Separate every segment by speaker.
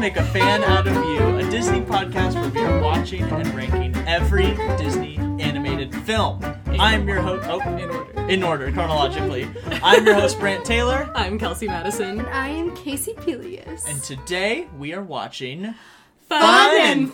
Speaker 1: Make a Fan Out of You, a Disney podcast where we are watching and ranking every Disney animated film. I'm your host. Oh,
Speaker 2: in order.
Speaker 1: in order chronologically. I'm your host Brant Taylor,
Speaker 2: I'm Kelsey Madison.
Speaker 3: I am Casey Pelias.
Speaker 1: and today we are watching
Speaker 2: Fun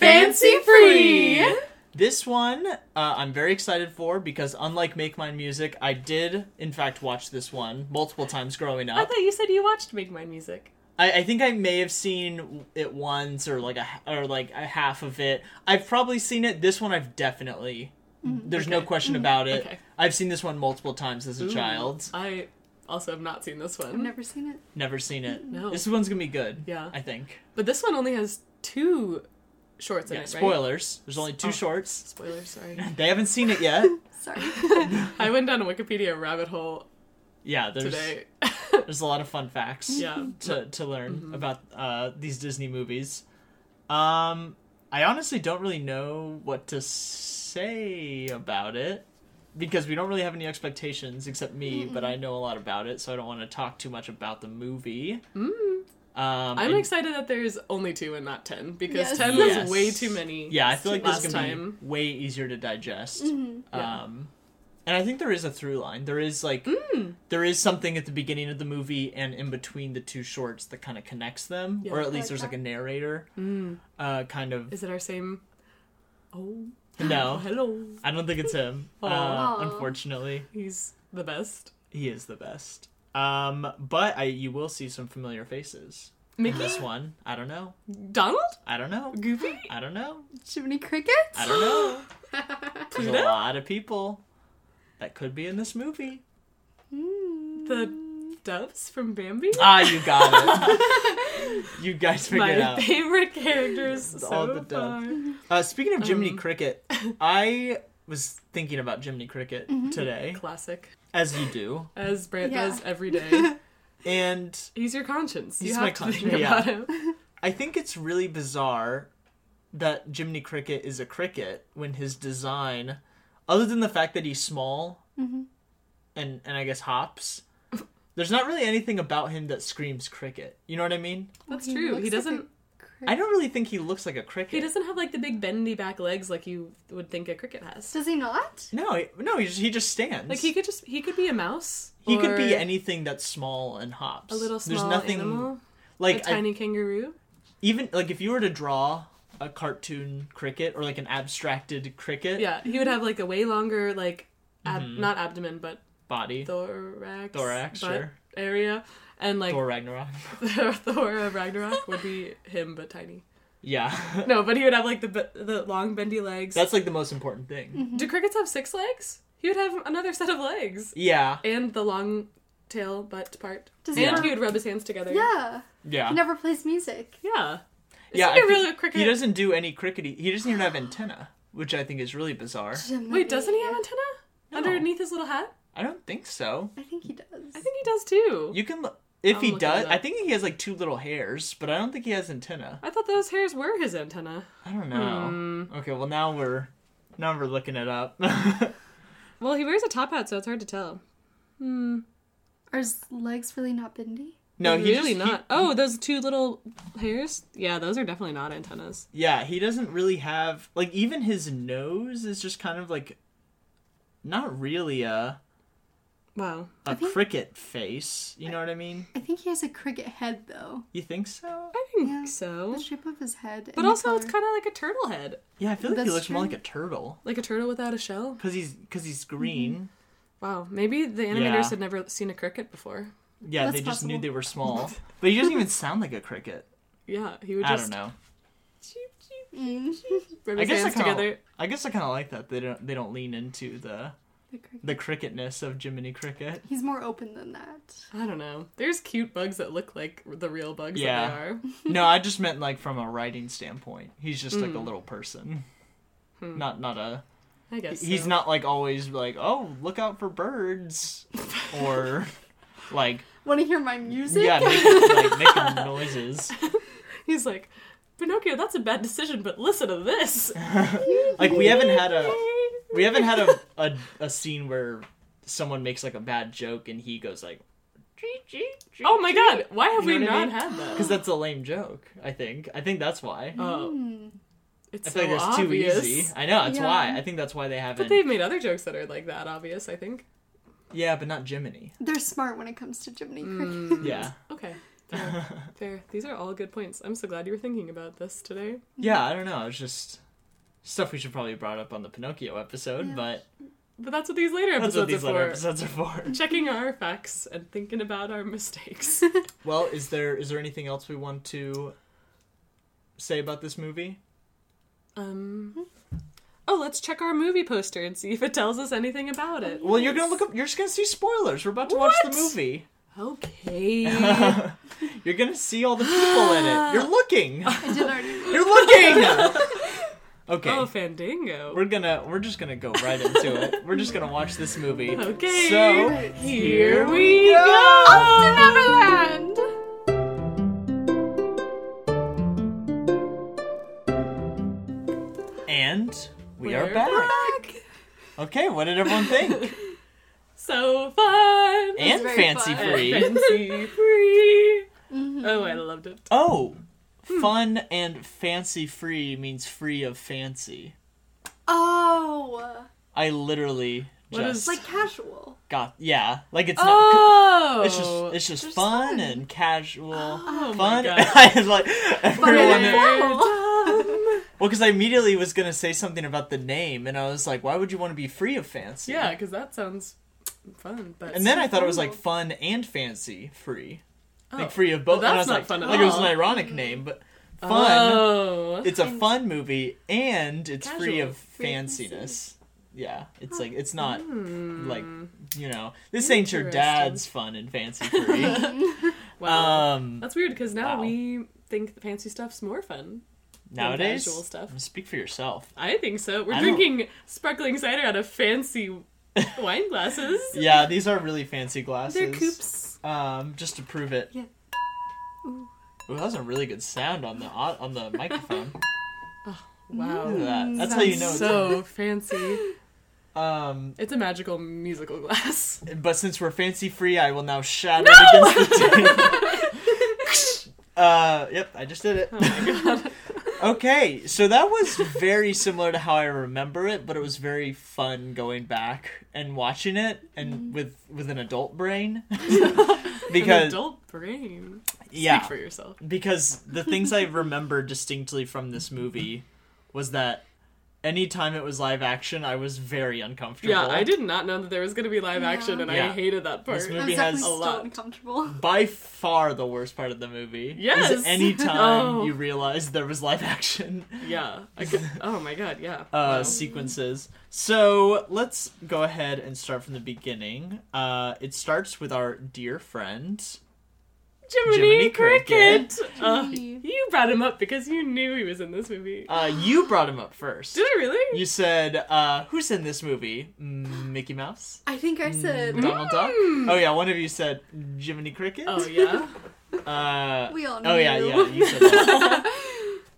Speaker 1: This one uh, I'm very excited for because unlike Make Mine Music, I did in fact watch this one multiple times growing
Speaker 2: I
Speaker 1: up.
Speaker 2: thought you said you watched Make Mine Music.
Speaker 1: I, I think I may have seen it once or like a h- or like a half of it. I've probably seen it. This one I've definitely. There's no
Speaker 2: Mm-hmm. Okay.
Speaker 1: question about it.
Speaker 2: Okay.
Speaker 1: I've seen this one multiple times as a child.
Speaker 2: I also have not seen this
Speaker 3: I've
Speaker 2: one.
Speaker 3: never seen it.
Speaker 1: Never seen it.
Speaker 2: No.
Speaker 1: This one's gonna be good.
Speaker 2: Yeah.
Speaker 1: I think.
Speaker 2: But this one only has two shorts in
Speaker 1: Yeah,
Speaker 2: it, right?
Speaker 1: spoilers. There's only two
Speaker 2: Oh.
Speaker 1: shorts.
Speaker 2: Spoiler, sorry.
Speaker 1: They haven't seen it yet.
Speaker 3: Sorry.
Speaker 2: I went down a Wikipedia rabbit hole
Speaker 1: Yeah, there's
Speaker 2: today.
Speaker 1: there's a lot of fun facts
Speaker 2: yeah.
Speaker 1: to to learn
Speaker 2: Mm-hmm.
Speaker 1: about uh, these Disney movies. Um, I honestly don't really know what to say about it because we don't really have any expectations except me,
Speaker 2: Mm-hmm.
Speaker 1: but I know a lot about it, so I don't want to talk too much about the movie. Um,
Speaker 2: Hmm. I'm
Speaker 1: and-
Speaker 2: excited that there's only two and not ten because
Speaker 3: Yes.
Speaker 2: ten
Speaker 1: Yes.
Speaker 2: was way too many.
Speaker 1: Yeah, I feel like this
Speaker 2: last
Speaker 1: is gonna
Speaker 2: time.
Speaker 1: be way easier to digest.
Speaker 2: Yeah.
Speaker 1: Um, and I think there is a through line. There is like
Speaker 2: Mm.
Speaker 1: there is something at the beginning of the movie and in between the two shorts that kind of connects them,
Speaker 2: Yeah.
Speaker 1: or at
Speaker 2: I Mm.
Speaker 1: least
Speaker 3: like
Speaker 1: there's
Speaker 3: that.
Speaker 1: like a narrator, uh, kind of.
Speaker 2: Is it our same? Oh,
Speaker 1: No,
Speaker 2: hello.
Speaker 1: I don't think it's him. Uh,
Speaker 3: Aw.
Speaker 1: unfortunately,
Speaker 2: He's the best.
Speaker 1: he is the best. Um, but I you will see some familiar faces. in
Speaker 2: Mickey,
Speaker 1: This one, I don't know.
Speaker 2: Donald,
Speaker 1: I don't know.
Speaker 2: Goofy.
Speaker 1: I don't know.
Speaker 3: Jiminy Crickets?
Speaker 1: I don't know. There's a
Speaker 2: Pluto?
Speaker 1: lot of people that could be in this movie.
Speaker 2: the doves from Bambi.
Speaker 1: Ah, you got it. you guys
Speaker 2: My
Speaker 1: figured it out.
Speaker 2: favorite characters so
Speaker 1: All the
Speaker 2: far.
Speaker 1: doves. Uh, speaking of
Speaker 2: Um.
Speaker 1: Jiminy Cricket, I was thinking about Jiminy Cricket
Speaker 2: Mm-hmm.
Speaker 1: today,
Speaker 2: Classic,
Speaker 1: as you do,
Speaker 2: as Brant
Speaker 3: Yeah.
Speaker 2: does every day.
Speaker 1: and
Speaker 2: He's your conscience.
Speaker 1: He's
Speaker 2: you
Speaker 1: my
Speaker 2: have to
Speaker 1: conscience,
Speaker 2: think
Speaker 1: yeah.
Speaker 2: about him.
Speaker 1: I think it's really bizarre that Jiminy Cricket is a cricket when his design, other than the fact that he's small
Speaker 2: Mm-hmm.
Speaker 1: and and I guess hops, there's not really anything about him that screams cricket. You know what I mean?
Speaker 2: That's
Speaker 3: He
Speaker 2: true.
Speaker 3: looks
Speaker 2: He,
Speaker 3: like a
Speaker 2: doesn't.
Speaker 3: cricket.
Speaker 1: I don't really think he looks like a cricket.
Speaker 2: He doesn't have like the big bendy back legs like you would think a cricket has.
Speaker 3: Does he not?
Speaker 1: No, he- no, he just, he just stands.
Speaker 2: Like he could just he could be a mouse.
Speaker 1: He could be
Speaker 2: or
Speaker 1: anything that's small and hops.
Speaker 2: a little small animal,
Speaker 1: like
Speaker 2: a
Speaker 1: I-
Speaker 2: tiny kangaroo.
Speaker 1: even like if you were to draw a cartoon cricket or like an abstracted cricket
Speaker 2: Yeah, he would have like a way longer like ab- not abdomen but
Speaker 1: body,
Speaker 2: thorax
Speaker 1: Mm-hmm. Thorax,
Speaker 2: butt
Speaker 1: sure.
Speaker 2: area and like
Speaker 1: Thor Ragnarok.
Speaker 2: Thor of Ragnarok would be him but tiny.
Speaker 1: yeah,
Speaker 2: No, but he would have like the b- the long bendy legs.
Speaker 1: that's like the most important thing.
Speaker 2: Do crickets have six legs? He would have another set of legs
Speaker 1: Yeah,
Speaker 2: and the long tail butt part.
Speaker 3: Does
Speaker 2: and
Speaker 3: he ever-
Speaker 2: he would rub his hands together.
Speaker 3: Yeah.
Speaker 1: yeah,
Speaker 3: He never plays music.
Speaker 2: yeah. Is
Speaker 1: yeah.
Speaker 2: he
Speaker 1: I
Speaker 2: a
Speaker 1: think
Speaker 2: real cricket?
Speaker 1: He doesn't do any crickety. He doesn't even have antenna, which I think is really bizarre.
Speaker 2: Wait, doesn't he have antenna
Speaker 1: No.
Speaker 2: underneath his little hat?
Speaker 1: I don't think so.
Speaker 3: I think he does.
Speaker 2: I think he does too.
Speaker 1: You can look if
Speaker 2: I'll
Speaker 1: he
Speaker 2: look
Speaker 1: does.
Speaker 2: it up.
Speaker 1: I think he has like two little hairs, but I don't think he has antenna.
Speaker 2: I thought those hairs were his antenna.
Speaker 1: I don't
Speaker 2: Hmm.
Speaker 1: know. Okay, well now we're now we're looking it up.
Speaker 2: Well, he wears a top hat, so it's hard to tell.
Speaker 3: Are his legs really not bendy?
Speaker 1: no, he
Speaker 2: really
Speaker 1: just- he-
Speaker 2: not. oh, those two little hairs? Yeah, those are definitely not antennas.
Speaker 1: Yeah, he doesn't really have like even his nose is just kind of like not really a
Speaker 2: Wow.
Speaker 1: a
Speaker 3: think-
Speaker 1: cricket face. You know what I mean?
Speaker 3: I think he has a cricket head, though.
Speaker 1: You think so?
Speaker 2: I think
Speaker 3: Yeah.
Speaker 2: so.
Speaker 3: The shape of his head.
Speaker 2: But also, it's kind of like a turtle head,
Speaker 1: Yeah, I feel like he
Speaker 3: That's
Speaker 1: looks more
Speaker 3: true.
Speaker 1: like a turtle
Speaker 2: like a turtle without a shell.
Speaker 1: because he's because he's
Speaker 2: Mm-hmm.
Speaker 1: green.
Speaker 2: Wow, maybe the animators
Speaker 1: Yeah.
Speaker 2: had never seen a cricket before.
Speaker 1: Yeah,
Speaker 3: That's
Speaker 1: they just knew
Speaker 3: possible.
Speaker 1: they were small, but he doesn't even sound like a cricket.
Speaker 2: Yeah, he would
Speaker 1: I
Speaker 2: just
Speaker 1: don't know.
Speaker 2: cheep, cheep,
Speaker 3: Mm.
Speaker 2: rub
Speaker 1: I
Speaker 2: his
Speaker 1: guess I
Speaker 2: hands
Speaker 1: kind
Speaker 2: together.
Speaker 1: of I guess I kind of like that they don't they don't lean into the
Speaker 3: The cricket.
Speaker 1: the cricketness of Jiminy Cricket.
Speaker 3: He's more open than that.
Speaker 2: I don't know. There's cute bugs that look like the real bugs
Speaker 1: Yeah.
Speaker 2: that they are.
Speaker 1: no, I just meant like from a writing standpoint. He's just
Speaker 2: Mm.
Speaker 1: like a little person, not not a
Speaker 2: I Hmm. guess
Speaker 1: he's
Speaker 2: so.
Speaker 1: not like always like oh look out for birds or like
Speaker 3: Want to hear my music?
Speaker 1: yeah make, like making noises
Speaker 2: He's like, Pinocchio, that's a bad decision, but listen to this.
Speaker 1: like we haven't had a we haven't had a, a a scene where someone makes like a bad joke and he goes like
Speaker 2: Oh my god, why have
Speaker 1: You know
Speaker 2: we
Speaker 1: what I
Speaker 2: not
Speaker 1: mean?
Speaker 2: had that?
Speaker 1: Because that's a lame joke. I think. I think that's why.
Speaker 2: Oh.
Speaker 3: Mm.
Speaker 2: It's
Speaker 1: I feel
Speaker 2: so
Speaker 1: like that's
Speaker 2: obvious.
Speaker 1: too easy. I know. That's
Speaker 3: Yeah.
Speaker 1: why. I think that's why they haven't.
Speaker 2: But they've made other jokes that are like that obvious, I think.
Speaker 1: Yeah, but not Jiminy.
Speaker 3: They're smart when it comes to Jiminy Cricket.
Speaker 2: Mm.
Speaker 1: Yeah.
Speaker 2: Okay. Fair. Fair. These are all good points. I'm so glad you were thinking about this today.
Speaker 1: yeah, I don't know. It's just stuff we should probably have brought up on the Pinocchio episode,
Speaker 3: Yeah.
Speaker 1: but
Speaker 2: But that's what these later
Speaker 1: that's
Speaker 2: episodes
Speaker 1: what these
Speaker 2: are for.
Speaker 1: letter episodes are for.
Speaker 2: Checking our facts and thinking about our mistakes.
Speaker 1: well, is there is there anything else we want to say about this movie?
Speaker 2: um. Oh, let's check our movie poster and see if it tells us anything about it.
Speaker 1: Well, you're gonna look up. You're just gonna see spoilers. We're about to watch
Speaker 2: What?
Speaker 1: the movie.
Speaker 2: Okay.
Speaker 1: you're gonna see all the people in it. You're looking.
Speaker 3: I did already.
Speaker 1: You're looking. Okay.
Speaker 2: Oh, Fandango.
Speaker 1: We're gonna we're just gonna go right into it. We're just gonna watch this movie.
Speaker 2: Okay.
Speaker 1: So
Speaker 2: here we go.
Speaker 3: Neverland!
Speaker 1: And we
Speaker 2: We're
Speaker 1: are back. Okay, what did everyone think?
Speaker 2: So fun.
Speaker 1: and Mm-hmm.
Speaker 3: very
Speaker 1: fancy
Speaker 3: fun.
Speaker 1: free.
Speaker 2: Fancy free. Oh, I loved it.
Speaker 1: Oh,
Speaker 2: Hmm.
Speaker 1: fun and fancy free means free of fancy.
Speaker 3: Oh,
Speaker 1: I literally
Speaker 2: What
Speaker 1: just
Speaker 2: is-
Speaker 3: like casual.
Speaker 1: got yeah. Like it's not.
Speaker 2: Oh,
Speaker 1: It's just it's just,
Speaker 3: just
Speaker 1: fun,
Speaker 3: fun.
Speaker 1: and casual.
Speaker 2: oh
Speaker 1: fun.
Speaker 2: My God.
Speaker 1: I like everyone.
Speaker 3: and
Speaker 1: Well,
Speaker 2: Dumb.
Speaker 1: because I immediately was gonna say something about the name, and I was like, why would you want to be free of fancy?
Speaker 2: Yeah, because that sounds fun. But
Speaker 1: And then I thought it was like
Speaker 3: cool.
Speaker 1: fun and fancy free,
Speaker 2: Oh.
Speaker 1: like free of both.
Speaker 2: Well,
Speaker 1: and I
Speaker 2: that's
Speaker 1: was
Speaker 2: not
Speaker 1: like,
Speaker 2: fun at
Speaker 1: like it was an
Speaker 2: all. Mm.
Speaker 1: ironic name, but fun.
Speaker 2: Oh.
Speaker 1: It's a
Speaker 3: And-
Speaker 1: fun movie and it's free
Speaker 2: Casual.
Speaker 1: of
Speaker 3: Free of
Speaker 1: fanciness. Yeah, it's like it's not like you know this ain't
Speaker 2: Hmm. Interesting.
Speaker 1: your dad's fun and fancy free.
Speaker 2: wow.
Speaker 1: um,
Speaker 2: That's weird because now
Speaker 1: wow.
Speaker 2: we think the fancy stuff's more fun.
Speaker 1: nowadays,
Speaker 2: casual stuff.
Speaker 1: speak for yourself.
Speaker 2: I think so. We're
Speaker 1: I don't-
Speaker 2: drinking sparkling cider out of fancy wine glasses.
Speaker 1: Yeah, these are really fancy glasses.
Speaker 2: They're coops.
Speaker 1: Um, just to prove it.
Speaker 3: Yeah. Ooh.
Speaker 1: Ooh, that was a really good sound on the on the microphone.
Speaker 2: Wow.
Speaker 1: Look at that. That's how
Speaker 2: Sounds
Speaker 1: you know. it's
Speaker 2: So fancy.
Speaker 1: Um,
Speaker 2: It's a magical musical glass.
Speaker 1: but since we're fancy free, I will now shatter it against the table. uh, yep, I just did it.
Speaker 2: Oh my god.
Speaker 1: okay, so that was very similar to how I remember it, but it was very fun going back and watching it, and with with an adult brain,
Speaker 2: Mm-hmm. An
Speaker 1: because
Speaker 2: adult brain.
Speaker 1: yeah,
Speaker 2: Speak for yourself.
Speaker 1: because the things I remember distinctly from this movie was that anytime it was live action, I was very uncomfortable.
Speaker 2: Yeah, I did not know that there was going to be live action, and I
Speaker 1: Yeah.
Speaker 2: hated that part.
Speaker 1: This
Speaker 3: I
Speaker 1: Movie
Speaker 3: was
Speaker 1: has
Speaker 3: definitely
Speaker 1: a
Speaker 3: still
Speaker 2: lot.
Speaker 3: uncomfortable.
Speaker 1: by far the worst part of the movie.
Speaker 2: Yes.
Speaker 1: Is anytime
Speaker 2: Oh.
Speaker 1: you realize there was live action
Speaker 2: Yeah. I could, oh my god, yeah.
Speaker 1: uh,
Speaker 2: Wow.
Speaker 1: sequences. So let's go ahead and start from the beginning. Uh, it starts with our dear friend.
Speaker 2: Jiminy,
Speaker 1: Jiminy
Speaker 2: Cricket! Uh,
Speaker 3: Jiminy.
Speaker 2: you brought him up because you knew he was in this movie.
Speaker 1: Uh, you brought him up first.
Speaker 2: Did I really?
Speaker 1: You said, uh, "Who's in this movie? Mm, Mickey Mouse,
Speaker 3: I think
Speaker 1: Mm.
Speaker 3: I said
Speaker 1: Donald Duck." Oh yeah, one of you said Jiminy Cricket.
Speaker 2: "Mm." Oh yeah.
Speaker 1: Uh,
Speaker 3: we all know.
Speaker 1: oh yeah, yeah. You said that.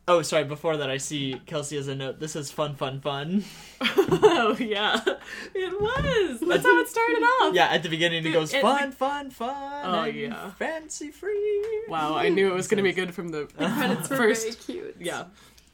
Speaker 1: oh, sorry. Before that, I see Kelsey has a note. This is fun, fun, fun.
Speaker 2: oh yeah. It was. That's how it started off.
Speaker 1: Yeah, at the beginning it
Speaker 2: Dude,
Speaker 1: goes
Speaker 2: it-
Speaker 1: fun, fun, fun.
Speaker 2: Oh,
Speaker 1: and
Speaker 2: yeah.
Speaker 1: fancy free.
Speaker 2: Wow, I knew it was going to be good from the
Speaker 3: The credits were
Speaker 2: First-
Speaker 3: very cute.
Speaker 2: yeah,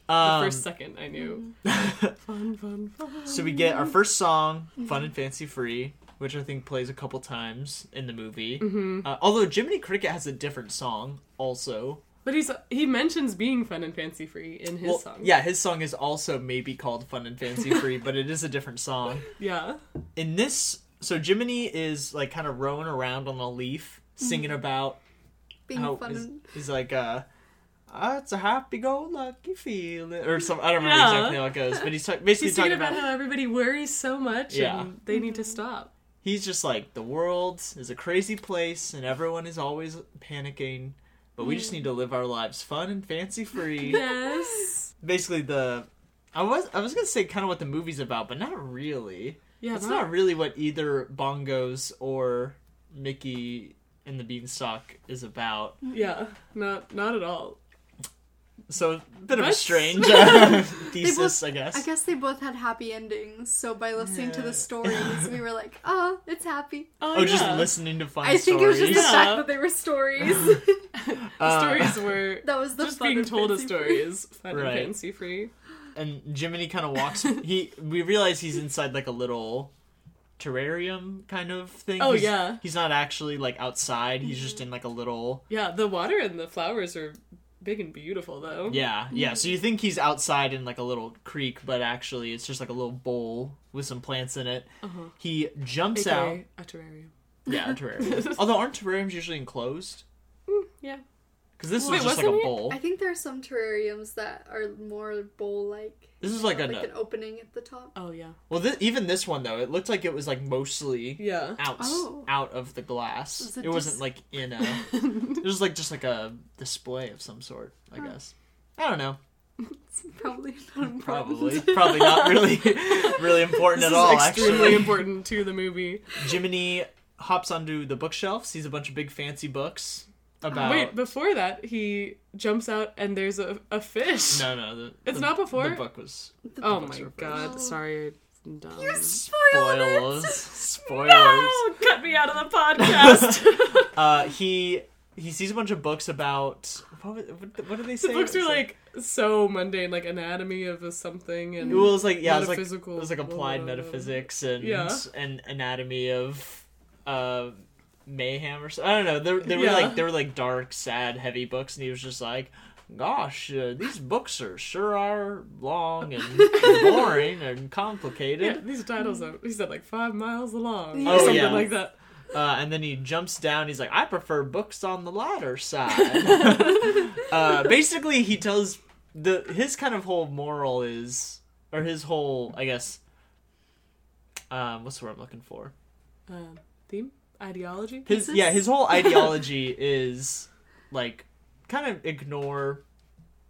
Speaker 2: the
Speaker 1: Um,
Speaker 2: first second I knew.
Speaker 3: Mm-hmm.
Speaker 2: Fun, fun, fun.
Speaker 1: so we get our first song, "Fun and Fancy Free," which I think plays a couple times in the movie.
Speaker 2: Mhm.
Speaker 1: Uh, although Jiminy Cricket has a different song also.
Speaker 2: But he's he mentions being fun and fancy free in his
Speaker 1: well,
Speaker 2: song.
Speaker 1: yeah, his song is also maybe called "Fun and Fancy Free," but it is a different song.
Speaker 2: Yeah.
Speaker 1: in this so Jiminy is like kind of rowing around on a leaf singing
Speaker 2: Mm-hmm.
Speaker 1: about
Speaker 3: Being
Speaker 1: how
Speaker 3: fun.
Speaker 1: is,
Speaker 3: and-
Speaker 1: is like uh "Ah, it's a happy go lucky feeling or some I don't remember
Speaker 2: Yeah.
Speaker 1: exactly how it goes, but he's talk, basically
Speaker 2: He's talking
Speaker 1: talking
Speaker 2: about
Speaker 1: about,
Speaker 2: how everybody worries so much
Speaker 1: Yeah.
Speaker 2: and they need to stop.
Speaker 1: he's just like the world is a crazy place and everyone is always panicking, but we just need to live our lives fun and fancy free.
Speaker 2: Yes.
Speaker 1: Basically the I was I was gonna say kind of what the movie's about, but not really.
Speaker 2: Yeah.
Speaker 1: That's not really what either Bongos or Mickey and the Beanstalk is about.
Speaker 2: Yeah. Not not at all.
Speaker 1: So a bit of a
Speaker 2: That's-
Speaker 1: strange uh, thesis, I guess.
Speaker 3: I guess they both had happy endings, so by listening to
Speaker 1: Yeah.
Speaker 3: the stories, we were like, oh, it's happy.
Speaker 1: Oh, just listening to fun
Speaker 3: I think it was
Speaker 1: stories.
Speaker 3: just the
Speaker 2: Yeah.
Speaker 3: fact that they were stories.
Speaker 1: Uh,
Speaker 2: stories were
Speaker 3: that was the
Speaker 2: just
Speaker 3: fun
Speaker 2: being
Speaker 3: and
Speaker 2: told as
Speaker 3: fancy free.
Speaker 2: stories, fun and
Speaker 1: Right.
Speaker 2: fancy free.
Speaker 1: and Jiminy kind of walks. He we realize he's inside like a little terrarium kind of thing.
Speaker 2: Oh,
Speaker 1: He's-
Speaker 2: yeah.
Speaker 1: he's not actually like outside. He's just in like a little.
Speaker 2: Yeah, the water and the flowers are big and beautiful though.
Speaker 1: Yeah,
Speaker 2: Mm-hmm.
Speaker 1: yeah. So you think he's outside in like a little creek, but actually it's just like a little bowl with some plants in it.
Speaker 2: Uh-huh.
Speaker 1: He jumps
Speaker 2: AKA
Speaker 1: out.
Speaker 2: a terrarium.
Speaker 1: Yeah, a terrarium. Although aren't terrariums usually enclosed?
Speaker 2: Mm, Yeah.
Speaker 1: Because this was
Speaker 2: Wait,
Speaker 1: just like
Speaker 2: wasn't
Speaker 1: a
Speaker 2: it?
Speaker 1: bowl.
Speaker 3: I think there are some terrariums that are more bowl like.
Speaker 1: This is like a
Speaker 3: like an opening at the top.
Speaker 2: Oh yeah.
Speaker 1: well. Thi- even this one though, it looked like it was like mostly
Speaker 2: Yeah.
Speaker 1: out
Speaker 3: Oh.
Speaker 1: out of the glass.
Speaker 3: Was
Speaker 1: it
Speaker 3: it
Speaker 1: wasn't
Speaker 3: just-
Speaker 1: like in a. it was like just like a display of some sort, I guess. I don't know.
Speaker 3: Probably not important.
Speaker 1: Probably, probably not really, really important
Speaker 2: This
Speaker 1: at
Speaker 2: is
Speaker 1: all.
Speaker 2: extremely
Speaker 1: Actually,
Speaker 2: important to the movie.
Speaker 1: Jiminy hops onto the bookshelf, sees a bunch of big fancy books about.
Speaker 2: Wait, before that, he jumps out and there's a, a fish.
Speaker 1: no, no, the,
Speaker 2: It's
Speaker 1: the-
Speaker 2: not before?
Speaker 1: The book was
Speaker 2: Oh
Speaker 3: Um,
Speaker 1: books
Speaker 2: my
Speaker 1: are first.
Speaker 2: god, sorry. I'm dumb.
Speaker 1: spoilers. Spoilers.
Speaker 2: No! Cut me out of the podcast.
Speaker 1: Uh, he he sees a bunch of books about. What, was- what, what do they say?
Speaker 2: the books
Speaker 1: It
Speaker 2: were
Speaker 1: was
Speaker 2: like so mundane, like anatomy of a something and
Speaker 1: Well, it was like yeah, it was like it
Speaker 2: metaphysical.
Speaker 1: was like applied metaphysics and
Speaker 2: Yeah.
Speaker 1: and anatomy of uh, mayhem or so. I don't know. They, they were
Speaker 2: Yeah.
Speaker 1: like they were like dark, sad, heavy books, and he was just like, "Gosh, uh, these books are sure are long and boring and
Speaker 2: Yeah,
Speaker 1: complicated."
Speaker 2: these titles are he said like five miles along
Speaker 1: Oh,
Speaker 2: or something
Speaker 1: yeah.
Speaker 2: like that.
Speaker 1: Uh, and then he jumps down. He's like, "I prefer books on the lighter side." uh, basically, he tells the his kind of whole moral is, or his whole, I guess. Um, what's the word I'm looking for?
Speaker 2: Um, theme ideology.
Speaker 1: his
Speaker 3: This
Speaker 1: yeah
Speaker 3: is-
Speaker 1: his whole ideology is like kind of ignore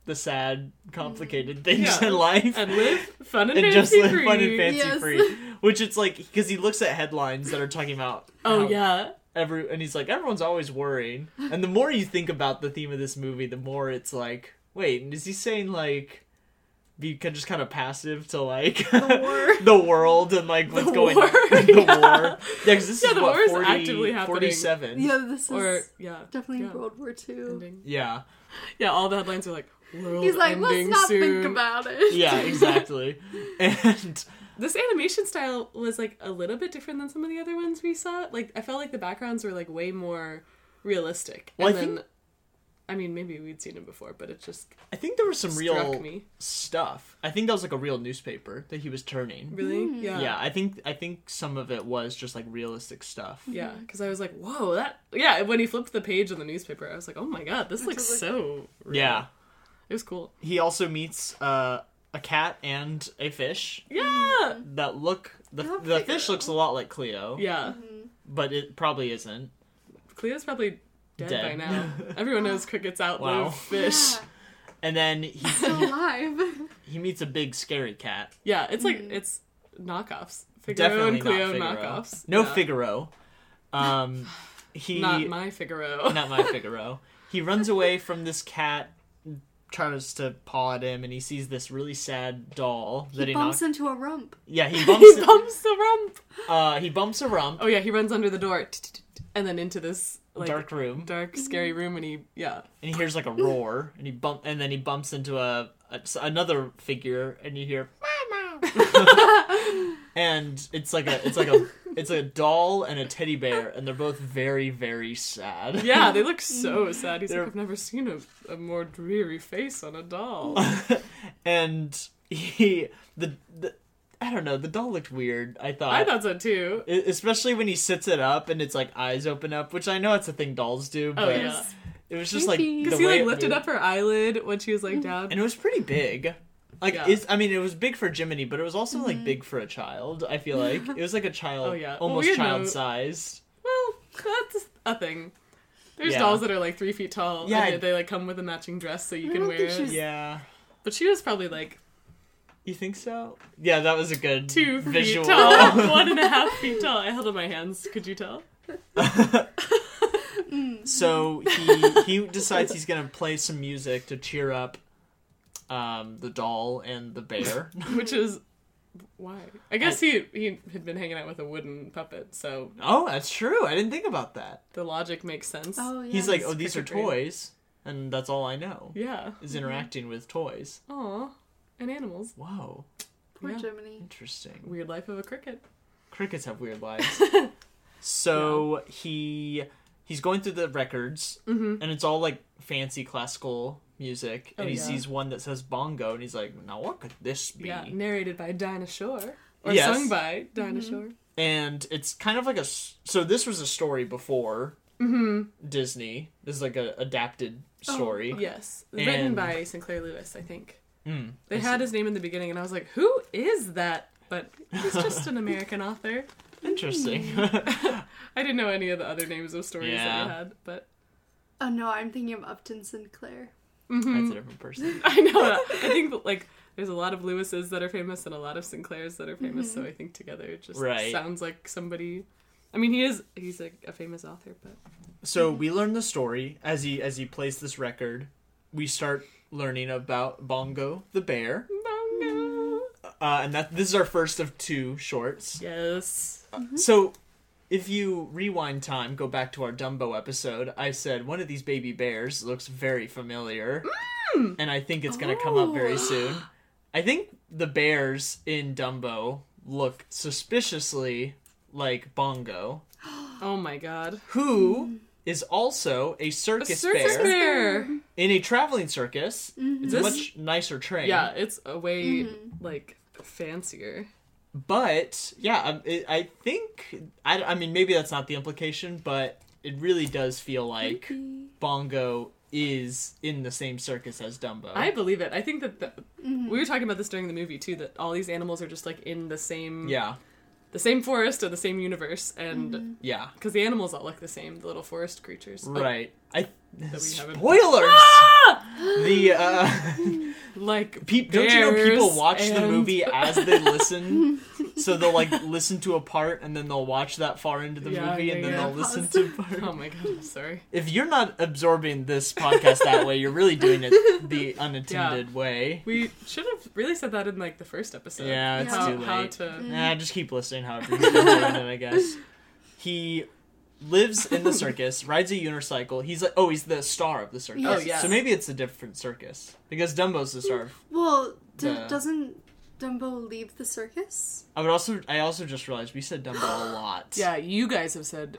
Speaker 1: the sad complicated things
Speaker 2: Mm, Yeah.
Speaker 1: in life
Speaker 2: and live fun and,
Speaker 1: and just
Speaker 2: fancy
Speaker 1: live fun and
Speaker 2: free.
Speaker 1: fancy
Speaker 3: Yes.
Speaker 1: free which it's like because he looks at headlines that are talking about
Speaker 2: Oh
Speaker 1: how
Speaker 2: yeah,
Speaker 1: every and he's like everyone's always worrying and the more you think about the theme of this movie the more it's like wait is he saying like be ki- just kind of passive to like
Speaker 3: war.
Speaker 1: the world and like what's going
Speaker 2: war,
Speaker 1: on the
Speaker 2: yeah.
Speaker 1: war yeah 'cause this
Speaker 2: Yeah,
Speaker 1: is
Speaker 2: the
Speaker 1: what,
Speaker 2: war is
Speaker 1: 40
Speaker 2: actively happening.
Speaker 1: 47
Speaker 3: Yeah, this is
Speaker 2: or yeah,
Speaker 3: definitely
Speaker 2: yeah.
Speaker 3: World War II.
Speaker 2: ending.
Speaker 1: Yeah.
Speaker 2: Yeah, all the headlines are like world
Speaker 3: He's like, let's
Speaker 2: ending
Speaker 3: not
Speaker 2: soon.
Speaker 3: think about it.
Speaker 1: Yeah, exactly. and
Speaker 2: This animation style was like a little bit different than some of the other ones we saw. Like I felt like the backgrounds were like way more realistic.
Speaker 1: Well,
Speaker 2: and
Speaker 1: I
Speaker 2: then,
Speaker 1: think-
Speaker 2: I mean, maybe we'd seen it before, but it just
Speaker 1: I think there was some real
Speaker 2: struck me.
Speaker 1: stuff. I think that was like a real newspaper that he was turning.
Speaker 2: Really?
Speaker 3: Hmm.
Speaker 2: Yeah.
Speaker 1: Yeah, I think I think some of it was just like realistic stuff.
Speaker 2: Yeah, because I was like, "Whoa, that!" Yeah, when he flipped the page on the newspaper, I was like, "Oh my god, this looks
Speaker 3: is like-
Speaker 2: so." Real.
Speaker 1: Yeah.
Speaker 2: it was cool.
Speaker 1: He also meets uh, a cat and a fish
Speaker 3: Hmm.
Speaker 2: Yeah,
Speaker 1: that look the
Speaker 3: Oh,
Speaker 1: the
Speaker 3: Cleo.
Speaker 1: fish looks a lot like Cleo,
Speaker 2: yeah.
Speaker 1: but it probably isn't.
Speaker 2: Cleo's probably dead, by
Speaker 1: Dead.
Speaker 2: now. Everyone knows crickets outlive
Speaker 1: Wow.
Speaker 2: fish.
Speaker 3: Yeah,
Speaker 1: And then he
Speaker 3: still alive.
Speaker 1: he meets a big scary cat.
Speaker 2: Yeah, it's like
Speaker 3: Mm.
Speaker 2: it's knockoffs. Figaro
Speaker 1: Definitely
Speaker 2: and Cleo
Speaker 1: not Figaro.
Speaker 2: knockoffs.
Speaker 1: No
Speaker 2: Yeah.
Speaker 1: Figaro. Um he
Speaker 2: Not my Figaro.
Speaker 1: not my Figaro. He runs away from this cat, tries to paw at him, and he sees this really sad doll that
Speaker 3: he
Speaker 1: he,
Speaker 3: bumps
Speaker 1: knocks.
Speaker 3: into a rump.
Speaker 1: Yeah, he
Speaker 2: he
Speaker 1: bumps.
Speaker 2: bumps the rump.
Speaker 1: uh, he bumps a rump,
Speaker 2: Oh yeah, he runs under the door t-t-t-t, and then into this Oh, like
Speaker 1: dark room,
Speaker 2: dark, scary room, and he yeah.
Speaker 1: and he hears like a roar, and he bump, and then he bumps into a, a another figure, and you hear mama. and it's like a it's like a it's a doll and a teddy bear, and they're both very very sad.
Speaker 2: Yeah, they look so sad. He's
Speaker 1: They're-
Speaker 2: like, I've never seen a, a more dreary face on a doll.
Speaker 1: and he the, the I don't know the doll looked weird. I thought
Speaker 2: I thought so too.
Speaker 1: E- especially when he sits it up and it's like eyes open up, which I know it's a thing dolls do, but
Speaker 2: Oh yeah,
Speaker 1: it was just like
Speaker 3: Creepy.
Speaker 1: the
Speaker 2: because he
Speaker 1: way
Speaker 2: like
Speaker 1: it
Speaker 2: lifted
Speaker 1: moved- Mm.
Speaker 2: up her eyelid when she was like down.
Speaker 1: and it was pretty big. Like
Speaker 2: Yeah.
Speaker 1: it's, I mean, it was big for Jiminy, but it was also like big for a child. I feel like it was like a child,
Speaker 2: Oh, yeah. Well,
Speaker 1: almost
Speaker 2: we had no-
Speaker 1: child sized.
Speaker 2: Well, that's a thing. There's
Speaker 1: Yeah.
Speaker 2: dolls that are like three feet tall.
Speaker 1: Yeah,
Speaker 2: Yeah,
Speaker 1: I-
Speaker 2: and they like come with a matching dress so you
Speaker 3: I
Speaker 2: can
Speaker 3: don't
Speaker 2: wear
Speaker 3: think
Speaker 2: it.
Speaker 3: she's-
Speaker 1: Yeah,
Speaker 2: But she was probably like
Speaker 1: you think so? Yeah, that was a good
Speaker 2: two feet
Speaker 1: visual.
Speaker 2: tall, one and a half feet tall. I held up my hands. Could you tell?
Speaker 1: so he he decides he's gonna play some music to cheer up um, the doll and the bear.
Speaker 2: which is why I guess he he had been hanging out with a wooden puppet, so
Speaker 1: oh, that's true. I didn't think about that.
Speaker 2: the logic makes sense.
Speaker 3: Oh yeah.
Speaker 1: He's like,
Speaker 2: it's
Speaker 1: oh, these are
Speaker 2: trick-or-treat.
Speaker 1: toys, and that's all I know
Speaker 2: Yeah.
Speaker 1: is interacting with toys.
Speaker 2: Aw. And animals.
Speaker 1: Whoa,
Speaker 3: poor
Speaker 2: yeah.
Speaker 3: Jiminy.
Speaker 1: interesting.
Speaker 2: Weird life of a cricket.
Speaker 1: Crickets have weird lives. so he he's going through the records,
Speaker 2: Mhm.
Speaker 1: and it's all like fancy classical music, and
Speaker 2: Oh,
Speaker 1: he
Speaker 2: yeah.
Speaker 1: sees one that says bongo, and he's like, now what could this be?
Speaker 2: Yeah. Narrated by Dinah Shore. Or
Speaker 1: Yes.
Speaker 2: sung by Dinah Shore.
Speaker 1: and it's kind of like a s- so this was a story before
Speaker 2: Mm-hmm.
Speaker 1: disney this is like a adapted
Speaker 2: Oh,
Speaker 1: story
Speaker 2: Yes. Written
Speaker 1: And-
Speaker 2: by Sinclair Lewis, I think.
Speaker 1: Mm,
Speaker 2: They
Speaker 1: I
Speaker 2: had his name in the beginning and I was like, Who is that? But he's just an American author.
Speaker 1: interesting
Speaker 2: Hmm. I didn't know any of the other names of stories that
Speaker 1: Yeah.
Speaker 2: he had, but
Speaker 3: Oh no, I'm thinking of Upton Sinclair.
Speaker 2: mm-hmm.
Speaker 1: that's a different person
Speaker 2: I know. I think that, like there's a lot of Lewis's that are famous and a lot of Sinclairs that are famous. So I think together it just
Speaker 1: Mm-hmm. Right.
Speaker 2: sounds like somebody. I mean, he is he's a, a famous author, but
Speaker 1: so we learn the story as he as he plays this record we start learning about bongo the bear
Speaker 2: Bongo.
Speaker 1: uh, and that this is our first of two shorts
Speaker 2: Yes.
Speaker 1: so if you rewind time go back to our dumbo episode i said one of these baby bears looks very familiar and I think it's going to come up very
Speaker 3: Oh.
Speaker 1: soon. I think the bears in Dumbo look suspiciously like Bongo,
Speaker 2: Oh my God.
Speaker 1: who is also a circus,
Speaker 2: A circus
Speaker 1: bear,
Speaker 2: bear.
Speaker 1: in a traveling circus. It's a
Speaker 2: This-
Speaker 1: much nicer train.
Speaker 2: Yeah, it's a way
Speaker 1: Mm-hmm.
Speaker 2: like fancier.
Speaker 1: But yeah, um, it, I think I, I mean maybe that's not the implication, but it really does feel like
Speaker 3: Maybe.
Speaker 1: Bongo is in the same circus as Dumbo.
Speaker 2: I believe it. I think that the,
Speaker 1: Mm-hmm.
Speaker 2: we were talking about this during the movie too. That all these animals are just like in the same
Speaker 1: yeah,
Speaker 2: the same forest or the same universe, and
Speaker 1: yeah.
Speaker 2: because the animals all look the same, the little forest creatures. Oh,
Speaker 1: Right. I
Speaker 2: we haven't-
Speaker 1: spoilers. the uh,
Speaker 2: Ah! like
Speaker 1: pe- don't you know people
Speaker 2: bears
Speaker 1: watch the
Speaker 2: and-
Speaker 1: movie as they listen, so they'll like listen to a part and then they'll watch that far into the
Speaker 2: Yeah,
Speaker 1: movie
Speaker 2: yeah,
Speaker 1: and then
Speaker 2: yeah.
Speaker 1: they'll listen to
Speaker 2: Oh
Speaker 1: part.
Speaker 2: my god, I'm sorry.
Speaker 1: If you're not absorbing this podcast that way, you're really doing it the unintended way.
Speaker 2: We should have really said that in like the first episode.
Speaker 1: Yeah, it's
Speaker 2: how,
Speaker 1: too
Speaker 2: how
Speaker 1: late.
Speaker 2: to
Speaker 1: Nah, just keep listening. However, you're doing it, I guess he lives in the circus, rides a unicycle. He's like, oh, he's the star of the circus.
Speaker 3: Oh,
Speaker 2: yes.
Speaker 1: So maybe it's a different circus because Dumbo's the star of
Speaker 3: Well, d-
Speaker 1: The-
Speaker 3: doesn't Dumbo leave the circus?
Speaker 1: I would also. I also just realized we said Dumbo a lot.
Speaker 2: Yeah, you guys have said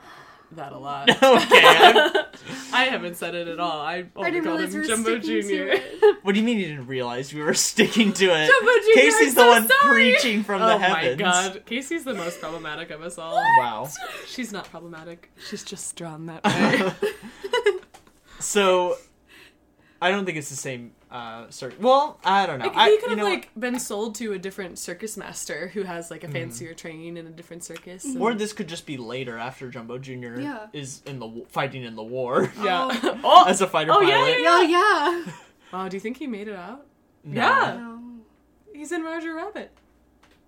Speaker 2: that a lot.
Speaker 1: okay. I'm-
Speaker 2: I haven't said it at all. I
Speaker 1: Oh,
Speaker 3: I
Speaker 2: only
Speaker 3: didn't
Speaker 2: called
Speaker 3: realize we
Speaker 2: him
Speaker 3: were
Speaker 2: Jumbo
Speaker 3: sticking
Speaker 2: Junior.
Speaker 3: to it.
Speaker 1: what do you mean you didn't realize we were sticking to it?
Speaker 3: Dumbo Jr.,
Speaker 1: Casey's
Speaker 3: I'm
Speaker 1: the
Speaker 3: so
Speaker 1: one
Speaker 3: sorry.
Speaker 1: preaching from
Speaker 2: Oh
Speaker 1: the
Speaker 2: my
Speaker 1: heavens.
Speaker 2: god, Casey's the most problematic of us all.
Speaker 1: Wow.
Speaker 2: She's not problematic. She's just drawn that way.
Speaker 1: So, I don't think it's the same. Uh, cir- well, I don't know.
Speaker 2: Like,
Speaker 1: I,
Speaker 2: he could
Speaker 1: you
Speaker 2: have
Speaker 1: know what? Mm-hmm.
Speaker 2: like been sold to a different circus master who has like a fancier train and a different circus.
Speaker 3: Mm-hmm.
Speaker 2: and-
Speaker 1: Or this could just be later after Jumbo Jr.
Speaker 3: Yeah.
Speaker 1: is in the w- fighting in the war
Speaker 2: yeah.
Speaker 3: Oh.
Speaker 2: oh,
Speaker 1: as a fighter
Speaker 2: Oh,
Speaker 1: pilot.
Speaker 2: yeah, yeah,
Speaker 3: Yeah, yeah.
Speaker 2: Wow, Oh, do you think he made it out?
Speaker 1: No.
Speaker 2: Yeah.
Speaker 3: No.
Speaker 2: He's in Roger Rabbit.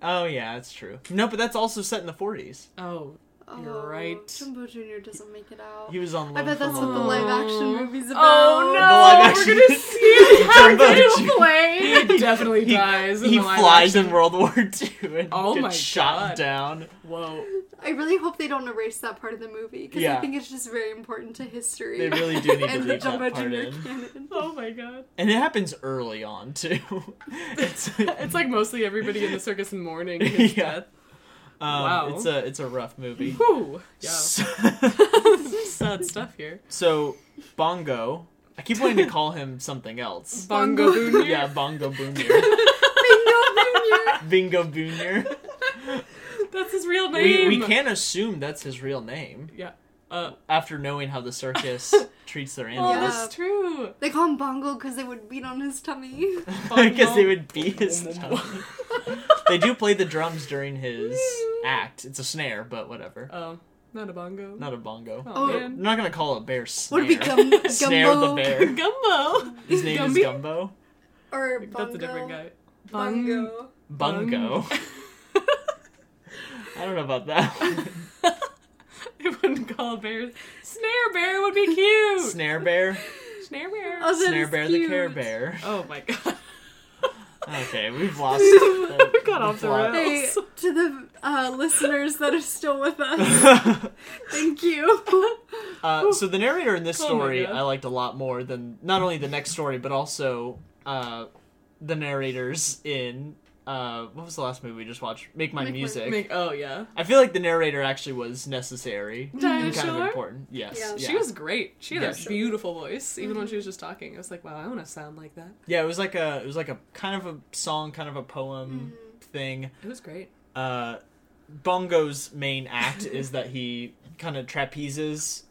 Speaker 1: Oh yeah, that's true. No, but that's also set in the 40s.
Speaker 2: Oh, You're
Speaker 3: Oh,
Speaker 2: right.
Speaker 3: Jumbo Jr. doesn't make it
Speaker 2: Oh,
Speaker 3: out.
Speaker 1: He was on.
Speaker 3: I
Speaker 1: loan
Speaker 3: bet that's
Speaker 1: from
Speaker 3: what the
Speaker 1: a-
Speaker 3: live action movie's about.
Speaker 1: live action-
Speaker 2: we're gonna see how
Speaker 1: Jumbo
Speaker 2: they
Speaker 1: Jr.
Speaker 2: play. He definitely
Speaker 1: He-
Speaker 2: dies. in
Speaker 1: he
Speaker 2: the live
Speaker 1: flies
Speaker 2: action.
Speaker 1: in World War II and
Speaker 2: Oh
Speaker 1: gets
Speaker 2: my
Speaker 1: shot
Speaker 2: God.
Speaker 1: down.
Speaker 2: Whoa,
Speaker 3: I really hope they don't erase that part of the movie because I
Speaker 1: Yeah.
Speaker 3: think it's just very important to history.
Speaker 1: They really do need to
Speaker 3: and the
Speaker 1: leave
Speaker 3: Jumbo
Speaker 1: that
Speaker 3: Jr.
Speaker 1: part in.
Speaker 3: canon.
Speaker 2: oh my god!
Speaker 1: And it happens early on too. it's,
Speaker 2: It's like mostly everybody in the circus mourning his
Speaker 1: Yeah.
Speaker 2: death.
Speaker 1: um,
Speaker 2: wow.
Speaker 1: it's a it's a rough movie.
Speaker 2: Whew. Yeah,
Speaker 1: So,
Speaker 2: sad stuff here.
Speaker 1: so Bongo, I keep wanting to call him something else.
Speaker 2: Bongo Junior.
Speaker 1: Yeah, Bongo Boonier,
Speaker 3: Bingo Jr.
Speaker 1: Bingo Boonier.
Speaker 2: That's his real
Speaker 1: We
Speaker 2: name.
Speaker 1: we can assume that's his real name
Speaker 2: Yeah. Uh,
Speaker 1: after knowing how the circus treats their
Speaker 2: oh,
Speaker 1: animals
Speaker 3: Yeah.
Speaker 2: that's true.
Speaker 3: They call him Bongo because they would beat on his tummy.
Speaker 1: because they
Speaker 2: Bongo.
Speaker 1: would be his. tummy. they do play the drums during his act. It's a snare, but whatever.
Speaker 2: Oh, not a bongo.
Speaker 1: Not a bongo.
Speaker 2: Oh,
Speaker 1: Nope.
Speaker 2: man.
Speaker 1: I'm not gonna call it bear snare.
Speaker 3: Would it be Gum-
Speaker 1: snare the
Speaker 3: Gumbo?
Speaker 1: bear.
Speaker 2: Gumbo.
Speaker 1: His name
Speaker 2: Gumby?
Speaker 1: is Gumbo.
Speaker 3: Or Bongo.
Speaker 2: That's a different guy.
Speaker 3: Bongo. Oh,
Speaker 1: Bungo. I don't know about that. one.
Speaker 2: They wouldn't call bears. Snare bear would be cute.
Speaker 1: snare bear.
Speaker 2: Snare bear.
Speaker 3: Oh, that
Speaker 1: snare
Speaker 3: is
Speaker 1: bear the
Speaker 3: cute.
Speaker 1: care bear.
Speaker 2: Oh my god.
Speaker 1: Okay, we've lost.
Speaker 2: We got off the
Speaker 1: plot.
Speaker 2: rails.
Speaker 3: Hey, to the uh, listeners that are still with us, thank you.
Speaker 1: Uh, so the narrator in this
Speaker 2: Oh my
Speaker 1: story
Speaker 2: God.
Speaker 1: I liked a lot more than not only the next story but also uh, the narrators in uh, what was the last movie we just watched? Make My
Speaker 3: Make My-
Speaker 1: Music.
Speaker 2: Make, oh yeah,
Speaker 1: I feel like the narrator actually was necessary
Speaker 2: Diana
Speaker 1: and kind of
Speaker 2: Shore.
Speaker 1: important. Yes.
Speaker 3: Yeah.
Speaker 1: Yeah.
Speaker 2: She was great. She had
Speaker 1: Yeah,
Speaker 2: a
Speaker 1: she-
Speaker 2: beautiful voice, even when she was just talking. I was like, wow, I want to sound like that.
Speaker 1: Yeah, it was like a it was like a kind of a song, kind of a poem thing.
Speaker 2: It was great.
Speaker 1: Uh, Bongo's main act is that he kind of trapezes.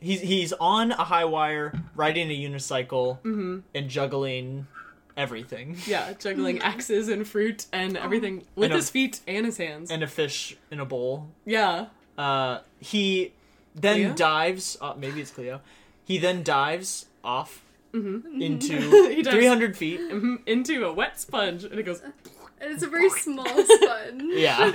Speaker 1: He's he's on a high wire, riding a unicycle,
Speaker 2: Mm-hmm.
Speaker 1: and juggling everything.
Speaker 2: Yeah, juggling axes and fruit and everything with
Speaker 1: And a-
Speaker 2: his feet and his hands.
Speaker 1: and a fish in a bowl.
Speaker 2: yeah,
Speaker 1: Uh, he then
Speaker 2: Cleo?
Speaker 1: dives. Uh, maybe it's Cleo. He then dives off
Speaker 2: He
Speaker 1: Mm-hmm. into
Speaker 2: dives-
Speaker 1: three hundred feet.
Speaker 2: Mhm. Mm-hmm. into a wet sponge, and it goes.
Speaker 3: And it's a very small sponge.
Speaker 1: Yeah,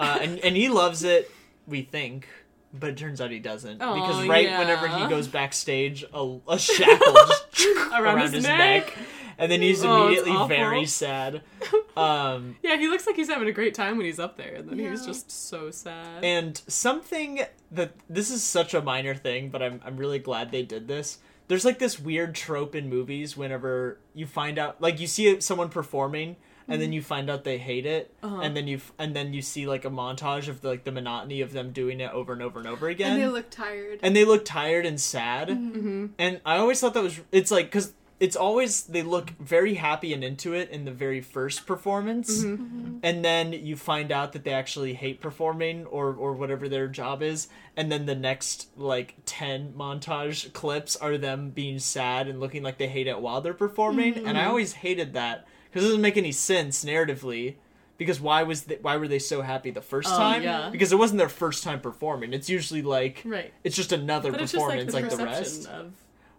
Speaker 1: uh, and and he loves it. We think, but it turns out he doesn't
Speaker 2: Aw,
Speaker 1: because right
Speaker 2: yeah.
Speaker 1: whenever he goes backstage, a, a shackle just
Speaker 2: Around
Speaker 1: around,
Speaker 2: his
Speaker 1: his, neck. and then he's
Speaker 2: Oh, it's
Speaker 1: immediately
Speaker 2: awful.
Speaker 1: very sad. Um,
Speaker 2: Yeah, he looks like he's having a great time when he's up there, and then he was
Speaker 3: Yeah.
Speaker 2: just so sad.
Speaker 1: And something that this is such a minor thing, but I'm I'm really glad they did this. There's like this weird trope in movies whenever you find out like you see someone performing and then you find out they hate it
Speaker 2: Mm-hmm. Uh-huh.
Speaker 1: and then you f- and then you see like a montage of like the monotony of them doing it over and over and over again
Speaker 3: And they look tired.
Speaker 1: look tired and sad
Speaker 2: Mm-hmm.
Speaker 1: and I always thought that was it's like cuz it's always they look very happy and into it in the very first performance
Speaker 2: Mm-hmm.
Speaker 1: and then you find out that they actually hate performing or or whatever their job is and then the next like 10 montage clips are them being sad and looking like they hate it while they're performing
Speaker 2: Mm-hmm.
Speaker 1: and i always hated that because it doesn't make any sense narratively because why was th- why were they so happy the first
Speaker 2: Oh,
Speaker 1: time
Speaker 2: yeah.
Speaker 1: because it wasn't their first time performing it's usually like
Speaker 2: right.
Speaker 1: it's just another
Speaker 2: But it's just like
Speaker 1: performance
Speaker 2: the
Speaker 1: like the,
Speaker 2: perception
Speaker 1: rest
Speaker 2: of.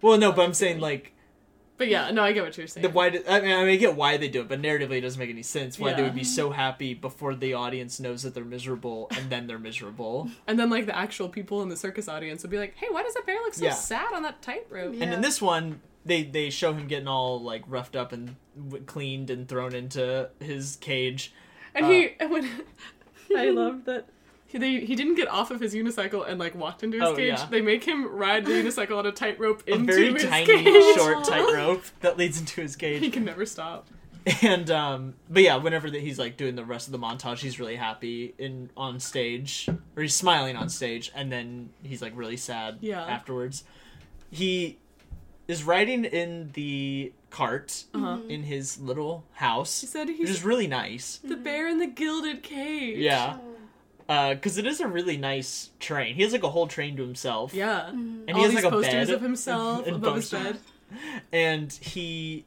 Speaker 1: well no but i'm saying like
Speaker 2: But yeah, no, I get what you're saying.
Speaker 1: the why do, I mean I mean I get why they do it, but narratively it doesn't make any sense why they
Speaker 2: Yeah.
Speaker 1: would be so happy before the audience knows that they're miserable and then they're miserable.
Speaker 2: and then like the actual people in the circus audience would be like, "Hey, why does that bear look so
Speaker 1: Yeah.
Speaker 2: sad on that tightrope?"
Speaker 3: Yeah.
Speaker 1: And in this one, they they show him getting all like roughed up and w- cleaned and thrown into his cage.
Speaker 2: And he
Speaker 1: Uh.
Speaker 2: and when I loved that. He, they, he didn't get off of his unicycle and like walked into his
Speaker 1: Oh,
Speaker 2: cage.
Speaker 1: yeah.
Speaker 2: They make him ride the unicycle on a tightrope
Speaker 1: A
Speaker 2: into
Speaker 1: very
Speaker 2: his
Speaker 1: tiny,
Speaker 2: cage.
Speaker 1: short tightrope that leads into his
Speaker 2: He
Speaker 1: cage.
Speaker 2: can never stop.
Speaker 1: And um, but yeah, whenever that he's like doing the rest of the montage, he's really happy in on stage, or he's smiling on stage, and then he's like really sad
Speaker 2: Yeah.
Speaker 1: afterwards. He is riding in the cart
Speaker 2: Uh-huh.
Speaker 1: in his little house,
Speaker 2: He said
Speaker 1: which
Speaker 2: he's
Speaker 1: is really nice.
Speaker 2: the bear in the gilded cage.
Speaker 1: Yeah,
Speaker 3: Oh,
Speaker 1: because it is a really nice train. He has like a whole train to himself.
Speaker 2: Yeah.
Speaker 1: and he
Speaker 2: All
Speaker 1: has
Speaker 2: these
Speaker 1: like a
Speaker 2: posters
Speaker 1: bed
Speaker 2: of himself
Speaker 1: and
Speaker 2: above his
Speaker 1: posters.
Speaker 2: bed.
Speaker 1: and he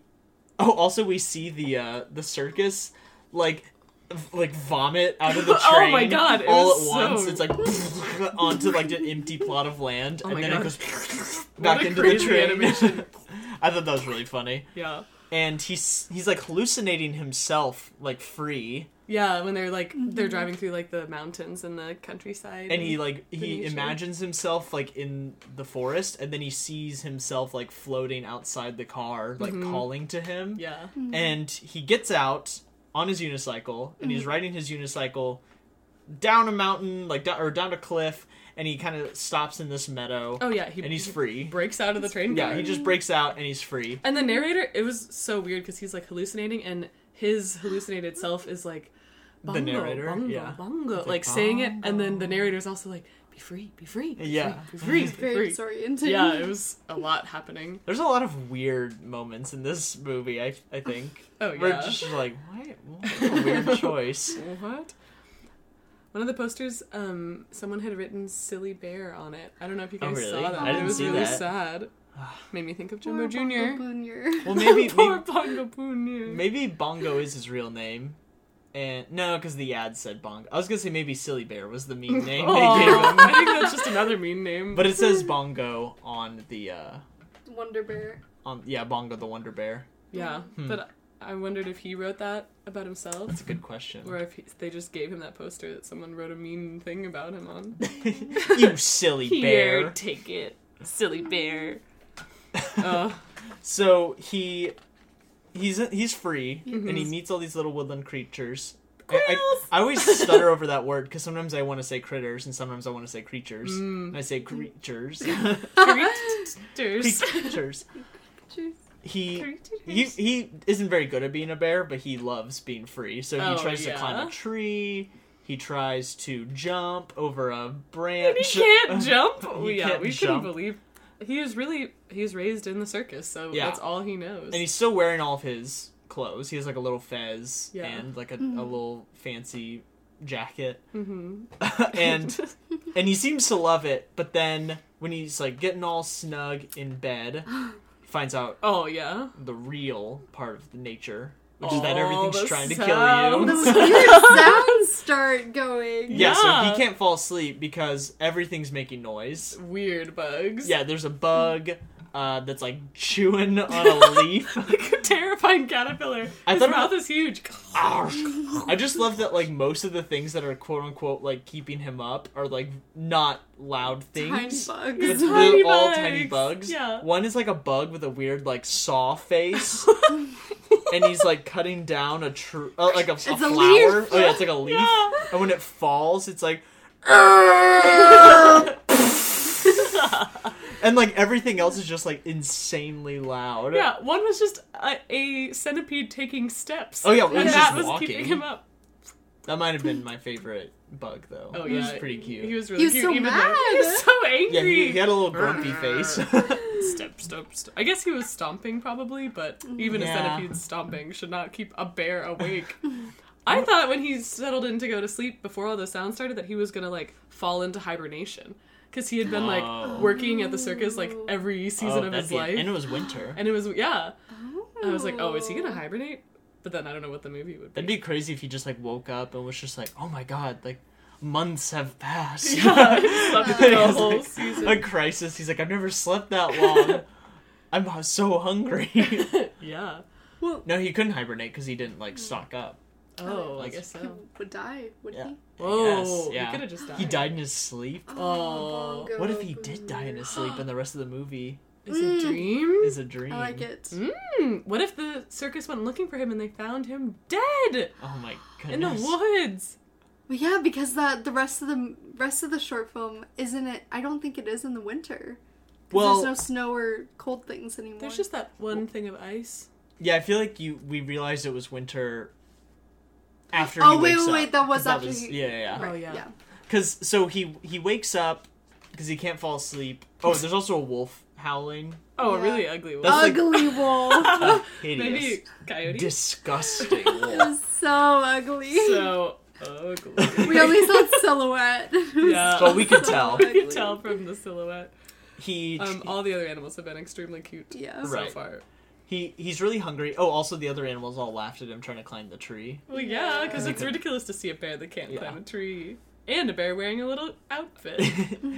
Speaker 1: oh also we see the uh the circus like v- like vomit out of the
Speaker 2: Oh
Speaker 1: train
Speaker 2: my God, it
Speaker 1: all
Speaker 2: was
Speaker 1: at once
Speaker 2: so-
Speaker 1: it's like onto like an empty plot of land
Speaker 2: Oh my
Speaker 1: and then
Speaker 2: God.
Speaker 1: it goes
Speaker 2: What
Speaker 1: back
Speaker 2: a
Speaker 1: into the
Speaker 2: crazy
Speaker 1: train
Speaker 2: animation.
Speaker 1: i thought that was really funny
Speaker 2: Yeah.
Speaker 1: and he's he's like hallucinating himself like free
Speaker 2: Yeah, when they're like they're driving through like the mountains and the countryside.
Speaker 1: and he like he
Speaker 2: Venetian.
Speaker 1: imagines himself like in the forest and then he sees himself like floating outside the car like
Speaker 2: Mm-hmm.
Speaker 1: calling to him
Speaker 2: Yeah.
Speaker 1: and he gets out on his unicycle and
Speaker 2: Mm-hmm.
Speaker 1: he's riding his unicycle down a mountain like down, or down a cliff and he kind of stops in this meadow
Speaker 2: Oh yeah, he
Speaker 1: and he's
Speaker 2: he
Speaker 1: free
Speaker 2: breaks out of the train.
Speaker 1: yeah
Speaker 2: car.
Speaker 1: he just breaks out and he's free
Speaker 2: And the narrator, it was so weird because he's like hallucinating, and his hallucinated self is like bongo,
Speaker 1: narrator,
Speaker 2: bongo,
Speaker 1: yeah.
Speaker 2: bongo, like,
Speaker 1: like,
Speaker 2: saying it, and then the narrator's also like, "Be free, be free, be
Speaker 1: Yeah.
Speaker 2: free, be
Speaker 3: Very
Speaker 2: free, be free."
Speaker 3: disorienting.
Speaker 2: Yeah, it was a lot happening.
Speaker 1: there's a lot of weird moments in this movie i, I think
Speaker 2: Oh
Speaker 1: we're
Speaker 2: yeah,
Speaker 1: just like what, what a weird choice
Speaker 2: what? One of the posters, um, someone had written "silly bear" on it. I don't know if you
Speaker 1: Oh,
Speaker 2: guys
Speaker 1: really?
Speaker 2: saw that.
Speaker 1: I
Speaker 2: but it
Speaker 1: didn't
Speaker 2: was
Speaker 1: see
Speaker 2: really
Speaker 1: that.
Speaker 2: sad. Made me think of
Speaker 3: Poor
Speaker 2: Jumbo Junior.
Speaker 3: Bongo Jr.
Speaker 1: well maybe
Speaker 2: Poor
Speaker 1: maybe,
Speaker 2: Bongo Junior.
Speaker 1: maybe bongo is his real name and no because the ad said bongo i was gonna say maybe silly bear was the mean name they gave
Speaker 2: Oh,
Speaker 1: him
Speaker 2: I think that's just another mean name.
Speaker 1: but it says bongo on the uh
Speaker 3: Wonder Bear.
Speaker 1: Um, yeah, Bongo the Wonder Bear.
Speaker 2: Yeah,
Speaker 1: Hmm.
Speaker 2: but I wondered if he wrote that about himself,
Speaker 1: That's a good question.
Speaker 2: or if he, they just gave him that poster that someone wrote a mean thing about him on.
Speaker 1: you silly bear.
Speaker 2: take Oh, it, silly bear. Uh,
Speaker 1: So he he's he's free and he
Speaker 2: Mhm.
Speaker 1: meets all these little woodland creatures. I, I,
Speaker 3: Quills!
Speaker 1: I always stutter over that word because sometimes I want to say critters and sometimes I want to say creatures.
Speaker 2: Mm.
Speaker 1: And I say creatures,
Speaker 2: Characters.
Speaker 1: creatures.
Speaker 3: Jeez.
Speaker 1: He he he isn't very good at being a bear, but he loves being free. So he
Speaker 2: Oh,
Speaker 1: tries to
Speaker 2: yeah.
Speaker 1: climb a tree. He tries to jump over a
Speaker 2: And
Speaker 1: branch.
Speaker 2: he can't jump.
Speaker 1: He
Speaker 2: yeah,
Speaker 1: can't
Speaker 2: we
Speaker 1: jump.
Speaker 2: couldn't believe. He was really he was raised in the circus, so
Speaker 1: Yeah.
Speaker 2: that's all he knows.
Speaker 1: and he's still wearing all of his clothes. He has like a little fez
Speaker 2: Yeah.
Speaker 1: and like a, a little fancy jacket,
Speaker 2: hmm
Speaker 1: and and he seems to love it. But then when he's like getting all snug in bed, he finds out
Speaker 2: oh yeah,
Speaker 1: the real part of the nature, which is that everything's trying to kill you.
Speaker 2: sounds.
Speaker 3: Those weird sounds start going.
Speaker 1: Yeah, so
Speaker 2: Yeah.
Speaker 1: he can't fall asleep because everything's making noise.
Speaker 2: weird bugs.
Speaker 1: Yeah, there's a bug uh, that's like chewing on a leaf.
Speaker 2: like a terrifying caterpillar.
Speaker 1: I
Speaker 2: His
Speaker 1: thought
Speaker 2: mouth
Speaker 1: about-
Speaker 2: is huge.
Speaker 1: I just love that like most of the things that are quote unquote like keeping him up are like not loud
Speaker 3: Tiny
Speaker 1: things.
Speaker 3: bugs.
Speaker 1: It's li-
Speaker 2: Tiny
Speaker 1: all tiny
Speaker 2: bugs.
Speaker 1: bugs.
Speaker 2: Yeah.
Speaker 1: One is like a bug with a weird like saw face, and he's like cutting down a tree, uh, like a, a
Speaker 3: a
Speaker 1: flower.
Speaker 3: leaf.
Speaker 1: Oh yeah, it's like a leaf.
Speaker 2: Yeah.
Speaker 1: And when it falls, it's like, and like everything else is just like insanely loud.
Speaker 2: Yeah, one was just a, a centipede taking steps.
Speaker 1: Oh, yeah,
Speaker 2: and
Speaker 1: one's just
Speaker 2: that was
Speaker 1: walking.
Speaker 2: keeping him up.
Speaker 1: That might have been my favorite bug though.
Speaker 2: Oh
Speaker 1: it
Speaker 2: yeah,
Speaker 1: was pretty cute.
Speaker 2: He was really
Speaker 3: He was
Speaker 2: cute.
Speaker 3: so
Speaker 2: even though-
Speaker 3: mad.
Speaker 2: He was so angry.
Speaker 1: yeah, he, he had a little grumpy face.
Speaker 2: Step, step, step. I guess he was stomping probably, but even a
Speaker 1: Yeah.
Speaker 2: centipede stomping should not keep a bear awake. I thought when he settled in to go to sleep before all those sounds started that he was gonna like fall into hibernation because he had been
Speaker 1: Oh.
Speaker 2: like working at the circus like every season
Speaker 1: Oh,
Speaker 2: of
Speaker 1: that'd
Speaker 2: his
Speaker 1: be-
Speaker 2: life,
Speaker 1: and it was winter.
Speaker 2: and it was yeah. I was like, oh, is he gonna hibernate? But then I don't know what the movie would be.
Speaker 1: That'd be crazy if he just like woke up and was just like, oh my god, like months have passed.
Speaker 2: Yeah, he slept through the
Speaker 1: He's
Speaker 2: whole
Speaker 1: like,
Speaker 2: season.
Speaker 1: A crisis. He's like, I've never slept that long. I'm so hungry.
Speaker 2: yeah.
Speaker 1: no, he couldn't hibernate because he didn't like stock up.
Speaker 2: Oh, I
Speaker 1: Like-
Speaker 2: guess so.
Speaker 3: Would die, would
Speaker 1: Yeah.
Speaker 3: he?
Speaker 2: Whoa, he
Speaker 1: yeah.
Speaker 2: could have just died.
Speaker 1: He died in his sleep.
Speaker 2: Oh.
Speaker 3: Bongo
Speaker 1: What if he did die in his sleep and the rest of the movie
Speaker 2: Is it
Speaker 3: Mm.
Speaker 2: dream?
Speaker 1: is a dream?
Speaker 3: I like it.
Speaker 2: Hmm, what if the circus went looking for him and they found him dead
Speaker 1: Oh my goodness.
Speaker 2: in the woods?
Speaker 3: Well, yeah, because that the rest of the rest of the short film isn't it. I don't think it is in the winter. 'Cause
Speaker 1: Well,
Speaker 3: there's no snow or cold things anymore.
Speaker 2: There's just that one thing of ice.
Speaker 1: yeah, I feel like you we realized it was winter after
Speaker 3: Oh,
Speaker 1: he
Speaker 3: wait,
Speaker 1: wakes
Speaker 3: wait,
Speaker 1: up,
Speaker 3: wait, that was
Speaker 1: 'cause
Speaker 3: after he-
Speaker 1: yeah, yeah, yeah.
Speaker 2: Oh, yeah.
Speaker 1: Cause so he he wakes up because he can't fall asleep. Oh, there's also a wolf howling.
Speaker 2: Oh, a
Speaker 3: Yeah.
Speaker 2: really ugly
Speaker 1: That's
Speaker 2: one.
Speaker 1: like-
Speaker 3: Ugly wolf.
Speaker 1: Uh, hideous,
Speaker 2: Maybe coyote.
Speaker 1: disgusting
Speaker 3: it
Speaker 1: wolf.
Speaker 3: was so ugly.
Speaker 2: so ugly.
Speaker 3: we only saw the silhouette.
Speaker 2: Yeah.
Speaker 1: But we could tell
Speaker 2: You can
Speaker 3: ugly.
Speaker 2: tell from the silhouette.
Speaker 1: he
Speaker 2: Um, all the other animals have been extremely cute
Speaker 3: Yeah.
Speaker 2: so
Speaker 1: Right.
Speaker 2: far.
Speaker 1: he he's really hungry. Oh, also the other animals all laughed at him trying to climb the tree.
Speaker 2: Well, yeah, because
Speaker 1: Yeah.
Speaker 2: it's ridiculous to see a bear that can't
Speaker 1: Yeah.
Speaker 2: climb a tree and a bear wearing a little outfit.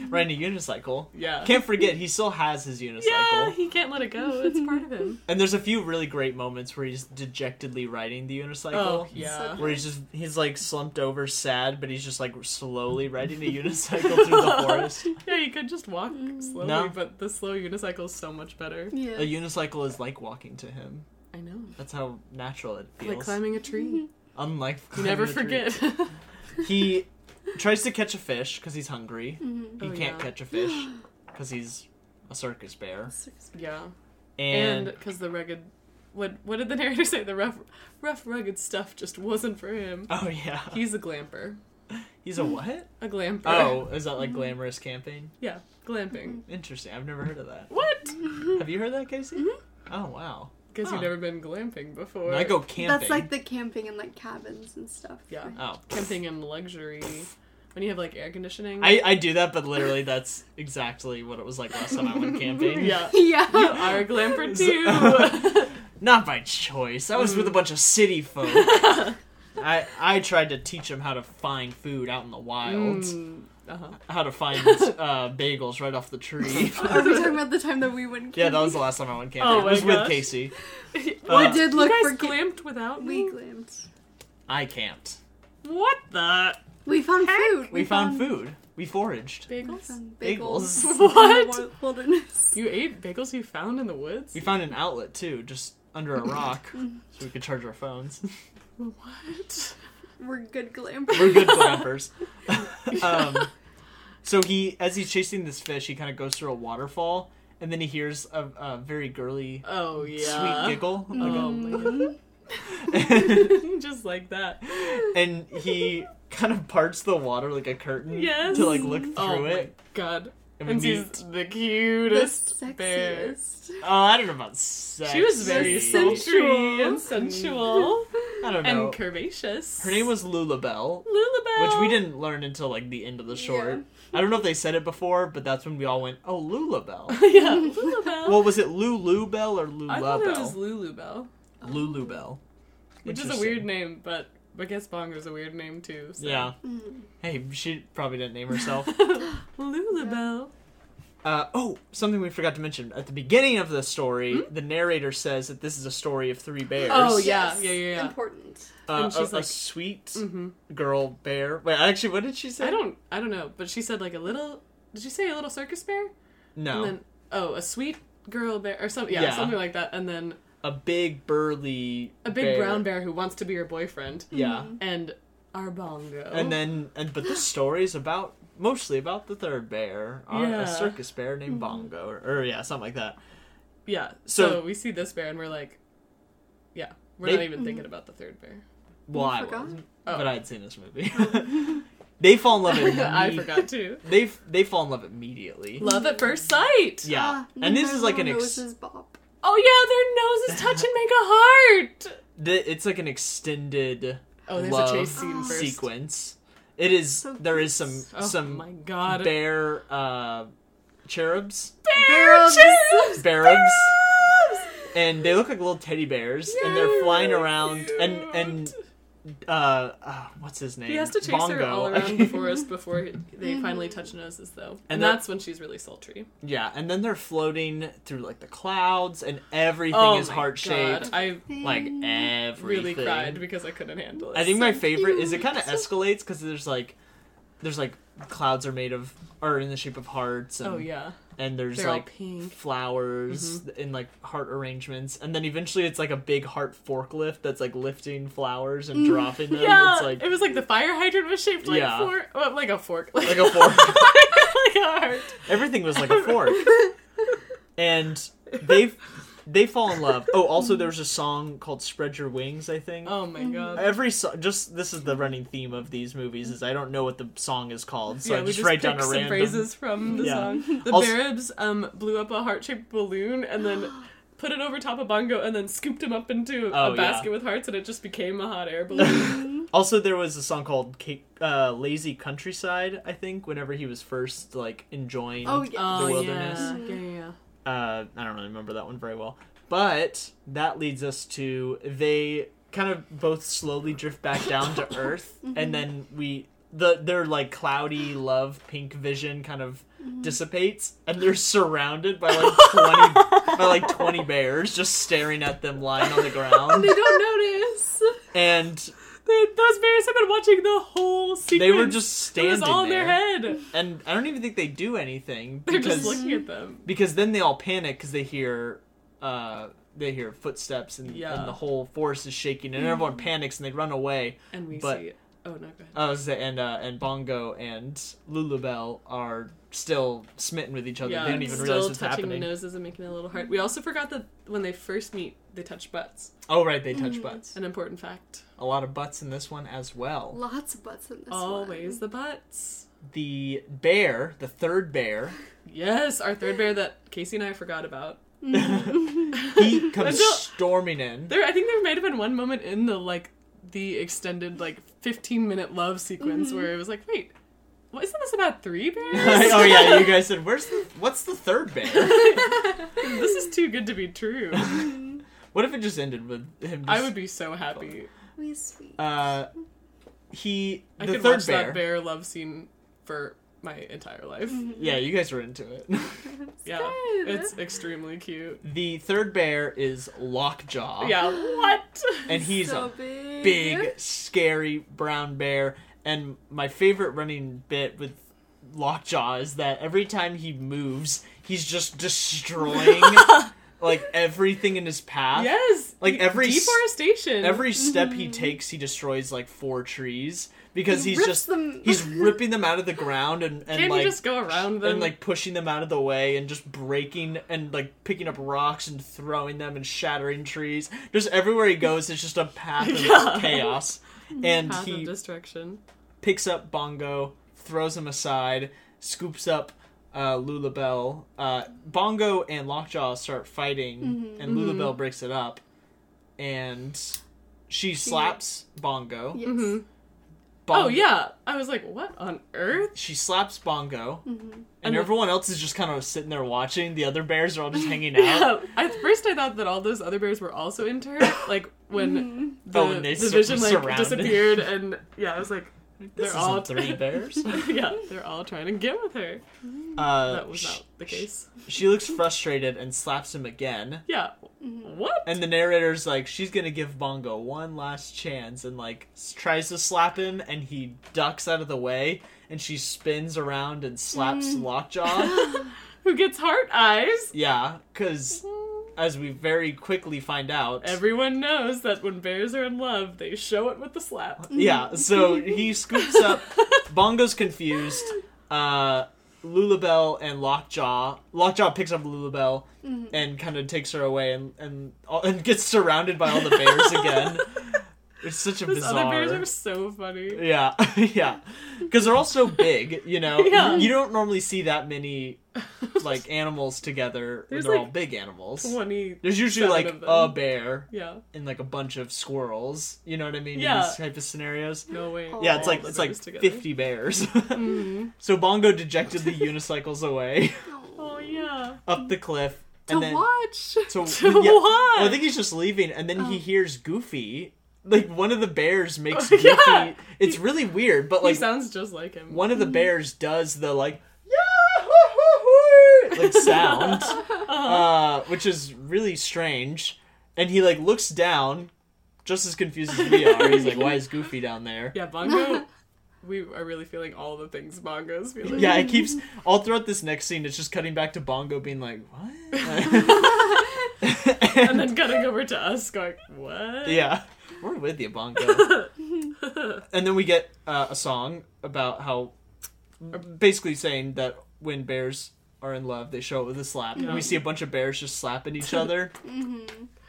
Speaker 1: Riding a unicycle.
Speaker 2: Yeah.
Speaker 1: Can't forget he still has his unicycle.
Speaker 2: yeah, he can't let it go. It's part of him.
Speaker 1: And there's a few really great moments where he's dejectedly riding the unicycle.
Speaker 2: Oh, yeah.
Speaker 1: Where he's just he's like slumped over, sad, but he's just like slowly riding a unicycle through the forest.
Speaker 2: yeah, you could just walk slowly,
Speaker 1: No.
Speaker 2: but the slow unicycle is so much better.
Speaker 1: A
Speaker 3: Yeah.
Speaker 1: unicycle is like walking to him.
Speaker 2: I know.
Speaker 1: That's how natural it feels.
Speaker 2: Like climbing
Speaker 3: Mm-hmm.
Speaker 2: a tree.
Speaker 1: Unlike
Speaker 2: You
Speaker 1: climbing
Speaker 2: never
Speaker 1: a tree.
Speaker 2: forget.
Speaker 1: He tries to catch a fish because he's hungry.
Speaker 3: Mhm.
Speaker 1: He
Speaker 2: Oh,
Speaker 1: can't
Speaker 2: yeah.
Speaker 1: catch a fish because he's a circus bear.
Speaker 2: yeah. And
Speaker 1: And,
Speaker 2: because the rugged. What, what did the narrator say? The rough, rough, rugged stuff just wasn't for him.
Speaker 1: oh yeah,
Speaker 2: He's a glamper.
Speaker 1: he's a what?
Speaker 2: A glamper.
Speaker 1: Oh, is that like glamorous camping?
Speaker 2: Yeah, glamping.
Speaker 1: Interesting. I've never heard of that.
Speaker 2: What?
Speaker 1: Have you heard that, Casey?
Speaker 3: Mm-hmm.
Speaker 1: Oh wow.
Speaker 2: Because
Speaker 1: Huh.
Speaker 2: you've never been glamping before.
Speaker 1: When I go camping.
Speaker 3: That's like the camping and like cabins and stuff.
Speaker 2: Yeah.
Speaker 1: oh.
Speaker 2: camping in luxury when you have like air conditioning.
Speaker 1: I, I do that, but literally that's exactly what it was like last time I went camping.
Speaker 2: yeah.
Speaker 3: Yeah.
Speaker 2: You are a glamper too.
Speaker 1: So- Not by choice. I was
Speaker 2: Mm.
Speaker 1: with a bunch of city folk. I I tried to teach them how to find food out in the wild,
Speaker 2: uh-huh.
Speaker 1: how to find uh, bagels right off the tree.
Speaker 3: Are we talking about the time that we went?
Speaker 1: yeah, that was the last time I went camping.
Speaker 2: Oh
Speaker 1: it
Speaker 2: my
Speaker 1: was with
Speaker 2: gosh.
Speaker 1: Casey.
Speaker 3: We
Speaker 1: Uh,
Speaker 3: did look
Speaker 2: you
Speaker 3: for
Speaker 2: guys
Speaker 3: ca-
Speaker 2: clamped without
Speaker 3: We
Speaker 2: me.
Speaker 3: glamped.
Speaker 1: I camped.
Speaker 2: What the
Speaker 3: We found food.
Speaker 1: We, found, food. We foraged.
Speaker 3: We
Speaker 2: bagels?
Speaker 3: found bagels.
Speaker 1: Bagels.
Speaker 3: in the
Speaker 2: What?
Speaker 3: wild- Wilderness.
Speaker 2: You ate bagels you found in the woods?
Speaker 1: We found an outlet too, just under a rock
Speaker 2: Mm.
Speaker 1: so we could charge our phones.
Speaker 2: What?
Speaker 3: We're good
Speaker 1: We're
Speaker 3: glampers.
Speaker 1: good glampers. um, so he, as he's chasing this fish, he kind of goes through a waterfall, and then he hears a, a very girly,
Speaker 2: Oh yeah. Mm.
Speaker 1: sweet giggle,
Speaker 3: Mm-hmm.
Speaker 1: like a-
Speaker 2: Oh man. Just like that.
Speaker 1: and he kind of parts the water like a curtain
Speaker 2: Yes.
Speaker 1: to like look through
Speaker 2: oh my
Speaker 1: it.
Speaker 2: god.
Speaker 1: And we
Speaker 2: And she's
Speaker 1: meet-
Speaker 2: the
Speaker 3: The
Speaker 2: cutest bear.
Speaker 3: sexiest.
Speaker 1: oh, I don't know about sex.
Speaker 2: She was very
Speaker 3: The
Speaker 2: sultry
Speaker 3: sensual.
Speaker 2: and sensual
Speaker 1: I don't know.
Speaker 2: and curvaceous.
Speaker 1: Her name was Lulabelle,
Speaker 2: Lulabelle.
Speaker 1: which we didn't learn until like the end of the short. I don't know if they said it before, but that's when we all went, "Oh, Lulabelle."
Speaker 2: yeah, Lulabelle.
Speaker 1: well, was it Lulu Bell or Lula
Speaker 2: I thought
Speaker 1: Bell?
Speaker 2: it was Lulu Bell,
Speaker 1: Lulu Bell.
Speaker 2: which is a
Speaker 1: Interesting.
Speaker 2: weird name, but I guess Bongo's a weird name too. So.
Speaker 1: Yeah.
Speaker 3: Mm-hmm.
Speaker 1: Hey, she probably didn't name herself.
Speaker 2: Lulu Bell.
Speaker 1: Uh, oh, something we forgot to mention at the beginning of the story, the narrator says that this is a story of three bears.
Speaker 2: Hmm? Oh, yeah, yeah, yeah, yeah.
Speaker 3: Important.
Speaker 1: Uh,
Speaker 2: And she's
Speaker 1: a, a
Speaker 2: like-
Speaker 1: sweet
Speaker 2: Mm-hmm.
Speaker 1: girl bear. Wait, actually, what did she say?
Speaker 2: I don't, I don't know, but she said like a little. Did she say a little circus bear?
Speaker 1: No,
Speaker 2: And then oh, a sweet girl bear or something. Yeah,
Speaker 1: Yeah.
Speaker 2: something like that. And then
Speaker 1: a big burly,
Speaker 2: a big brown bear Mm-hmm. who wants to be your boyfriend.
Speaker 1: Yeah,
Speaker 2: And our Bongo.
Speaker 1: Mm-hmm. and then and but this story is about mostly about the third bear, uh,
Speaker 2: Yeah. Mm-hmm.
Speaker 1: a circus bear named Bongo, or, or yeah, something like that.
Speaker 2: yeah, so,
Speaker 1: so-
Speaker 2: we see this bear and we're like, yeah, we're
Speaker 1: They- Mm-hmm.
Speaker 2: not even thinking about the third bear.
Speaker 1: Well, I
Speaker 3: forgot?
Speaker 1: wasn't,
Speaker 2: Oh.
Speaker 1: but I had seen this movie. they fall in love. At
Speaker 2: I
Speaker 1: me-
Speaker 2: forgot too.
Speaker 1: They f- they fall in love immediately.
Speaker 2: Love at first sight.
Speaker 1: Yeah,
Speaker 3: Ah,
Speaker 1: and this is like an
Speaker 3: Nemo
Speaker 1: ex-
Speaker 3: Moses Bob.
Speaker 2: Oh yeah, their noses touch and make a heart.
Speaker 1: th- it's like an extended
Speaker 2: Oh, there's
Speaker 1: love
Speaker 2: a chase scene first.
Speaker 1: sequence. It is
Speaker 3: So
Speaker 1: there is some
Speaker 3: cute.
Speaker 2: Oh
Speaker 1: some
Speaker 2: my god.
Speaker 1: bear uh cherubs
Speaker 2: Bear
Speaker 3: Barrels.
Speaker 2: cherubs.
Speaker 1: barabs and they look like little teddy bears and they're
Speaker 2: Yes.
Speaker 1: flying around and and
Speaker 2: Cute.
Speaker 1: uh, uh what's his name
Speaker 2: he has to chase her all around the forest before he- they finally touch noses though and,
Speaker 1: And that-
Speaker 2: that's when she's really sultry
Speaker 1: yeah and then they're floating through like the clouds and everything
Speaker 2: oh
Speaker 1: is
Speaker 2: my
Speaker 1: heart shaped
Speaker 2: God, i
Speaker 1: like everything
Speaker 2: really cried because i couldn't handle it
Speaker 1: I think my
Speaker 3: So
Speaker 1: favorite is it
Speaker 3: cute.
Speaker 1: kind of escalates because there's like, there's like clouds are made of are in the shape of hearts. And,
Speaker 2: oh yeah
Speaker 1: and there's
Speaker 2: They're all
Speaker 1: like
Speaker 2: pink. Mm-hmm.
Speaker 1: flowers in like heart arrangements, and then eventually it's like a big heart forklift that's like lifting flowers and dropping them.
Speaker 2: Mm. yeah
Speaker 1: It's like
Speaker 2: it was like the fire hydrant was shaped like
Speaker 1: Yeah.
Speaker 2: fork well, like a fork
Speaker 1: like a fork.
Speaker 2: like a heart
Speaker 1: Everything was like a fork. And they they fall in love. Oh, also there's a song called "Spread Your Wings." I think.
Speaker 2: oh my god
Speaker 1: Every song, just this is the running theme of these movies is I don't know what the song is called, so
Speaker 2: yeah,
Speaker 1: I
Speaker 2: we
Speaker 1: just,
Speaker 2: just
Speaker 1: write down
Speaker 2: picked
Speaker 1: a
Speaker 2: some
Speaker 1: random.
Speaker 2: phrases from the
Speaker 1: Yeah.
Speaker 2: song. The
Speaker 1: Also-
Speaker 2: Barabs um, blew up a heart-shaped balloon and then put it over top of Bongo and then scooped him up into
Speaker 1: Oh,
Speaker 2: a
Speaker 1: yeah.
Speaker 2: basket with hearts and it just became a hot air balloon.
Speaker 1: Also, there was a song called Ca- uh, "Lazy Countryside." I think whenever he was first like enjoying
Speaker 3: Oh, yeah.
Speaker 1: the
Speaker 2: oh,
Speaker 1: wilderness.
Speaker 2: yeah. yeah, yeah, yeah.
Speaker 1: uh, I don't really remember that one very well. But that leads us to they kind of both slowly drift back down to Earth,
Speaker 2: Mm-hmm.
Speaker 1: and then we the their like cloudy love pink vision kind of
Speaker 2: Mm-hmm.
Speaker 1: dissipates, and they're surrounded by like twenty by like twenty bears just staring at them lying on the ground,
Speaker 2: They don't notice.
Speaker 1: and
Speaker 2: They, those bears have been watching the whole sequence.
Speaker 1: they were just
Speaker 2: It
Speaker 1: standing
Speaker 2: was all in
Speaker 1: there,
Speaker 2: their head.
Speaker 1: and I don't even think they do anything
Speaker 2: They're
Speaker 1: because
Speaker 2: just looking at them.
Speaker 1: because then they all panic because they hear uh they hear footsteps and,
Speaker 2: Yeah. Mm-hmm.
Speaker 1: and the whole forest is shaking and everyone panics and they run away
Speaker 2: And we
Speaker 1: But-
Speaker 2: see. Oh no, go ahead.
Speaker 1: uh, and uh, and bongo and lulabelle are still smitten with each other they don't even
Speaker 2: still
Speaker 1: realize what's
Speaker 2: touching
Speaker 1: happening
Speaker 2: the noses and making a little heart. We also forgot that when they first meet, they touch butts.
Speaker 1: oh right they
Speaker 2: Mm-hmm.
Speaker 1: touch butts
Speaker 2: An important fact.
Speaker 1: a lot of butts in this one as well
Speaker 3: Lots of butts in this
Speaker 2: Always the butts.
Speaker 1: the bear the third bear
Speaker 2: Yes, our third bear that Casey and I forgot about. Mm-hmm.
Speaker 1: he comes
Speaker 2: Until-
Speaker 1: storming in
Speaker 2: There, I think there might have been one moment in the like the extended like fifteen minute love sequence where it was like, wait, what isn't this about three bears?
Speaker 1: oh yeah you guys said where's the what's the third bear
Speaker 2: this is too good to be true.
Speaker 3: Mm-hmm.
Speaker 1: what if it just ended with him just,
Speaker 2: I would be so happy.
Speaker 3: one. We sweet.
Speaker 1: uh he
Speaker 2: I
Speaker 1: the
Speaker 2: could
Speaker 1: third
Speaker 2: watch
Speaker 1: bear,
Speaker 2: that bear love scene for my entire life.
Speaker 1: Yeah, you guys were into it.
Speaker 2: Yeah,
Speaker 3: good.
Speaker 2: it's extremely cute.
Speaker 1: the third bear is Lockjaw.
Speaker 2: Yeah, what?
Speaker 1: And he's
Speaker 3: so
Speaker 1: a
Speaker 3: big.
Speaker 1: big, scary brown bear. And my favorite running bit with Lockjaw is that every time he moves, he's just destroying like everything in his path.
Speaker 2: Yes.
Speaker 1: Like,
Speaker 2: de-
Speaker 1: every s-
Speaker 2: deforestation.
Speaker 1: Every step he takes, he destroys like four trees
Speaker 3: Mm-hmm.
Speaker 1: because
Speaker 3: He
Speaker 1: he's
Speaker 3: rips
Speaker 1: just
Speaker 3: them-
Speaker 1: he's ripping them out of the ground and and
Speaker 2: Can't
Speaker 1: like
Speaker 2: you just go around them?
Speaker 1: and like pushing them out of the way and just breaking and like picking up rocks and throwing them and shattering trees. Just everywhere he goes, it's just a path of
Speaker 2: Yeah.
Speaker 1: chaos. And
Speaker 2: path
Speaker 1: he
Speaker 2: of destruction.
Speaker 1: picks up Bongo, throws him aside, scoops up uh, Lulabelle. Uh, Bongo and Lockjaw start fighting,
Speaker 2: Mm-hmm,
Speaker 1: and Lulabelle breaks it up. And she slaps Bongo.
Speaker 3: Yes.
Speaker 2: Mhm.
Speaker 1: Bongo.
Speaker 2: Oh yeah, I was like, what on earth?
Speaker 1: She slaps Bongo,
Speaker 3: Mhm.
Speaker 1: and
Speaker 2: Mm-hmm. And the-
Speaker 1: everyone else is just kind of sitting there watching. The other bears are all just hanging out.
Speaker 2: Yeah. At first, I thought that all those other bears were also into her. Like when
Speaker 3: Mhm.
Speaker 2: the,
Speaker 1: Oh, and they
Speaker 2: the
Speaker 1: sur-
Speaker 2: vision like
Speaker 1: surrounded.
Speaker 2: disappeared, and yeah, I was like,
Speaker 1: This
Speaker 2: they're all
Speaker 1: isn't three bears.
Speaker 2: yeah, they're all trying to get with her.
Speaker 1: Uh,
Speaker 2: That was
Speaker 1: sh-
Speaker 2: not the case.
Speaker 1: She looks frustrated and slaps him again.
Speaker 2: Yeah. What?
Speaker 1: And the narrator's like, she's gonna give Bongo one last chance, and like s- tries to slap him, and he ducks out of the way, and she spins around and slaps
Speaker 2: Mm.
Speaker 1: Lockjaw.
Speaker 2: Who gets heart eyes?
Speaker 1: yeah, because as we very quickly find out,
Speaker 2: Everyone knows that when bears are in love, they show it with the slap.
Speaker 1: yeah, so he scoops up. Bongo's confused. Uh, Lulabelle and Lockjaw. Lockjaw picks up Lulabelle
Speaker 2: Mm-hmm.
Speaker 1: and kind of takes her away, and and and gets surrounded by all the bears again. It's such a
Speaker 2: Those
Speaker 1: bizarre.
Speaker 2: other bears are so funny.
Speaker 1: Yeah, yeah, because they're all so big. You know,
Speaker 2: Yeah.
Speaker 1: you don't normally see that many like animals together.
Speaker 2: There's,
Speaker 1: when they're all
Speaker 2: like,
Speaker 1: big animals.
Speaker 2: Funny.
Speaker 1: There's usually
Speaker 2: seven
Speaker 1: like
Speaker 2: of them.
Speaker 1: a bear
Speaker 2: Yeah.
Speaker 1: and like a bunch of squirrels. You know what I mean?
Speaker 2: Yeah.
Speaker 1: In these type of scenarios.
Speaker 2: No way.
Speaker 1: Yeah, it's
Speaker 2: all
Speaker 1: like
Speaker 2: the
Speaker 1: it's like
Speaker 2: bears together.
Speaker 1: fifty bears. so Bongo dejectedly unicycles away
Speaker 3: Oh.
Speaker 2: Oh yeah.
Speaker 1: up the cliff
Speaker 3: To watch.
Speaker 1: So
Speaker 2: To Oh.
Speaker 1: yeah, I
Speaker 2: watch.
Speaker 1: think he's just leaving, and then he hears Goofy. Like one of the bears makes
Speaker 2: Yeah.
Speaker 1: Goofy. It's really weird, but
Speaker 2: He Mm-hmm.
Speaker 1: like
Speaker 2: sounds just like him.
Speaker 1: one of the bears does the like yeah like sound, uh, which is really strange. And he like looks down, just as confused as we are. He's like, "Why is Goofy down there?"
Speaker 2: Yeah, Bongo. we are really feeling all the things Bongo's feeling.
Speaker 1: Yeah, it keeps all throughout this next scene. It's just cutting back to Bongo being like, "What?"
Speaker 2: And then cutting over to us going, what?
Speaker 1: yeah, we're with you, Bongo. and then we get uh, a song about how, basically saying that when bears are in love, they show it with a slap. And we see a bunch of bears just slapping each other.
Speaker 3: Mm-hmm.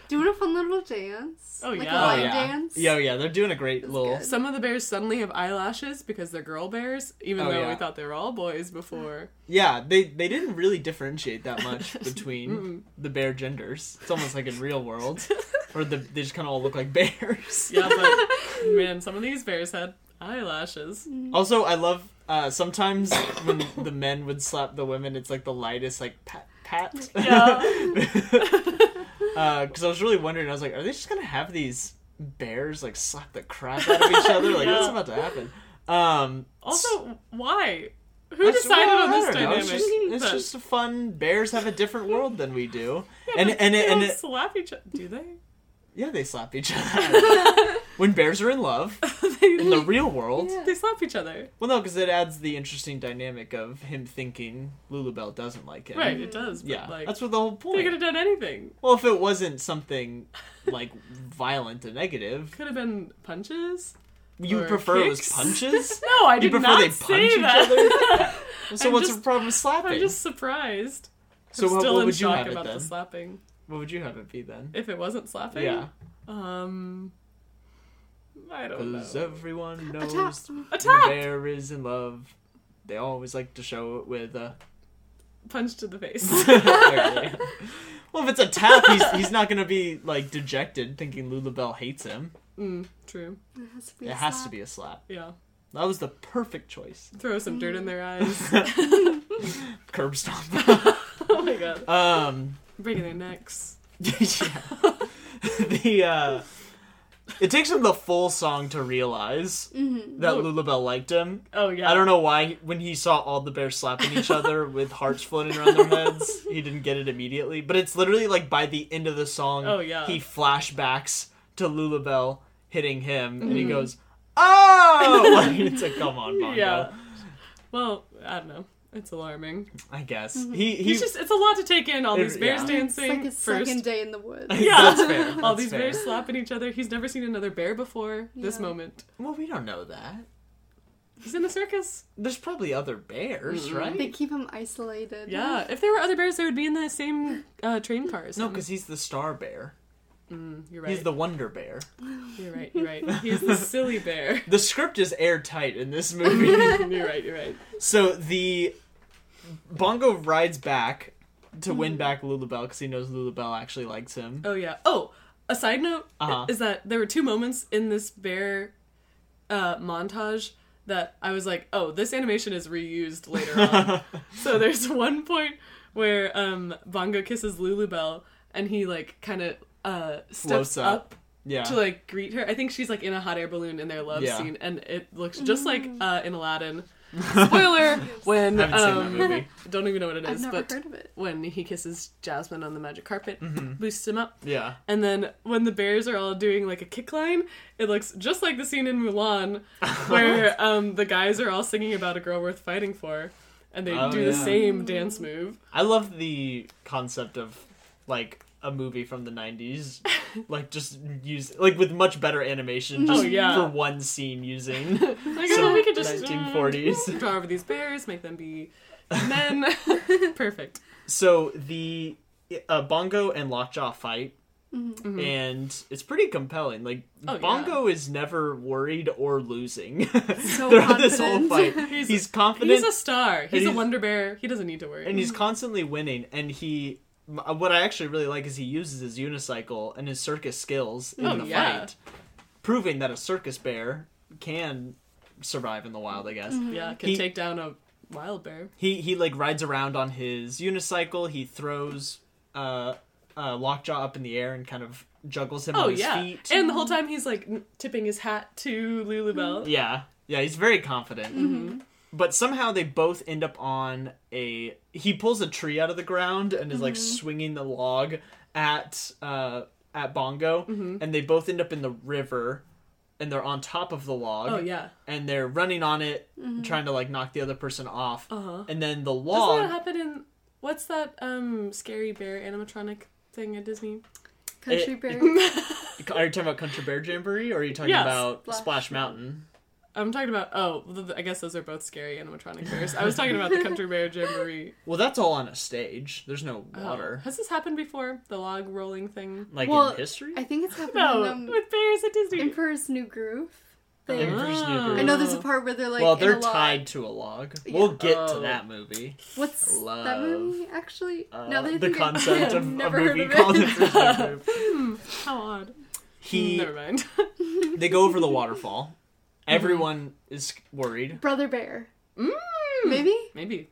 Speaker 3: Doing a fun little dance.
Speaker 2: Oh,
Speaker 3: like
Speaker 2: yeah.
Speaker 3: A
Speaker 2: Oh,
Speaker 1: Oh
Speaker 3: line
Speaker 1: yeah,
Speaker 3: dance.
Speaker 1: yeah, yeah. They're doing a great
Speaker 3: That's
Speaker 1: little.
Speaker 3: good.
Speaker 2: Some of the bears suddenly have eyelashes because they're girl bears, even
Speaker 1: Oh,
Speaker 2: though
Speaker 1: yeah.
Speaker 2: we thought they were all boys before.
Speaker 1: Yeah, they they didn't really differentiate that much between the bear genders. It's almost like in real world, or the, they just kind of all look like bears.
Speaker 2: Yeah, but man, some of these bears had eyelashes.
Speaker 1: Also, I love uh, sometimes when the men would slap the women, it's like the lightest, like pat, pat.
Speaker 2: Yeah.
Speaker 1: Because I was really wondering, I was like, are they just going to have these bears like slap the crap out of each other? Like, what's
Speaker 2: Yeah.
Speaker 1: about to happen? Um,
Speaker 2: Also, why? Who
Speaker 1: I just-
Speaker 2: decided
Speaker 1: well,
Speaker 2: on
Speaker 1: I
Speaker 2: this
Speaker 1: don't know,
Speaker 2: dynamic?
Speaker 1: It's just, it's
Speaker 2: that
Speaker 1: just a fun. Bears have a different world than we do, and and and,
Speaker 2: they
Speaker 1: and
Speaker 2: don't
Speaker 1: it-
Speaker 2: slap each other. Do they?
Speaker 1: yeah, they slap each other when bears are in love in the
Speaker 2: they,
Speaker 1: real world.
Speaker 3: Yeah.
Speaker 2: they slap each other.
Speaker 1: Well, no, because it adds the interesting dynamic of him thinking Lulabelle doesn't like him.
Speaker 2: Right, it does. But
Speaker 1: Yeah,
Speaker 2: like,
Speaker 1: that's what the whole
Speaker 2: they
Speaker 1: point.
Speaker 2: could have done anything.
Speaker 1: Well, if it wasn't something like violent and negative,
Speaker 2: Could have been punches.
Speaker 1: you would
Speaker 2: Or
Speaker 1: prefer it was
Speaker 2: kicks.
Speaker 1: punches.
Speaker 2: No, I
Speaker 1: You
Speaker 2: did
Speaker 1: prefer
Speaker 2: not
Speaker 1: they
Speaker 2: say
Speaker 1: punch each
Speaker 2: that.
Speaker 1: So
Speaker 2: I'm
Speaker 1: what's
Speaker 2: just-
Speaker 1: the problem with slapping?
Speaker 2: I'm just surprised.
Speaker 1: so
Speaker 2: I'm
Speaker 1: what,
Speaker 2: still
Speaker 1: what
Speaker 2: in
Speaker 1: would you
Speaker 2: shock
Speaker 1: have it
Speaker 2: about
Speaker 1: then?
Speaker 2: the slapping.
Speaker 1: What would you have it be then?
Speaker 2: If it wasn't slapping,
Speaker 1: Yeah,
Speaker 2: Um, I don't know.
Speaker 1: because everyone
Speaker 3: A
Speaker 1: knows
Speaker 3: tap.
Speaker 1: When a
Speaker 2: Attack!
Speaker 1: bear is in love, they always like to show it with uh, a.
Speaker 2: Punch to the face.
Speaker 1: well, if it's a tap, he's, he's not gonna be like dejected, thinking Lulabelle hates him.
Speaker 2: mm, true.
Speaker 3: It has to be.
Speaker 1: It
Speaker 3: a
Speaker 1: has to
Speaker 3: slap.
Speaker 1: be a slap.
Speaker 2: Yeah.
Speaker 1: That was the perfect choice.
Speaker 2: Throw some dirt in their eyes.
Speaker 1: Curb stomp.
Speaker 2: oh my god.
Speaker 1: um,
Speaker 2: Breaking their necks.
Speaker 1: yeah. the uh, it takes him the full song to realize
Speaker 3: Mm-hmm.
Speaker 1: that
Speaker 2: Oh.
Speaker 1: Lulabelle liked him.
Speaker 2: Oh yeah.
Speaker 1: I don't know why when he saw all the bears slapping each other with hearts floating around their heads, he didn't get it immediately. But it's literally like by the end of the song,
Speaker 2: Oh, yeah.
Speaker 1: he flashbacks to Lulabelle hitting him, and he
Speaker 2: Mm-hmm.
Speaker 1: goes, "Oh!" Like, it's like, come on, Bongo.
Speaker 2: Yeah. Well, I don't know. It's alarming.
Speaker 1: I guess he, he
Speaker 2: Mm-hmm. He's just, it's a lot to take in. All
Speaker 1: It-
Speaker 2: these bears
Speaker 1: yeah.
Speaker 3: It's
Speaker 2: dancing
Speaker 3: like his
Speaker 2: first.
Speaker 3: second day in the woods.
Speaker 1: Yeah.
Speaker 2: Yeah.
Speaker 1: That's fair,
Speaker 2: All
Speaker 1: that's
Speaker 2: these
Speaker 1: fair.
Speaker 2: bears slapping each other. He's never seen another bear before this
Speaker 3: Yeah.
Speaker 2: moment.
Speaker 1: well, we don't know that.
Speaker 2: He's in the circus.
Speaker 1: There's probably other bears,
Speaker 2: Mm-mm.
Speaker 1: right?
Speaker 3: They keep him isolated.
Speaker 2: Yeah. If there were other bears, they would be in the same uh, train cars. Mm,
Speaker 1: No, because he's the star bear.
Speaker 2: you're right.
Speaker 1: He's the wonder bear.
Speaker 2: You're right. You're right. He's the silly bear.
Speaker 1: The script is airtight in this movie.
Speaker 2: you're right. You're right.
Speaker 1: so the Bongo rides back to win back Lulabelle because he knows Lulabelle actually likes him.
Speaker 2: Oh yeah. Oh, a side note
Speaker 1: Uh-huh.
Speaker 2: is that there were two moments in this bear uh, montage that I was like, oh, this animation is reused later
Speaker 1: Oh.
Speaker 2: on. so there's one point where um, Bongo kisses Lulu Bell, and he like kind of uh, steps
Speaker 1: Floats
Speaker 2: up.
Speaker 1: up. Yeah.
Speaker 2: To like greet her, I think she's like in a hot air balloon in their love
Speaker 1: Yeah.
Speaker 2: scene, and it looks just
Speaker 3: Mm.
Speaker 2: like uh, in Aladdin. Spoiler: when
Speaker 1: Haven't seen that
Speaker 2: um,
Speaker 1: movie.
Speaker 2: don't even know what it
Speaker 3: I've
Speaker 2: is,
Speaker 3: never
Speaker 2: but
Speaker 3: heard of it.
Speaker 2: when he kisses Jasmine on the magic carpet,
Speaker 1: Mm-hmm.
Speaker 2: boosts him up.
Speaker 1: yeah.
Speaker 2: And then when the bears are all doing like a kick line, it looks just like the scene in Mulan where um, the guys are all singing about a girl worth fighting for. And they
Speaker 1: Oh,
Speaker 2: do the
Speaker 1: yeah.
Speaker 2: same dance move.
Speaker 1: I love the concept of like a movie from the 90s like just use like with much better animation just
Speaker 2: Oh, yeah.
Speaker 1: for one scene using
Speaker 2: Like,
Speaker 1: some
Speaker 2: oh, we could just uh,
Speaker 1: 1940s
Speaker 2: draw over these bears, make them be men. Perfect.
Speaker 1: so the uh, bongo and lockjaw fight And it's pretty compelling. Like
Speaker 2: Mm-hmm. Oh, yeah.
Speaker 1: Bongo is never worried or losing
Speaker 3: So
Speaker 1: throughout this whole fight.
Speaker 3: confident.
Speaker 1: He's,
Speaker 2: He's-
Speaker 1: confident
Speaker 2: He's a star. He's a
Speaker 1: he's-
Speaker 2: wonder bear. He doesn't need to worry.
Speaker 1: and he's constantly winning and he m- uh, what i actually really like is he uses his unicycle and his circus skills in
Speaker 2: Oh,
Speaker 1: the
Speaker 2: yeah.
Speaker 1: fight proving that a circus bear can survive in the wild i guess
Speaker 2: yeah, can
Speaker 1: He-
Speaker 2: take down a wild bear.
Speaker 1: he he like rides around on his unicycle he throws uh uh lockjaw up in the air and kind of juggles him
Speaker 2: Oh,
Speaker 1: on his
Speaker 2: yeah.
Speaker 1: feet
Speaker 2: And the whole time he's like n- tipping his hat to Lulu Bell.
Speaker 1: yeah yeah he's very confident
Speaker 2: Mm-hmm.
Speaker 1: but somehow they both end up on a he pulls a tree out of the ground and is like
Speaker 2: Mm-hmm.
Speaker 1: swinging the log at uh at bongo
Speaker 2: Mm-hmm.
Speaker 1: and they both end up in the river and they're on top of the log
Speaker 2: Oh, yeah.
Speaker 1: and they're running on it trying to like knock the other person off
Speaker 2: Uh-huh.
Speaker 1: and then the
Speaker 2: Doesn't
Speaker 1: log
Speaker 2: that happen in what's that um scary bear animatronic thing at Disney?
Speaker 3: Country
Speaker 1: It-
Speaker 3: bear.
Speaker 1: are you talking about country bear jamboree or are you talking
Speaker 2: Yes.
Speaker 1: about
Speaker 3: Splash.
Speaker 1: splash mountain
Speaker 2: I'm talking about oh, th- th- I guess those are both scary animatronic bears. I was talking about the country bear jamboree.
Speaker 1: well that's all on a stage there's no
Speaker 2: Oh.
Speaker 1: water
Speaker 2: Has this happened before? The log rolling thing?
Speaker 1: like
Speaker 3: Well,
Speaker 1: in history
Speaker 3: I think it's happening
Speaker 2: No,
Speaker 3: in um,
Speaker 2: with bears at Disney. Ah,
Speaker 3: Emperor's New Groove. They,
Speaker 1: Emperor's New Groove.
Speaker 3: I know there's a part where they're like.
Speaker 1: Uh-huh. well,
Speaker 3: in
Speaker 1: they're
Speaker 3: a log.
Speaker 1: tied to a log. We'll get to
Speaker 2: Oh.
Speaker 1: that movie.
Speaker 3: What's that
Speaker 1: Love.
Speaker 3: movie actually?
Speaker 1: Uh,
Speaker 3: now that I
Speaker 1: the
Speaker 3: think I-
Speaker 1: concept
Speaker 3: I've
Speaker 1: of a
Speaker 3: never
Speaker 1: movie
Speaker 3: heard of
Speaker 1: called
Speaker 3: it.
Speaker 1: Emperor's New Groove.
Speaker 2: How odd. Mm,
Speaker 1: He,
Speaker 2: Never mind.
Speaker 1: they go over the waterfall. Everyone is worried.
Speaker 3: Brother Bear.
Speaker 2: mm,
Speaker 3: Maybe.
Speaker 2: maybe.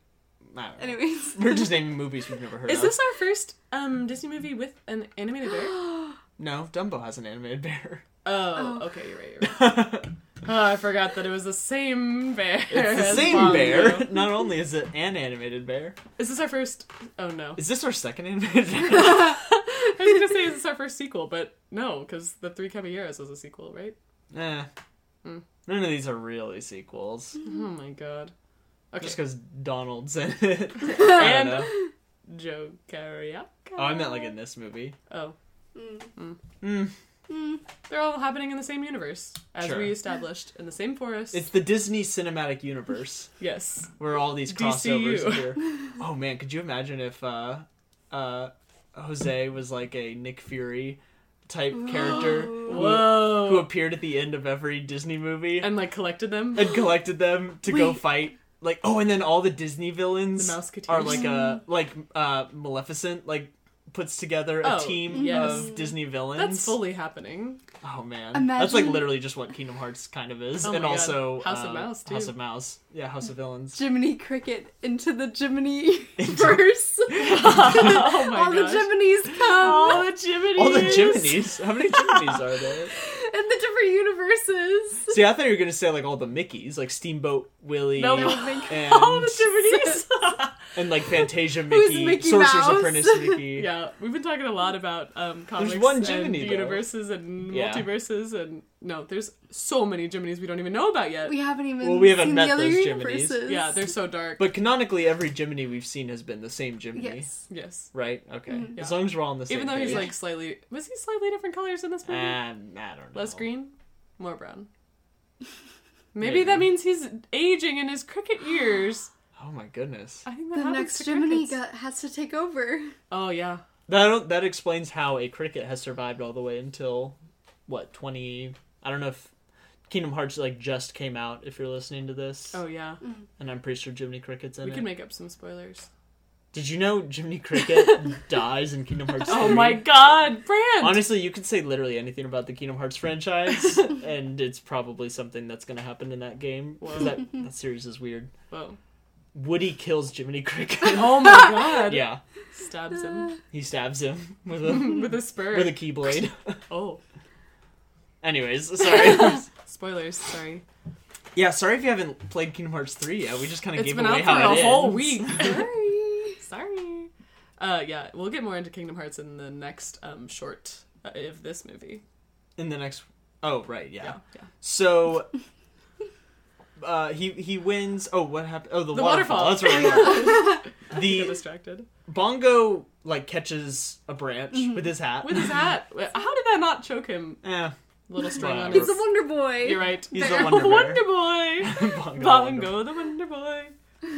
Speaker 1: I don't know.
Speaker 3: Anyways.
Speaker 1: We're just naming movies we've never heard
Speaker 2: Is
Speaker 1: of.
Speaker 2: this our first um Disney movie with an animated bear? Oh,
Speaker 1: No, Dumbo has an animated bear.
Speaker 2: okay, you're right. You're right.
Speaker 1: it's
Speaker 2: Oh, I forgot that it was the same bear.
Speaker 1: the
Speaker 2: as
Speaker 1: same
Speaker 2: Bongo.
Speaker 1: bear. Not only is it an animated bear,
Speaker 2: Is this our first? Oh no.
Speaker 1: is this our second animated bear?
Speaker 2: I was gonna say it's our first sequel, but no, because the Three Caballeros was a sequel, right?
Speaker 1: eh.
Speaker 3: Hmm.
Speaker 1: None of these are really sequels.
Speaker 2: Oh my god. Okay.
Speaker 1: Just because Donald's in it. I don't
Speaker 2: And-
Speaker 1: know.
Speaker 2: Joe Carriaco.
Speaker 1: Oh, I meant like in this movie.
Speaker 2: Oh,
Speaker 3: Mm.
Speaker 1: Mm.
Speaker 3: Mm.
Speaker 2: they're all happening in the same universe, as
Speaker 1: Sure.
Speaker 2: we established in the same forest.
Speaker 1: It's the Disney cinematic universe.
Speaker 2: Yes.
Speaker 1: where all these
Speaker 2: DCU.
Speaker 1: crossovers appear. Oh man, could you imagine if uh, uh, Jose was like a Nick Fury type character
Speaker 3: Mm.
Speaker 1: who,
Speaker 2: Whoa.
Speaker 1: who appeared at the end of every Disney movie and,
Speaker 2: and like collected them.
Speaker 1: collected them to go
Speaker 3: Wait.
Speaker 1: fight? Like oh, and then all the Disney villains
Speaker 2: The Mouseketeers.
Speaker 1: are like a like uh, Maleficent like puts together a
Speaker 2: Oh,
Speaker 1: team
Speaker 2: yes.
Speaker 1: of Disney villains.
Speaker 2: That's fully happening.
Speaker 1: Oh man, that's like
Speaker 3: Imagine-
Speaker 1: literally just what Kingdom Hearts kind of is,
Speaker 2: Oh,
Speaker 1: and
Speaker 2: my God.
Speaker 1: also
Speaker 2: House of
Speaker 1: uh,
Speaker 2: Mouse, too.
Speaker 1: House of Mouse, yeah, House of Villains.
Speaker 3: Jiminy Cricket into the Jiminy verse.
Speaker 2: oh my
Speaker 3: All the
Speaker 2: gosh.
Speaker 3: Jiminy's come.
Speaker 1: Oh.
Speaker 2: All the Jiminy's.
Speaker 1: All the chimneys. How many chimneys are there?
Speaker 3: the different universes.
Speaker 1: See, I thought you were gonna say like all the Mickey's, like Steamboat Willie,
Speaker 2: No,
Speaker 3: I think
Speaker 1: and,
Speaker 2: all the Jiminy's.
Speaker 1: and like Fantasia
Speaker 3: Who's
Speaker 1: Mickey,
Speaker 3: Mickey
Speaker 1: Sorcerer's
Speaker 3: Mouse?
Speaker 1: Apprentice Mickey.
Speaker 2: yeah, we've been talking a lot about um, comics
Speaker 1: one
Speaker 2: and
Speaker 1: Jiminy, though.
Speaker 2: universes and
Speaker 1: Yeah.
Speaker 2: multiverses, and no, there's so many Jiminy's we don't even know about yet.
Speaker 3: We haven't even
Speaker 1: Well, we haven't
Speaker 3: seen
Speaker 1: met
Speaker 3: the other
Speaker 1: those Jiminy's.
Speaker 3: universes.
Speaker 2: yeah, they're so dark.
Speaker 1: But canonically, every Jiminy we've seen has been the same Jiminy,
Speaker 3: yes.
Speaker 2: yes,
Speaker 1: right? Okay,
Speaker 3: Mhm.
Speaker 1: as
Speaker 2: Yeah.
Speaker 1: long as we're all on the same.
Speaker 2: even though he's
Speaker 1: page.
Speaker 2: like slightly was he slightly different colors in this movie?
Speaker 1: Um, I don't know.
Speaker 2: Less green, more brown. Maybe,
Speaker 1: Maybe.
Speaker 2: that means he's aging in his cricket years.
Speaker 1: Oh my goodness.
Speaker 2: I think that
Speaker 3: The
Speaker 2: happens
Speaker 3: next
Speaker 2: to
Speaker 3: Jiminy
Speaker 2: crickets.
Speaker 3: got, has to take over.
Speaker 2: Oh yeah,
Speaker 1: That don't- that explains how a cricket has survived all the way until what twenty? I don't know if Kingdom Hearts like just came out. If you're listening to this,
Speaker 2: oh yeah.
Speaker 1: and I'm pretty sure Jiminy Cricket's in
Speaker 2: We
Speaker 1: it.
Speaker 2: can make up some spoilers.
Speaker 1: Did you know Jiminy Cricket dies in Kingdom Hearts?
Speaker 2: Oh
Speaker 1: 3?
Speaker 2: my God, Brand!
Speaker 1: Honestly, you could say literally anything about the Kingdom Hearts franchise, and it's probably something that's going to happen in that game. 'cause That, that series is weird.
Speaker 2: Whoa.
Speaker 1: Woody kills Jiminy Cricket.
Speaker 2: Oh my God!
Speaker 1: yeah,
Speaker 2: Stabs him
Speaker 1: he stabs him with a
Speaker 2: with a spur.
Speaker 1: with a keyblade.
Speaker 2: Oh,
Speaker 1: Anyways, sorry.
Speaker 2: spoilers. Sorry.
Speaker 1: yeah, sorry if you haven't played Kingdom Hearts three yet. We just kind of
Speaker 2: It's
Speaker 1: gave
Speaker 2: been
Speaker 1: away
Speaker 2: out for
Speaker 1: how
Speaker 2: a
Speaker 1: it
Speaker 2: whole
Speaker 1: ends.
Speaker 2: week.
Speaker 3: Sorry.
Speaker 2: Sorry. Uh, yeah, we'll get more into Kingdom Hearts in the next um, short uh, of this movie.
Speaker 1: in the next. Oh right, yeah.
Speaker 2: Yeah, yeah.
Speaker 1: So. Uh, he he wins. Oh, what happened? Oh, the,
Speaker 2: The
Speaker 1: waterfall.
Speaker 2: waterfall.
Speaker 1: That's right. yeah.
Speaker 2: Get
Speaker 1: the
Speaker 2: distracted Mm-hmm.
Speaker 1: Bongo like catches a branch with his hat.
Speaker 2: with his hat. How did that not choke him?
Speaker 1: eh,
Speaker 2: Little string on
Speaker 1: Whatever.
Speaker 2: his.
Speaker 3: He's the Wonder Boy.
Speaker 2: You're right.
Speaker 1: He's the
Speaker 3: There.
Speaker 1: Wonder, Bear.
Speaker 2: Wonder Boy.
Speaker 1: Bongo. Wonder-
Speaker 2: Bongo the Wonder Boy.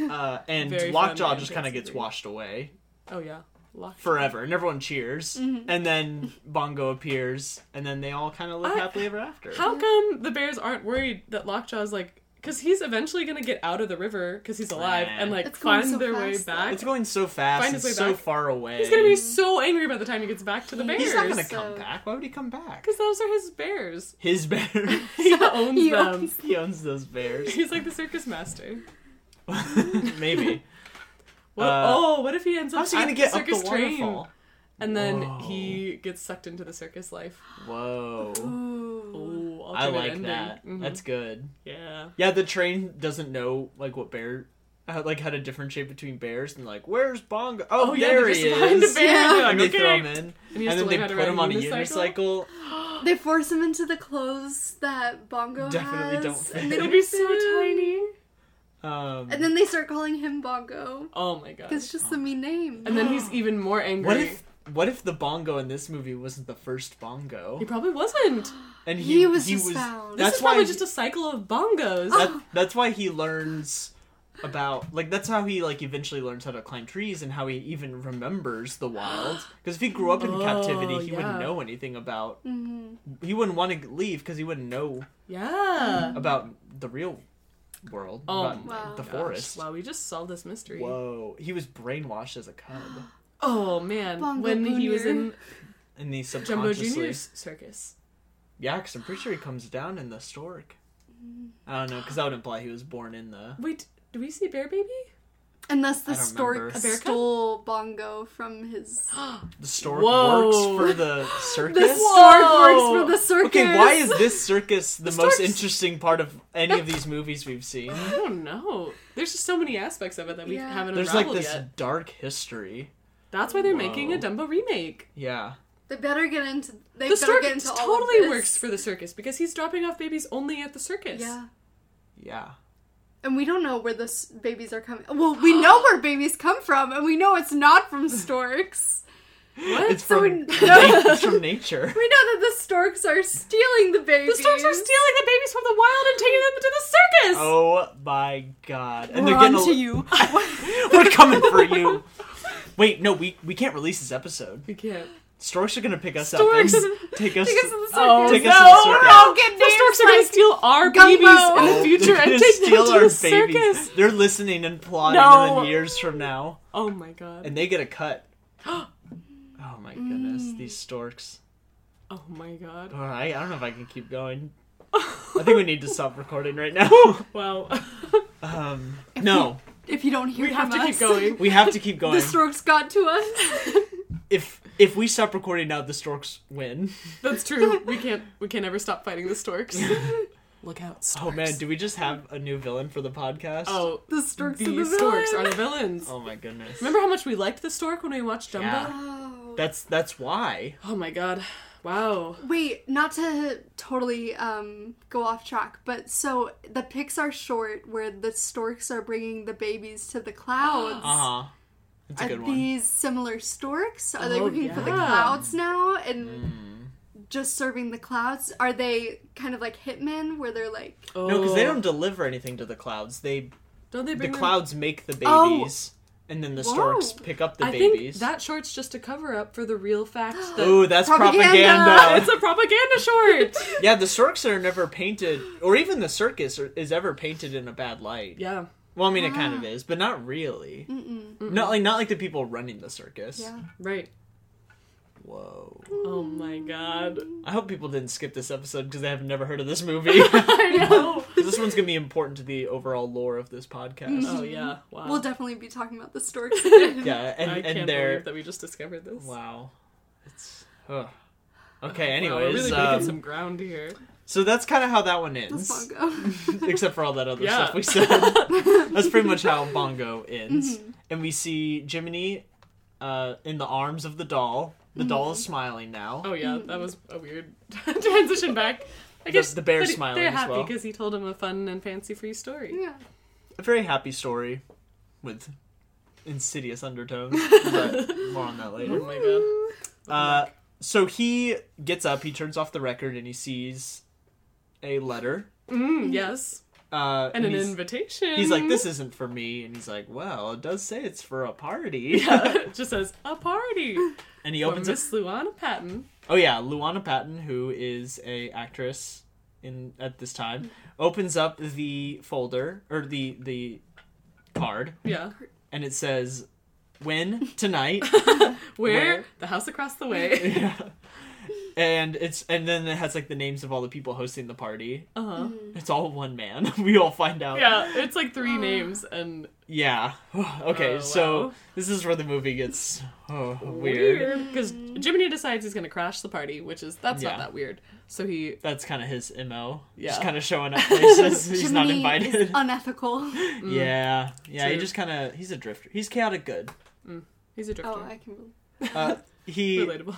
Speaker 1: Uh, and
Speaker 2: Very
Speaker 1: Lockjaw
Speaker 2: fun
Speaker 1: just
Speaker 2: man,
Speaker 1: kind of
Speaker 2: that's
Speaker 1: gets
Speaker 2: great.
Speaker 1: washed away
Speaker 2: Oh yeah. Lock.
Speaker 1: forever, and everyone cheers.
Speaker 2: Mm-hmm.
Speaker 1: And then Bongo appears, and then they all kind of live
Speaker 2: I-
Speaker 1: happily ever after.
Speaker 2: How come the bears aren't worried that Lockjaw's like? Because he's eventually gonna get out of the river because he's alive
Speaker 1: Nah.
Speaker 2: and like
Speaker 3: It's going
Speaker 2: find
Speaker 3: so
Speaker 2: their way
Speaker 3: fast, though.
Speaker 2: back.
Speaker 1: It's going so fast.
Speaker 2: Find his
Speaker 1: It's
Speaker 2: way
Speaker 1: so
Speaker 2: back.
Speaker 1: far away.
Speaker 2: He's gonna be so angry by the time he gets back to the bears.
Speaker 1: He's not gonna
Speaker 3: So-
Speaker 1: come back. Why would he come back?
Speaker 2: Because those are his bears.
Speaker 1: His bear.
Speaker 2: He owns
Speaker 3: He
Speaker 2: them.
Speaker 3: owns-
Speaker 1: he owns those bears.
Speaker 2: He's like the circus master.
Speaker 1: Uh, Maybe.
Speaker 2: What,
Speaker 1: Uh,
Speaker 2: oh, what if he ends up
Speaker 1: How's he
Speaker 2: at
Speaker 1: gonna get up the
Speaker 2: circus train
Speaker 1: waterfall?
Speaker 2: and then
Speaker 1: Whoa.
Speaker 2: he gets sucked into the circus life?
Speaker 1: Whoa.
Speaker 3: Ooh.
Speaker 2: Oh,
Speaker 1: I
Speaker 2: alternate
Speaker 1: like
Speaker 2: ending.
Speaker 1: that.
Speaker 2: Mhm.
Speaker 1: That's good.
Speaker 2: yeah.
Speaker 1: Yeah, the train doesn't know like what bear, how, like how to differentiate between bears, and like where's Bongo? Oh,
Speaker 2: Oh, yeah,
Speaker 1: there
Speaker 2: they
Speaker 1: he
Speaker 2: just find a
Speaker 1: is.
Speaker 2: bear,
Speaker 1: Yeah.
Speaker 2: they're like,
Speaker 1: and they
Speaker 2: okay.
Speaker 1: throw him in,
Speaker 2: he has
Speaker 1: and
Speaker 2: to
Speaker 1: then they
Speaker 2: learn how to
Speaker 1: put him on
Speaker 2: ride
Speaker 1: a unicycle.
Speaker 3: They force him into the clothes that Bongo
Speaker 1: Definitely
Speaker 3: has,
Speaker 1: don't fit.
Speaker 3: and they
Speaker 2: It'll
Speaker 3: don't
Speaker 2: be so
Speaker 3: fit.
Speaker 2: tiny.
Speaker 1: Um,
Speaker 3: And then they start calling him Bongo.
Speaker 2: Oh my god.
Speaker 3: 'cause It's just the mean name.
Speaker 2: And then he's even more angry.
Speaker 1: what if what if the bongo in this movie wasn't the first bongo?
Speaker 2: he probably wasn't.
Speaker 1: And
Speaker 3: He was just found.
Speaker 2: This
Speaker 1: That's
Speaker 2: is
Speaker 1: why.
Speaker 2: probably just a cycle of bongos.
Speaker 1: that, that's why he learns about like that's how he like eventually learns how to climb trees and how he even remembers the wild because if he grew up in captivity
Speaker 2: Oh,
Speaker 1: he
Speaker 2: yeah.
Speaker 1: wouldn't know anything about
Speaker 3: Mhm.
Speaker 1: he wouldn't want to leave because he wouldn't know
Speaker 2: yeah.
Speaker 1: about the real world,
Speaker 2: Oh
Speaker 1: about
Speaker 3: my
Speaker 1: the
Speaker 2: Gosh,
Speaker 1: forest.
Speaker 2: Wow, we just solved this mystery.
Speaker 1: Whoa, he was brainwashed as a cub,
Speaker 2: Oh man,
Speaker 3: Bongo
Speaker 2: when he was
Speaker 3: Junior.
Speaker 2: in
Speaker 1: and he
Speaker 2: Jumbo
Speaker 1: subconsciously,
Speaker 2: Junior's circus.
Speaker 1: yeah, because I'm pretty sure he comes down in the stork. I don't know, because that would imply he was born in the.
Speaker 2: Wait, do we see Bear Baby?
Speaker 3: Unless
Speaker 1: I
Speaker 3: the
Speaker 1: don't
Speaker 3: stork
Speaker 1: remember.
Speaker 2: A bear cub?
Speaker 3: stole Bongo from his.
Speaker 1: The stork
Speaker 2: Whoa.
Speaker 1: works for the
Speaker 3: The
Speaker 1: circus.
Speaker 2: Whoa!
Speaker 3: stork works for the circus.
Speaker 1: Okay, why is this circus the,
Speaker 2: The
Speaker 1: most
Speaker 2: stork's-
Speaker 1: interesting part of any of these movies we've seen?
Speaker 2: I don't know. There's just so many aspects of it that we
Speaker 3: Yeah.
Speaker 2: haven't
Speaker 1: There's like
Speaker 2: unraveled
Speaker 1: this
Speaker 2: yet.
Speaker 1: dark history.
Speaker 2: That's why they're
Speaker 1: Whoa.
Speaker 2: making a Dumbo remake.
Speaker 1: Yeah.
Speaker 3: They better get into. They better
Speaker 2: The stork
Speaker 3: get into all of
Speaker 2: totally
Speaker 3: this.
Speaker 2: works for the circus because he's dropping off babies only at the circus.
Speaker 3: Yeah,
Speaker 1: Yeah.
Speaker 3: and we don't know where the s- babies are coming. Well, we know where babies come from, and we know it's not from storks.
Speaker 2: What?
Speaker 1: It's
Speaker 3: So we-
Speaker 1: from, it's from nature.
Speaker 3: We know that the storks are stealing the
Speaker 2: the
Speaker 3: babies.
Speaker 2: storks are stealing the babies from the wild and taking them to the circus.
Speaker 1: Oh my god. And
Speaker 3: We're
Speaker 1: they're getting
Speaker 3: on
Speaker 1: a-
Speaker 3: to you.
Speaker 1: We're coming for you. Wait, no, we we can't release this episode.
Speaker 2: We can't.
Speaker 1: Storks are gonna pick us
Speaker 2: Storks.
Speaker 1: up and take us.
Speaker 3: Take us to the circus.
Speaker 2: Oh,
Speaker 1: Take
Speaker 2: no,
Speaker 1: us to the circus.
Speaker 2: no,
Speaker 3: Get
Speaker 2: The
Speaker 3: names
Speaker 2: storks are going
Speaker 3: like
Speaker 2: to steal our
Speaker 3: Gumbo.
Speaker 2: babies in
Speaker 1: Oh,
Speaker 2: the future
Speaker 1: they're
Speaker 2: and
Speaker 1: gonna
Speaker 2: take them to the circus.
Speaker 1: They're listening and plotting
Speaker 2: No.
Speaker 1: in years from now,
Speaker 2: Oh my god.
Speaker 1: and they get a cut. Oh my goodness, these storks.
Speaker 2: Oh my god.
Speaker 1: All right, I don't know if I can keep going. I think we need to stop recording right now.
Speaker 2: Wow.
Speaker 1: Um, no,
Speaker 3: If you don't hear
Speaker 2: we have
Speaker 3: from
Speaker 2: to
Speaker 3: us,
Speaker 2: keep going.
Speaker 1: we have to keep going.
Speaker 3: The storks got to us.
Speaker 1: if If we stop recording now, the storks win.
Speaker 2: That's true. We can't we can't ever stop fighting the storks. Look out, storks.
Speaker 1: Oh man, do we just have a new villain for the podcast?
Speaker 2: Oh,
Speaker 3: The storks
Speaker 2: the,
Speaker 3: and the
Speaker 2: storks
Speaker 3: villain.
Speaker 2: are the villains.
Speaker 1: Oh my goodness.
Speaker 2: Remember how much we liked the stork when we watched Dumbo?
Speaker 1: Yeah.
Speaker 3: Oh.
Speaker 1: That's that's why.
Speaker 2: Oh my god. Wow.
Speaker 3: Wait, not to totally um, go off track, but so the Pixar short where the storks are bringing the babies to the clouds.
Speaker 2: Uh-huh.
Speaker 1: Uh huh. It's a
Speaker 3: Are
Speaker 1: good one.
Speaker 3: these similar storks? Are they
Speaker 1: Oh,
Speaker 3: looking for the
Speaker 2: yeah. Hmm.
Speaker 3: clouds now and just serving the clouds? Are they kind of like hitmen where they're like,
Speaker 2: Oh.
Speaker 1: No, because they don't deliver anything to the clouds. They
Speaker 2: Don't they
Speaker 1: the
Speaker 2: bring them-
Speaker 1: clouds make the
Speaker 3: Oh.
Speaker 1: babies, and then the storks
Speaker 3: Whoa.
Speaker 1: pick up the
Speaker 2: I
Speaker 1: babies.
Speaker 2: think that short's just a cover up for the real fact that
Speaker 1: Ooh, that's propaganda.
Speaker 3: Propaganda.
Speaker 2: it's a propaganda short.
Speaker 1: yeah, the storks are never painted, or even the circus are, is ever painted in a bad light.
Speaker 2: yeah. Ah.
Speaker 1: Well, I mean, it kind of is, but not really. Not like not like the people running the circus.
Speaker 3: yeah.
Speaker 2: Right.
Speaker 1: Whoa.
Speaker 2: Oh my god.
Speaker 1: I hope people didn't skip this episode because they have never heard of this movie.
Speaker 2: I know.
Speaker 1: this one's gonna be important to the overall lore of this podcast.
Speaker 2: oh yeah. Wow.
Speaker 3: We'll definitely be talking about the storks again.
Speaker 1: Yeah, and
Speaker 2: I
Speaker 1: and
Speaker 2: can't believe
Speaker 1: they're
Speaker 2: that we just discovered this.
Speaker 1: wow. It's ugh. okay.
Speaker 2: Wow,
Speaker 1: Anyways,
Speaker 2: we're really
Speaker 1: um,
Speaker 2: making some ground here.
Speaker 1: so that's kind of how that one ends.
Speaker 3: Let's bongo.
Speaker 1: except for all that other
Speaker 2: Yeah.
Speaker 1: stuff we said. That's pretty much how Bongo ends. And we see Jiminy uh, in the arms of the doll. The doll is smiling now.
Speaker 2: Oh yeah, that was a weird transition back. I
Speaker 1: The-
Speaker 2: guess
Speaker 1: the bear's
Speaker 2: but he-
Speaker 1: smiling
Speaker 2: They're
Speaker 1: as
Speaker 2: happy
Speaker 1: well.
Speaker 2: because he told him a fun and fancy free story.
Speaker 3: yeah.
Speaker 1: A very happy story with insidious undertones, but more on that
Speaker 2: Oh
Speaker 1: later.
Speaker 2: my god.
Speaker 1: Uh, so he gets up, he turns off the record, and he sees a letter.
Speaker 2: Mm, yes,
Speaker 1: Uh,
Speaker 2: and an
Speaker 1: he's,
Speaker 2: invitation.
Speaker 1: he's like, "This isn't for me," and he's like, "Well, it does say it's for a party."
Speaker 2: Yeah, it just says a party.
Speaker 1: and he
Speaker 2: for
Speaker 1: opens it.
Speaker 2: Miss Luana Patton.
Speaker 1: Oh yeah, Luana Patton, who is a actress in at this time,
Speaker 2: Mm-hmm.
Speaker 1: opens up the folder or the the card,
Speaker 2: Yeah,
Speaker 1: and it says, "When tonight,"
Speaker 2: where?
Speaker 1: Where?
Speaker 2: the house across the way.
Speaker 1: and it's and then it has like the names of all the people hosting the party.
Speaker 2: Uh huh.
Speaker 1: It's all one man. we all find out.
Speaker 2: Yeah, it's like three names and
Speaker 1: Yeah. okay,
Speaker 2: Oh,
Speaker 1: so
Speaker 2: wow.
Speaker 1: this is where the movie gets oh, weird.
Speaker 2: weird because Jiminy decides he's gonna crash the party, which is that's
Speaker 1: Yeah.
Speaker 2: not that weird. So he
Speaker 1: That's kind of his mo. Just
Speaker 2: Yeah.
Speaker 1: kind of showing up places he's not
Speaker 3: Jiminy
Speaker 1: invited.
Speaker 3: Is unethical.
Speaker 1: Yeah, yeah. He
Speaker 2: True.
Speaker 1: just kind of he's a drifter. He's chaotic good.
Speaker 2: he's a drifter.
Speaker 3: Oh, I can believe.
Speaker 1: Uh, he
Speaker 2: Relatable.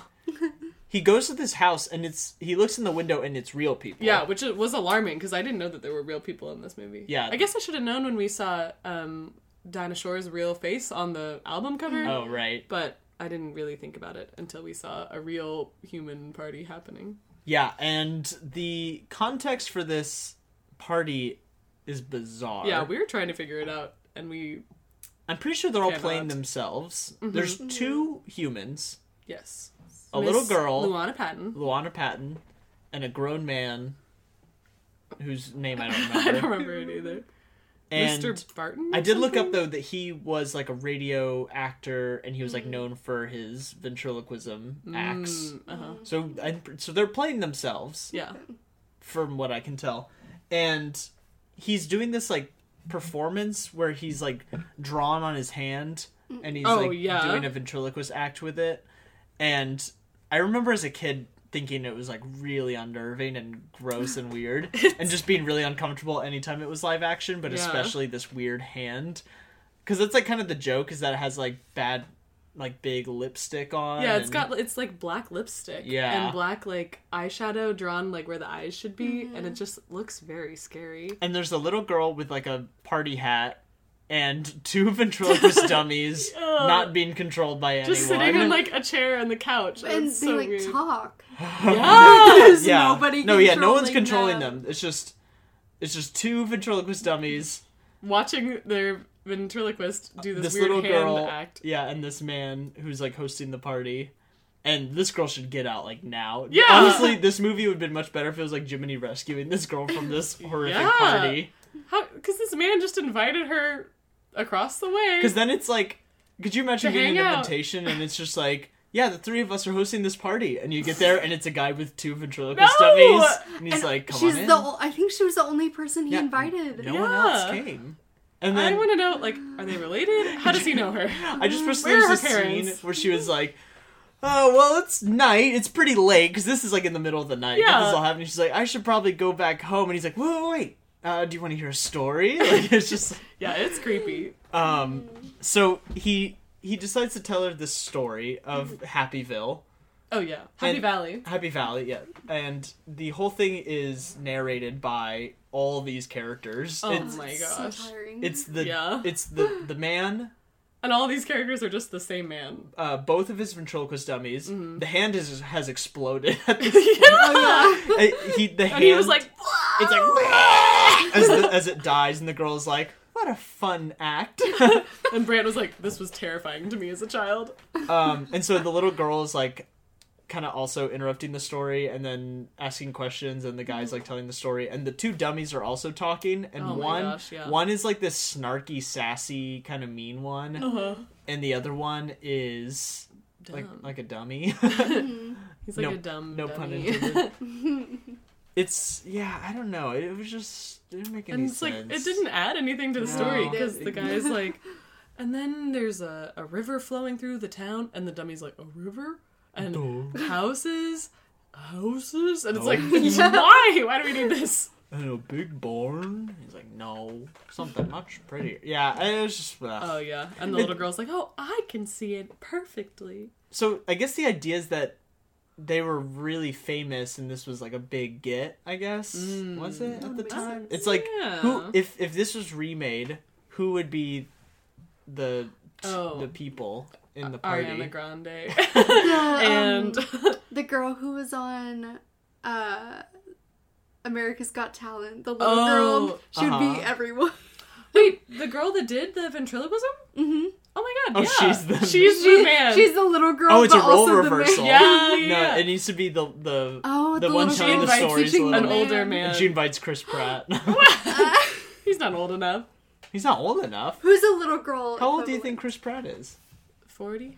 Speaker 1: he goes to this house and it's he looks in the window and it's real people.
Speaker 2: Yeah, which it was alarming because I didn't know that there were real people in this movie.
Speaker 1: Yeah.
Speaker 2: I guess I should have known when we saw um, Dinosaur's real face on the album cover,
Speaker 1: Oh right.
Speaker 2: but I didn't really think about it until we saw a real human party happening.
Speaker 1: Yeah, and the context for this party is bizarre.
Speaker 2: Yeah, we were trying to figure it out, and we
Speaker 1: I'm pretty sure they're all
Speaker 2: Cannot.
Speaker 1: playing themselves.
Speaker 2: Mm-hmm.
Speaker 1: There's two humans,
Speaker 2: yes,
Speaker 1: a little girl,
Speaker 2: Luana Patton.
Speaker 1: Luana Patton, and a grown man whose name I don't
Speaker 2: I
Speaker 1: remember.
Speaker 2: don't remember it either.
Speaker 1: And
Speaker 2: Mr. Barton.
Speaker 1: I
Speaker 2: or
Speaker 1: did look up
Speaker 2: something?
Speaker 1: though that he was like a radio actor and he was like known for his ventriloquism acts.
Speaker 2: Mm, uh-huh.
Speaker 1: So I, so they're playing themselves
Speaker 2: Yeah,
Speaker 1: from what I can tell. And he's doing this like performance where he's like drawn on his hand and he's
Speaker 2: Oh,
Speaker 1: like
Speaker 2: yeah.
Speaker 1: doing a ventriloquist act with it. And I remember as a kid thinking it was like really unnerving and gross and weird and just being really uncomfortable anytime it was live action, but
Speaker 2: Yeah.
Speaker 1: especially this weird hand. Cuz that's like kind of the joke is that it has like bad like big lipstick on.
Speaker 2: yeah. It's
Speaker 1: and-
Speaker 2: got it's like black lipstick,
Speaker 1: Yeah.
Speaker 2: and black like eyeshadow drawn like where the eyes should be, and it just looks very scary.
Speaker 1: and there's a little girl with like a party hat and two ventriloquist dummies not being controlled by anyone.
Speaker 2: just sitting on like a chair on the couch.
Speaker 3: And
Speaker 2: And
Speaker 3: they
Speaker 2: it's so
Speaker 3: like
Speaker 2: weird.
Speaker 3: talk.
Speaker 2: Yeah.
Speaker 3: There's
Speaker 1: yeah.
Speaker 3: nobody.
Speaker 1: No, yeah, no one's controlling
Speaker 3: controlling
Speaker 1: them. It's just it's just two ventriloquist dummies,
Speaker 2: watching their ventriloquist do this,
Speaker 1: this,
Speaker 2: weird
Speaker 1: little
Speaker 2: hand
Speaker 1: girl,
Speaker 2: act.
Speaker 1: yeah, and this man who's like hosting the party. And this girl should get out like now.
Speaker 2: Yeah.
Speaker 1: Honestly, this movie would have been much better if it was like Jiminy rescuing this girl from this horrific
Speaker 2: Yeah.
Speaker 1: party.
Speaker 2: How? Because this man just invited her across the way.
Speaker 1: Because then it's like, could you imagine
Speaker 2: To
Speaker 1: getting an
Speaker 2: hang out.
Speaker 1: invitation and it's just like, yeah, the three of us are hosting this party, and you get there and it's a guy with two ventriloquist
Speaker 2: No!
Speaker 1: dummies, and he's like, come
Speaker 3: She's
Speaker 1: on in.
Speaker 3: the. o- I think she was the only person he
Speaker 1: Yeah,
Speaker 3: invited.
Speaker 1: No one else
Speaker 2: Yeah.
Speaker 1: came. And
Speaker 2: I
Speaker 1: then
Speaker 2: want to know, like, are they related? How does he know her?
Speaker 1: I, just wish
Speaker 2: Where
Speaker 1: there
Speaker 2: are
Speaker 1: was a
Speaker 2: her parents?
Speaker 1: scene where she was like, oh well, it's night. It's pretty late because this is like in the middle of the night. Yeah,
Speaker 2: Yeah.
Speaker 1: this is all happening. She's like, I should probably go back home, and he's like, wait, wait, wait. Uh, do you want to hear a story? Like it's just
Speaker 2: Yeah, it's creepy.
Speaker 1: um.
Speaker 2: Mm-hmm.
Speaker 1: So he he decides to tell her this story of
Speaker 2: Mm-hmm.
Speaker 1: Happyville.
Speaker 2: Oh yeah, Happy
Speaker 1: And-
Speaker 2: Valley.
Speaker 1: Happy Valley, yeah. And the whole thing is narrated by all these characters.
Speaker 2: Oh
Speaker 1: it's
Speaker 2: my
Speaker 3: So
Speaker 2: gosh.
Speaker 3: tiring.
Speaker 1: it's the
Speaker 2: Yeah.
Speaker 1: it's the the man,
Speaker 2: And all these characters are just the same man.
Speaker 1: uh, both of his ventriloquist dummies.
Speaker 2: Mm-hmm.
Speaker 1: The hand is, has exploded. At this,
Speaker 2: Oh, yeah.
Speaker 1: uh, he the
Speaker 2: And he was like, "Ah!"
Speaker 1: it's like as the, as it dies, and the girl's like, "What a fun act."
Speaker 2: and Brant was like, this was terrifying to me as a child.
Speaker 1: um, and so the little girl is like kind of also interrupting the story and then asking questions and the guy's like telling the story and the two dummies are also talking and
Speaker 2: Oh my
Speaker 1: one
Speaker 2: gosh, yeah.
Speaker 1: one is like this snarky sassy kind of mean one
Speaker 2: Uh-huh.
Speaker 1: and the other one is like
Speaker 2: Dumb.
Speaker 1: like a dummy
Speaker 2: He's like
Speaker 1: no-
Speaker 2: a dumb
Speaker 1: no pun
Speaker 2: dummy.
Speaker 1: intended it's yeah i don't know it was just it didn't make any
Speaker 2: and it's like
Speaker 1: sense
Speaker 2: it didn't add anything to the
Speaker 1: No.
Speaker 2: story
Speaker 1: It
Speaker 2: because the
Speaker 1: didn't.
Speaker 2: guy's like and then there's a, a river flowing through the town and the dummy's like a river and
Speaker 1: Duh.
Speaker 2: houses houses and it's like
Speaker 1: Houses.
Speaker 2: why why do we need this
Speaker 1: and a big barn he's like no something much prettier yeah it was just uh,
Speaker 2: oh yeah and the little girl's like oh i can see it perfectly
Speaker 1: so I guess the idea is that they were really famous and this was like a big get, I guess.
Speaker 2: Mm,
Speaker 1: Was it at the
Speaker 3: makes
Speaker 1: time?
Speaker 3: sense.
Speaker 1: It's like who
Speaker 2: Yeah.
Speaker 1: if if this was remade, who would be the
Speaker 2: Oh.
Speaker 1: the people in the party?
Speaker 2: ariana grande
Speaker 3: the, um,
Speaker 2: and
Speaker 3: the girl who was on uh, America's Got Talent, the little
Speaker 2: Oh,
Speaker 3: girl, she would
Speaker 1: uh-huh.
Speaker 3: be everyone.
Speaker 2: wait the girl that did the ventriloquism
Speaker 3: hmm
Speaker 2: oh my god
Speaker 1: Oh,
Speaker 2: yeah
Speaker 1: she's the-
Speaker 2: she's the man
Speaker 3: She's the little girl.
Speaker 1: Oh, it's a
Speaker 3: but
Speaker 1: role
Speaker 3: also the man.
Speaker 1: reversal.
Speaker 2: yeah,
Speaker 1: no,
Speaker 2: yeah.
Speaker 1: it needs to be the the
Speaker 3: Oh,
Speaker 1: The
Speaker 3: the,
Speaker 1: one
Speaker 3: little
Speaker 1: telling
Speaker 3: girl
Speaker 1: the stories
Speaker 3: teaching
Speaker 1: little.
Speaker 2: an older man
Speaker 1: she invites Chris Pratt.
Speaker 2: he's not old enough
Speaker 1: He's not old enough.
Speaker 3: Who's a little girl?
Speaker 1: How old do you
Speaker 3: equivalent?
Speaker 1: think Chris Pratt is?
Speaker 2: 40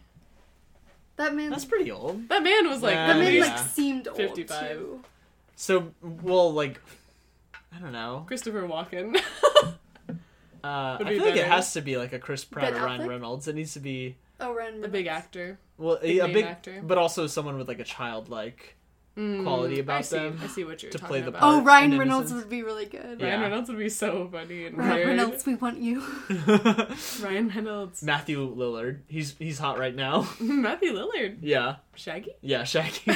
Speaker 3: that man?
Speaker 1: That's pretty old.
Speaker 2: that man was like
Speaker 1: Yeah.
Speaker 3: that
Speaker 2: at
Speaker 3: man
Speaker 2: least
Speaker 3: like
Speaker 1: Yeah.
Speaker 3: seemed old
Speaker 2: 55.
Speaker 3: too.
Speaker 1: So well like I don't know.
Speaker 2: Christopher Walken.
Speaker 1: Uh, I
Speaker 2: Would
Speaker 1: feel
Speaker 2: be
Speaker 1: like it
Speaker 2: better.
Speaker 1: has to be like a Chris Pratt
Speaker 3: Ben
Speaker 1: or Ryan
Speaker 3: Affleck?
Speaker 1: Reynolds. It needs to be
Speaker 3: Oh, Ryan
Speaker 2: the big actor.
Speaker 1: Well,
Speaker 2: Big
Speaker 1: a
Speaker 2: name
Speaker 1: big
Speaker 2: actor.
Speaker 1: but also someone with like a childlike.
Speaker 2: Mm,
Speaker 1: Quality about
Speaker 2: I see,
Speaker 1: them
Speaker 2: I see what you're
Speaker 1: to
Speaker 2: talking
Speaker 1: play the
Speaker 2: about. Oh,
Speaker 1: part.
Speaker 3: Oh,
Speaker 1: Art
Speaker 3: Ryan
Speaker 1: and
Speaker 3: Reynolds
Speaker 1: innocence.
Speaker 3: would be really good.
Speaker 1: Yeah.
Speaker 2: Ryan Reynolds would be so funny and
Speaker 3: Ryan
Speaker 2: weird.
Speaker 3: Reynolds, we want you.
Speaker 2: Ryan Reynolds.
Speaker 1: Matthew Lillard, he's he's hot right now.
Speaker 2: Matthew Lillard.
Speaker 1: yeah,
Speaker 2: Shaggy.
Speaker 1: yeah, Shaggy.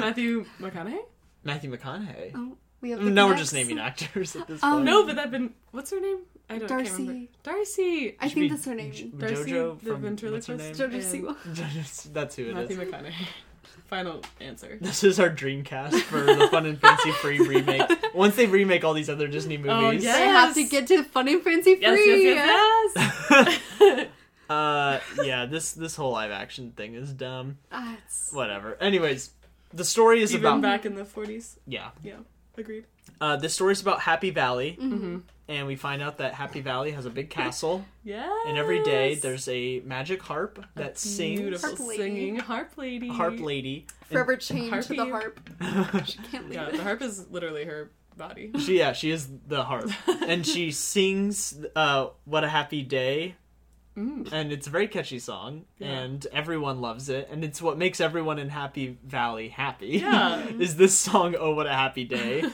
Speaker 2: Matthew McConaughey.
Speaker 1: Matthew McConaughey.
Speaker 3: Oh, we have. The
Speaker 1: No, we're just
Speaker 3: connects.
Speaker 1: naming actors at this
Speaker 3: Um,
Speaker 1: point.
Speaker 2: No, but that been what's her name? I don't can't remember.
Speaker 3: Darcy.
Speaker 2: Darcy.
Speaker 3: I
Speaker 1: Should be
Speaker 3: think that's her name.
Speaker 1: Jo-
Speaker 2: Darcy,
Speaker 1: Jojo
Speaker 2: the
Speaker 1: from what's her name?
Speaker 2: ventriloquist.
Speaker 3: Jojo
Speaker 2: and
Speaker 3: Siwa.
Speaker 1: That's who it is.
Speaker 2: Matthew McConaughey. Final answer.
Speaker 1: This is our dream cast for the Fun and Fancy Free remake. Once they remake all these other Disney
Speaker 2: Oh,
Speaker 1: movies.
Speaker 2: yeah.
Speaker 3: I have to
Speaker 2: Yes.
Speaker 3: get to Fun and Fancy Free.
Speaker 2: Yes, yes, yes, yes.
Speaker 1: uh, yeah. This this whole live action thing is dumb.
Speaker 3: Ah, it's-
Speaker 1: Whatever. Anyways, the story is
Speaker 2: Even
Speaker 1: about
Speaker 2: back in the 40s.
Speaker 1: yeah.
Speaker 2: Yeah, agreed.
Speaker 1: Uh, the story's about Happy Valley.
Speaker 2: Mm-hmm.
Speaker 1: and we find out that Happy Valley has a big castle,
Speaker 2: Yeah.
Speaker 1: and every day there's a magic harp that sings
Speaker 2: beautiful
Speaker 3: Harp lady.
Speaker 2: singing harp lady.
Speaker 1: harp lady.
Speaker 3: forever chained to the
Speaker 2: Harpy.
Speaker 3: harp. She can't leave
Speaker 2: Yeah,
Speaker 3: it.
Speaker 2: the harp is literally her body.
Speaker 1: she yeah, she is the harp, and she sings uh, "What a Happy Day."
Speaker 2: Mm.
Speaker 1: And it's a very catchy song,
Speaker 2: Yeah.
Speaker 1: and everyone loves it, and it's what makes everyone in Happy Valley happy.
Speaker 2: Yeah.
Speaker 1: is this song "Oh What a Happy Day"?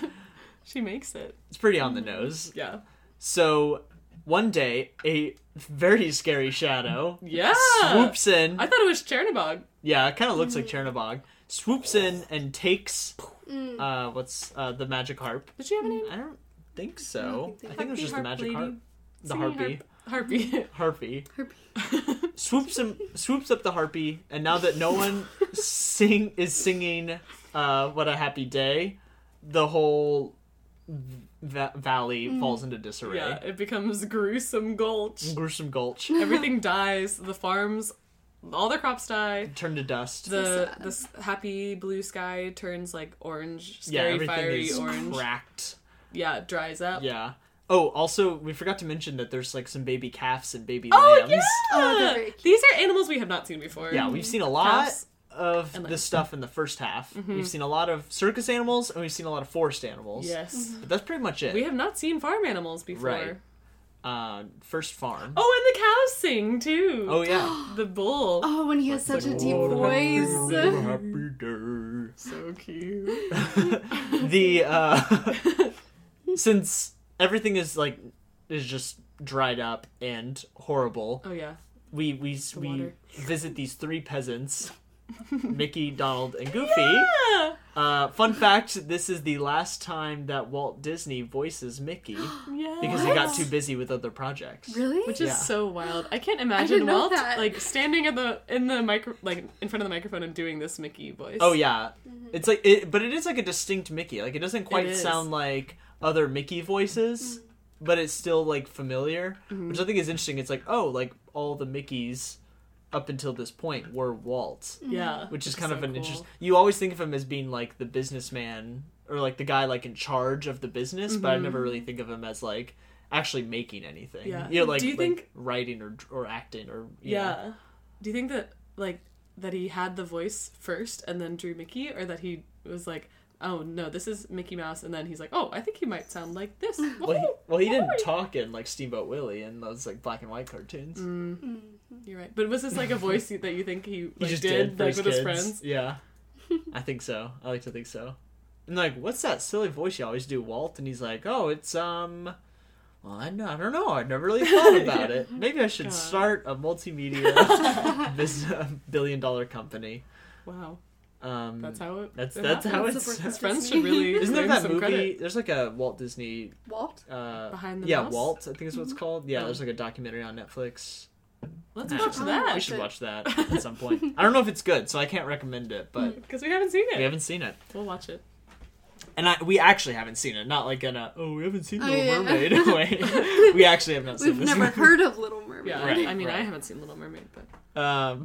Speaker 2: She makes it.
Speaker 1: It's pretty on the nose.
Speaker 2: Yeah.
Speaker 1: So one day, a very scary shadow
Speaker 2: Yeah.
Speaker 1: swoops in.
Speaker 2: I thought it was Chernobog.
Speaker 1: Yeah, it kind of looks like Chernobog. Swoops in and takes uh, what's uh, the magic harp?
Speaker 2: Did she have a name?
Speaker 1: I don't think so.
Speaker 3: I
Speaker 1: Mm, I
Speaker 3: don't think they-
Speaker 1: think it was just the
Speaker 2: Harpy
Speaker 1: magic
Speaker 2: harp
Speaker 1: harp,
Speaker 2: lady.
Speaker 1: the
Speaker 2: Singing
Speaker 1: harpy,
Speaker 2: Harpy.
Speaker 1: harpy
Speaker 3: Harpy.
Speaker 1: swoops him, swoops up the harpy, and now that no one sing is singing, uh, what a happy day, the whole va- valley falls into disarray.
Speaker 2: yeah, it becomes gruesome gulch.
Speaker 1: Gruesome Gulch
Speaker 2: Everything dies. The farms, all the crops die.
Speaker 1: turned to dust.
Speaker 2: The
Speaker 3: sad.
Speaker 2: this happy blue sky turns like orange,
Speaker 1: yeah,
Speaker 2: scary,
Speaker 1: everything
Speaker 2: fiery
Speaker 1: is
Speaker 2: orange.
Speaker 1: cracked.
Speaker 2: Yeah, it dries up.
Speaker 1: Yeah. Oh, also, we forgot to mention that there's like some baby calves and baby
Speaker 2: Oh
Speaker 1: lambs.
Speaker 2: yeah,
Speaker 3: Oh, they're very cute.
Speaker 2: these are animals we have not seen before.
Speaker 1: Yeah, we've seen a lot
Speaker 2: Calves
Speaker 1: of
Speaker 2: and Mm-hmm.
Speaker 1: this stuff in the first half. We've seen a lot of circus animals and we've seen a lot of forest animals.
Speaker 2: Yes.
Speaker 1: But that's pretty much it.
Speaker 2: We have not seen farm animals before.
Speaker 1: Mm-hmm. Right. uh, first farm.
Speaker 2: Oh, and the cows sing too.
Speaker 1: Oh, yeah.
Speaker 2: The bull.
Speaker 3: Oh, when he has such a deep
Speaker 1: "What
Speaker 3: voice.
Speaker 1: happy day."
Speaker 2: So cute.
Speaker 1: the uh, since everything is like is just dried up and horrible,
Speaker 2: Oh yeah.
Speaker 1: we we we
Speaker 2: water.
Speaker 1: visit these three peasants, Mickey, Donald, and Goofy.
Speaker 2: Ah,
Speaker 1: Uh, fun fact: This is the last time that Walt Disney voices Mickey
Speaker 2: yeah.
Speaker 1: because he got too busy with other projects.
Speaker 3: Really?
Speaker 2: Which is
Speaker 1: Yeah.
Speaker 2: so wild. I can't imagine
Speaker 3: know
Speaker 2: Walt
Speaker 3: that.
Speaker 2: like standing at the in the micro like in front of the microphone and doing this Mickey voice.
Speaker 1: Oh yeah, it's like it, but it is like a distinct Mickey. Like it doesn't quite
Speaker 2: is.
Speaker 1: sound like other Mickey voices, but it's still like familiar, which I think is interesting. It's like oh, like all the Mickeys up until this point were Walt,
Speaker 2: yeah.
Speaker 1: which is kind
Speaker 2: so
Speaker 1: of an
Speaker 2: cool.
Speaker 1: interest. You always think of him as being like the businessman or like the guy like in charge of the business, but I never really think of him as like actually making anything.
Speaker 2: Mm-hmm. Yeah.
Speaker 1: you know, like,
Speaker 2: Do you
Speaker 1: like,
Speaker 2: think-
Speaker 1: writing or or acting or you know.
Speaker 2: Yeah. Do you think that like that he had the voice first and then drew Mickey, or that he was like, oh no, this is Mickey Mouse, and then he's like, oh, I think he might sound like this.
Speaker 1: Well, he,
Speaker 2: Woohoo!
Speaker 1: well, he didn't
Speaker 2: Woohoo!
Speaker 1: talk in like Steamboat Willie and those like black and white cartoons.
Speaker 2: You're right. But was this like a voice you- that you think he, like,
Speaker 1: he just
Speaker 2: did,
Speaker 1: did, for
Speaker 2: like with his
Speaker 1: kids.
Speaker 2: friends?
Speaker 1: Yeah, I think so. I like to think so. And like, what's that silly voice you always do, Walt? And he's like, oh, it's um. Well, I, don't- I don't know. I never really thought about it. Maybe I should
Speaker 2: God.
Speaker 1: start a multimedia business, billion dollar company.
Speaker 2: Wow,
Speaker 1: Um,
Speaker 2: that's how it.
Speaker 1: that's
Speaker 2: it
Speaker 1: that's
Speaker 2: happened.
Speaker 1: how
Speaker 3: That's
Speaker 1: it's.
Speaker 3: the
Speaker 2: His
Speaker 3: first-
Speaker 2: friends
Speaker 3: Disney.
Speaker 2: should really
Speaker 1: Isn't there
Speaker 2: give
Speaker 1: that
Speaker 2: some
Speaker 1: movie?
Speaker 2: credit.
Speaker 1: There's like a Walt Disney.
Speaker 3: Walt?
Speaker 1: Uh,
Speaker 2: Behind the
Speaker 1: yeah,
Speaker 2: Mouse?
Speaker 1: Walt. I think is what it's called. Yeah,
Speaker 2: Oh.
Speaker 1: there's like a documentary on Netflix.
Speaker 2: Let's
Speaker 1: Yeah.
Speaker 2: watch
Speaker 3: Oh,
Speaker 1: We
Speaker 2: that
Speaker 1: should
Speaker 3: it.
Speaker 1: watch that at some point. I don't know if it's good, so I can't recommend it, but
Speaker 2: because we haven't seen it.
Speaker 1: we haven't seen it.
Speaker 2: We'll watch it.
Speaker 1: And I, we actually haven't seen it. Not like in a, oh, we haven't seen
Speaker 3: Oh,
Speaker 1: Little
Speaker 3: yeah.
Speaker 1: Mermaid. Wait, we actually have not seen
Speaker 3: We've
Speaker 1: this.
Speaker 3: never heard of Little Mermaid.
Speaker 2: Yeah,
Speaker 1: Right,
Speaker 2: I mean, I
Speaker 1: right.
Speaker 2: haven't seen Little Mermaid, but
Speaker 1: Um,